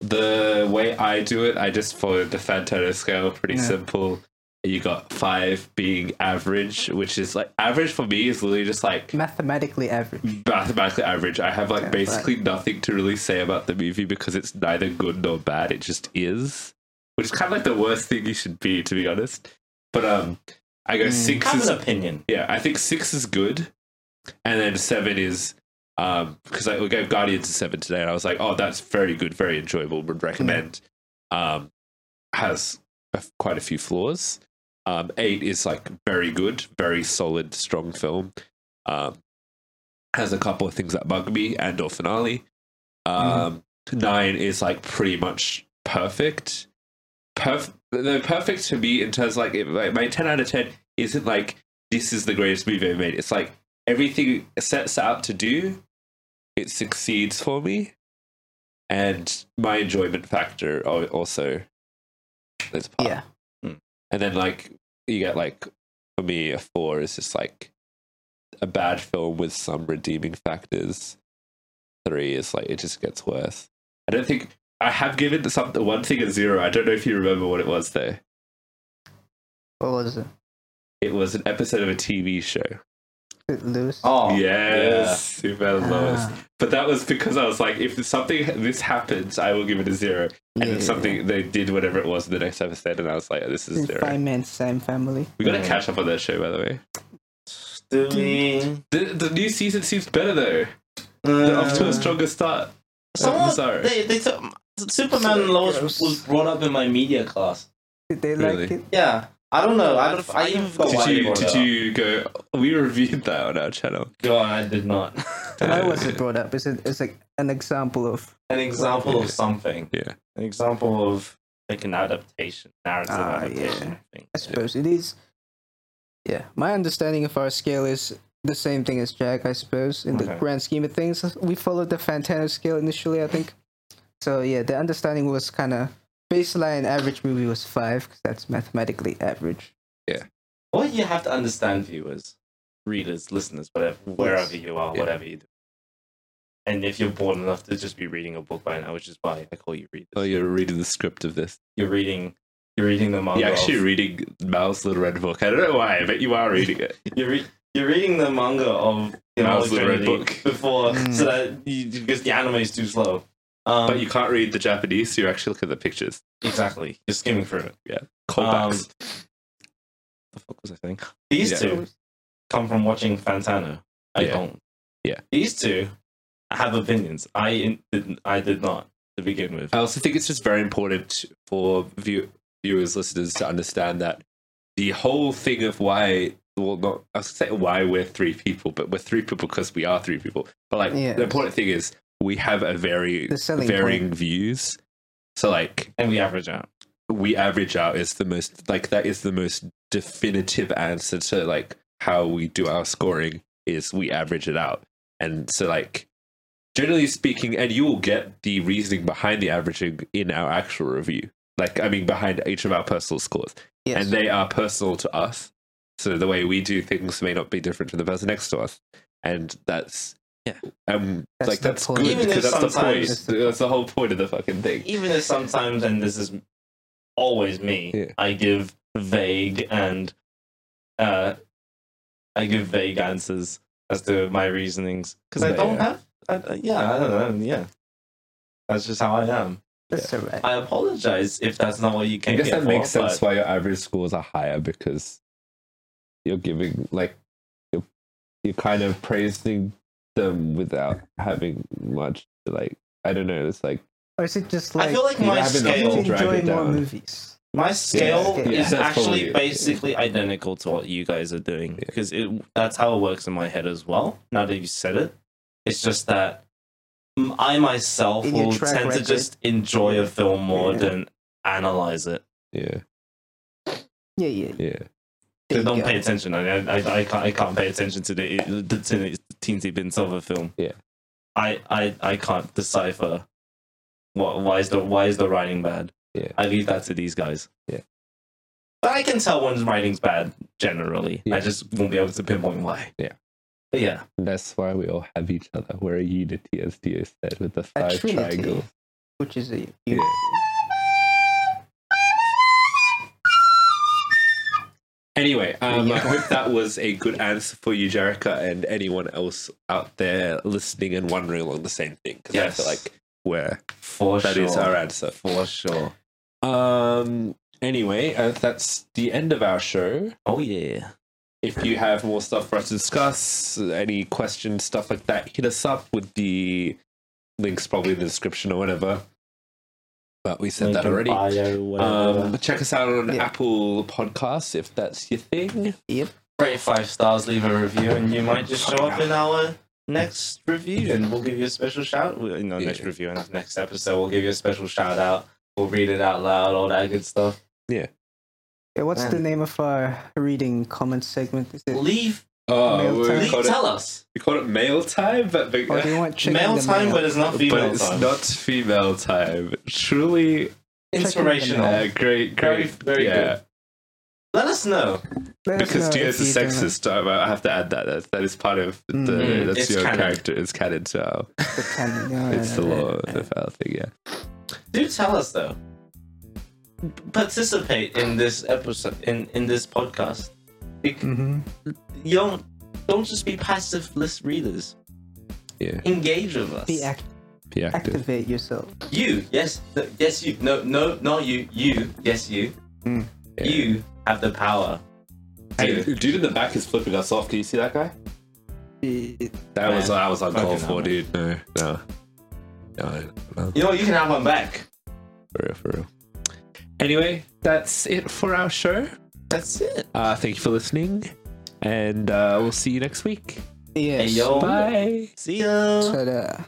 Speaker 1: the way I do it, I just followed the Fantano scale, pretty
Speaker 3: Yeah.
Speaker 1: simple. You got five being average, which is like average for me is literally just like
Speaker 3: Mathematically average.
Speaker 1: mathematically average. I have like
Speaker 3: Yeah,
Speaker 1: basically nothing to really say about the movie because it's neither good nor bad. It just is, which is kind of like the worst thing you should be, to be honest. But um, I go
Speaker 3: Mm.
Speaker 1: six
Speaker 2: Have
Speaker 1: is
Speaker 2: an opinion.
Speaker 1: yeah. I think six is good, and then seven is um because I we gave Guardians a seven today, and I was like, oh, that's very good, very enjoyable, would recommend. Um, has a, quite a few flaws. Um, eight is like very good, very solid, strong film. Um, has a couple of things that bug me and or finale. Um, Nine is like pretty much perfect. Perf- the perfect to me in terms of like, it, like my ten out of ten isn't like this is the greatest movie ever made. It's like everything it sets out to do, it succeeds for me, and my enjoyment factor al- also is part.
Speaker 3: Yeah.
Speaker 1: And then like you get like for me a four is just like a bad film with some redeeming factors. Three is like it just gets worse. I don't think I have given some one thing a zero. I don't know if you remember what it was though.
Speaker 3: What was it?
Speaker 1: It was an episode of a TV show.
Speaker 3: Is it Lewis?
Speaker 2: Oh,
Speaker 1: yes, super Lois.
Speaker 3: Ah,
Speaker 1: But that was because I was like, if something this happens, I will give it a zero. And
Speaker 3: yeah,
Speaker 1: then something they did whatever it was in the next episode, and I was like, this is
Speaker 3: yeah.
Speaker 1: zero.
Speaker 3: Five Man Sam family.
Speaker 1: We got to catch up on that show, by the way.
Speaker 2: Do we?
Speaker 1: The, the new season seems better though. They're off to a
Speaker 2: Uh,
Speaker 1: stronger start.
Speaker 2: someone,
Speaker 1: sorry.
Speaker 2: they, they took, Superman
Speaker 3: So
Speaker 2: Lois
Speaker 3: gross.
Speaker 2: was brought up in my media class.
Speaker 3: Did they like
Speaker 1: Really?
Speaker 3: it?
Speaker 2: Yeah. I don't know. I, don't, I even forgot
Speaker 1: Did
Speaker 2: why they
Speaker 1: you
Speaker 2: brought
Speaker 1: did
Speaker 2: it up.
Speaker 1: you go? We reviewed that on our channel.
Speaker 2: God, I did not.
Speaker 3: Why
Speaker 1: Uh,
Speaker 3: was it brought up? Is it? It's like an example of
Speaker 2: An example of something.
Speaker 1: Yeah,
Speaker 2: an example of like an adaptation, narrative
Speaker 3: Ah,
Speaker 2: adaptation.
Speaker 3: yeah.
Speaker 2: I think.
Speaker 3: I suppose it is. Yeah, my understanding of our scale is the same thing as Jack, I suppose. In the
Speaker 2: Okay.
Speaker 3: grand scheme of things, we followed the Fantano scale initially, I think. So yeah, the understanding was kind of baseline average movie was five because that's mathematically average.
Speaker 2: What you have to understand, viewers, readers, listeners, whatever, wherever you are,
Speaker 1: Yeah.
Speaker 2: whatever you do. And if you're bored enough to just be reading a book by now, which is why I call you readers,
Speaker 1: Oh, you're reading the script of this.
Speaker 2: you're reading, you're reading the manga.
Speaker 1: You're actually
Speaker 2: of,
Speaker 1: reading Mao's Little Red Book. I don't know why, but you are reading it.
Speaker 2: you're, re- you're reading the manga of the
Speaker 1: Mouse the Red Book.
Speaker 2: before,
Speaker 3: Mm.
Speaker 2: so that you, because the anime is too slow. Um,
Speaker 1: But you can't read the Japanese, so you actually look at the pictures.
Speaker 2: exactly, you're skimming through it.
Speaker 1: Callbacks.
Speaker 2: The fuck was I saying? These
Speaker 1: Yeah.
Speaker 2: two come from watching Fantano. I
Speaker 1: Yeah.
Speaker 2: don't.
Speaker 1: Yeah.
Speaker 2: These two have opinions. I in, didn't. I did not to begin with.
Speaker 1: I also think it's just very important for view- viewers, listeners to understand that the whole thing of why, well, not, I was going to say why we're three people, but we're three people because we are three people. But like,
Speaker 3: Yes.
Speaker 1: the important thing is we have a very
Speaker 3: The selling
Speaker 1: varying views. So, like,
Speaker 2: and we average out.
Speaker 1: we average out is the most, like, that is the most definitive answer to like how we do our scoring is we average it out. And so, like, generally speaking, and you will get the reasoning behind the averaging in our actual review. Like, I mean, behind each of our personal scores,
Speaker 3: Yes.
Speaker 1: and they are personal to us. So the way we do things may not be different from the person next to us, and that's
Speaker 4: Yeah.
Speaker 1: um,
Speaker 3: That's
Speaker 1: like
Speaker 3: the
Speaker 1: that's
Speaker 3: point.
Speaker 1: good
Speaker 2: Even
Speaker 1: because
Speaker 2: if
Speaker 1: that's the point.
Speaker 2: sometimes-
Speaker 1: That's the, whole point of the fucking thing.
Speaker 2: Even if sometimes, and this is always me,
Speaker 1: Yeah.
Speaker 2: I give vague and uh, I give vague answers as to my reasonings because I
Speaker 1: Yeah,
Speaker 2: don't
Speaker 1: yeah.
Speaker 2: have. I, I- yeah, I don't know. Yeah, that's just how I am.
Speaker 3: That's alright.
Speaker 2: I apologize if that's not what you
Speaker 1: I
Speaker 2: came
Speaker 1: guess
Speaker 2: here
Speaker 1: that makes
Speaker 2: for,
Speaker 1: sense
Speaker 2: but
Speaker 1: why your average scores are higher because you're giving like you're, you're kind of praising them without having much like I don't know. It's like
Speaker 3: Or is it just like,
Speaker 2: I feel like
Speaker 1: you
Speaker 2: my
Speaker 1: have enough
Speaker 3: you need
Speaker 2: scale
Speaker 3: to
Speaker 1: I'll drag
Speaker 3: enjoy
Speaker 1: it
Speaker 3: more
Speaker 1: down.
Speaker 3: movies?
Speaker 2: My scale
Speaker 3: Yeah,
Speaker 2: is
Speaker 1: that's
Speaker 2: actually
Speaker 1: probably it.
Speaker 2: basically identical to what you guys are doing
Speaker 1: Yeah.
Speaker 2: because it that's how it works in my head as well. Now that you said it, it's just that mm, I myself
Speaker 3: In your
Speaker 2: will
Speaker 3: track
Speaker 2: tend to
Speaker 3: record.
Speaker 2: just enjoy a film more
Speaker 3: Yeah.
Speaker 2: than analyze it.
Speaker 1: yeah,
Speaker 3: Yeah, yeah.
Speaker 1: yeah.
Speaker 3: there you
Speaker 2: Because don't
Speaker 3: go.
Speaker 2: pay attention. I, I, I, can't, I can't pay attention to the, the, to the Teensy Bin Silver film.
Speaker 1: Yeah.
Speaker 2: I, I, I can't decipher what, why, is the, why is the writing bad.
Speaker 1: Yeah.
Speaker 2: I leave that to these guys.
Speaker 1: Yeah.
Speaker 2: But I can tell when writing's bad, generally.
Speaker 1: Yeah.
Speaker 2: I just won't be able to pinpoint why.
Speaker 1: Yeah.
Speaker 2: But yeah.
Speaker 1: And that's why we all have each other. We're a unity, as Dio said, with the
Speaker 3: A
Speaker 1: five
Speaker 3: trinity.
Speaker 1: triangles.
Speaker 3: Which is a
Speaker 1: Yeah. Anyway, um, I hope that was a good answer for you, Jerica, and anyone else out there listening and wondering along the same thing. Because I
Speaker 2: Yes.
Speaker 1: feel like where
Speaker 2: For
Speaker 1: that is
Speaker 2: sure.
Speaker 1: our answer.
Speaker 2: For sure.
Speaker 1: Um. Anyway, uh, that's the end of our show.
Speaker 2: Oh, yeah.
Speaker 1: If you have more stuff for us to discuss, any questions, stuff like that, hit us up with the links probably in the description or whatever. But we said
Speaker 2: Link
Speaker 1: that
Speaker 2: in
Speaker 1: already.
Speaker 2: bio, whatever.
Speaker 1: Um, check us out on
Speaker 3: Yeah.
Speaker 1: Apple Podcasts if that's your thing.
Speaker 3: Yep.
Speaker 2: rate five stars, leave a review, and you might just show up in our next review, and we'll give you a special shout. we- In our next
Speaker 1: Yeah.
Speaker 2: review, and next episode, we'll give you a special shout out. We'll read it out loud, all that good stuff.
Speaker 3: Yeah, what's the
Speaker 2: Man.
Speaker 3: name of our reading comment segment? Is it?
Speaker 2: Leave,
Speaker 3: Mail
Speaker 1: Oh,
Speaker 3: time.
Speaker 1: we
Speaker 2: leave
Speaker 1: called it,
Speaker 2: tell us.
Speaker 1: we called it mail time, but, but,
Speaker 3: Or do you want checking
Speaker 2: Male
Speaker 3: the
Speaker 2: time,
Speaker 3: mail?
Speaker 2: but it's not
Speaker 1: but
Speaker 2: female
Speaker 1: it's
Speaker 2: time.
Speaker 1: not female time. Truly
Speaker 2: inspirational.
Speaker 1: uh,
Speaker 3: Oh.
Speaker 1: great, great.
Speaker 2: Very- very good. Let us know.
Speaker 3: Let us
Speaker 1: Because
Speaker 3: know
Speaker 1: Dio's
Speaker 3: if
Speaker 1: a
Speaker 3: you don't-
Speaker 1: sexist, I have to add that. That, that is part of the.
Speaker 3: Mm.
Speaker 1: that's
Speaker 2: It's
Speaker 1: your
Speaker 2: canon.
Speaker 1: character. It's canon to our-
Speaker 3: the canon. No, no,
Speaker 1: It's the
Speaker 3: no, no.
Speaker 1: law of the foul thing, yeah.
Speaker 2: Do tell us though. Participate in this episode in in this podcast. Bec-
Speaker 3: Mhm.
Speaker 1: Mm-hmm.
Speaker 2: You don't don't just be passive list readers.
Speaker 1: Yeah.
Speaker 2: Engage with us.
Speaker 3: Be act-
Speaker 1: Be active.
Speaker 3: activate yourself.
Speaker 2: You, yes, th- yes, you. No, no, not you. You, yes, you.
Speaker 3: Mm.
Speaker 1: Yeah.
Speaker 2: You have the power.
Speaker 1: Hey, the dude in the back is flipping us off. Do you see that guy?
Speaker 3: Be-
Speaker 1: That was
Speaker 2: Man,
Speaker 1: that was uncalled
Speaker 2: fucking
Speaker 1: for,
Speaker 2: hell.
Speaker 1: dude. No, no, no, no.
Speaker 2: You know, what, you can have one back.
Speaker 1: For real, for real. Anyway, that's it for our show.
Speaker 2: That's it.
Speaker 1: Uh, thank you for listening, and uh, we'll see you next week.
Speaker 3: Yes.
Speaker 2: yo.
Speaker 1: Bye.
Speaker 2: See ya.
Speaker 3: Ta-da.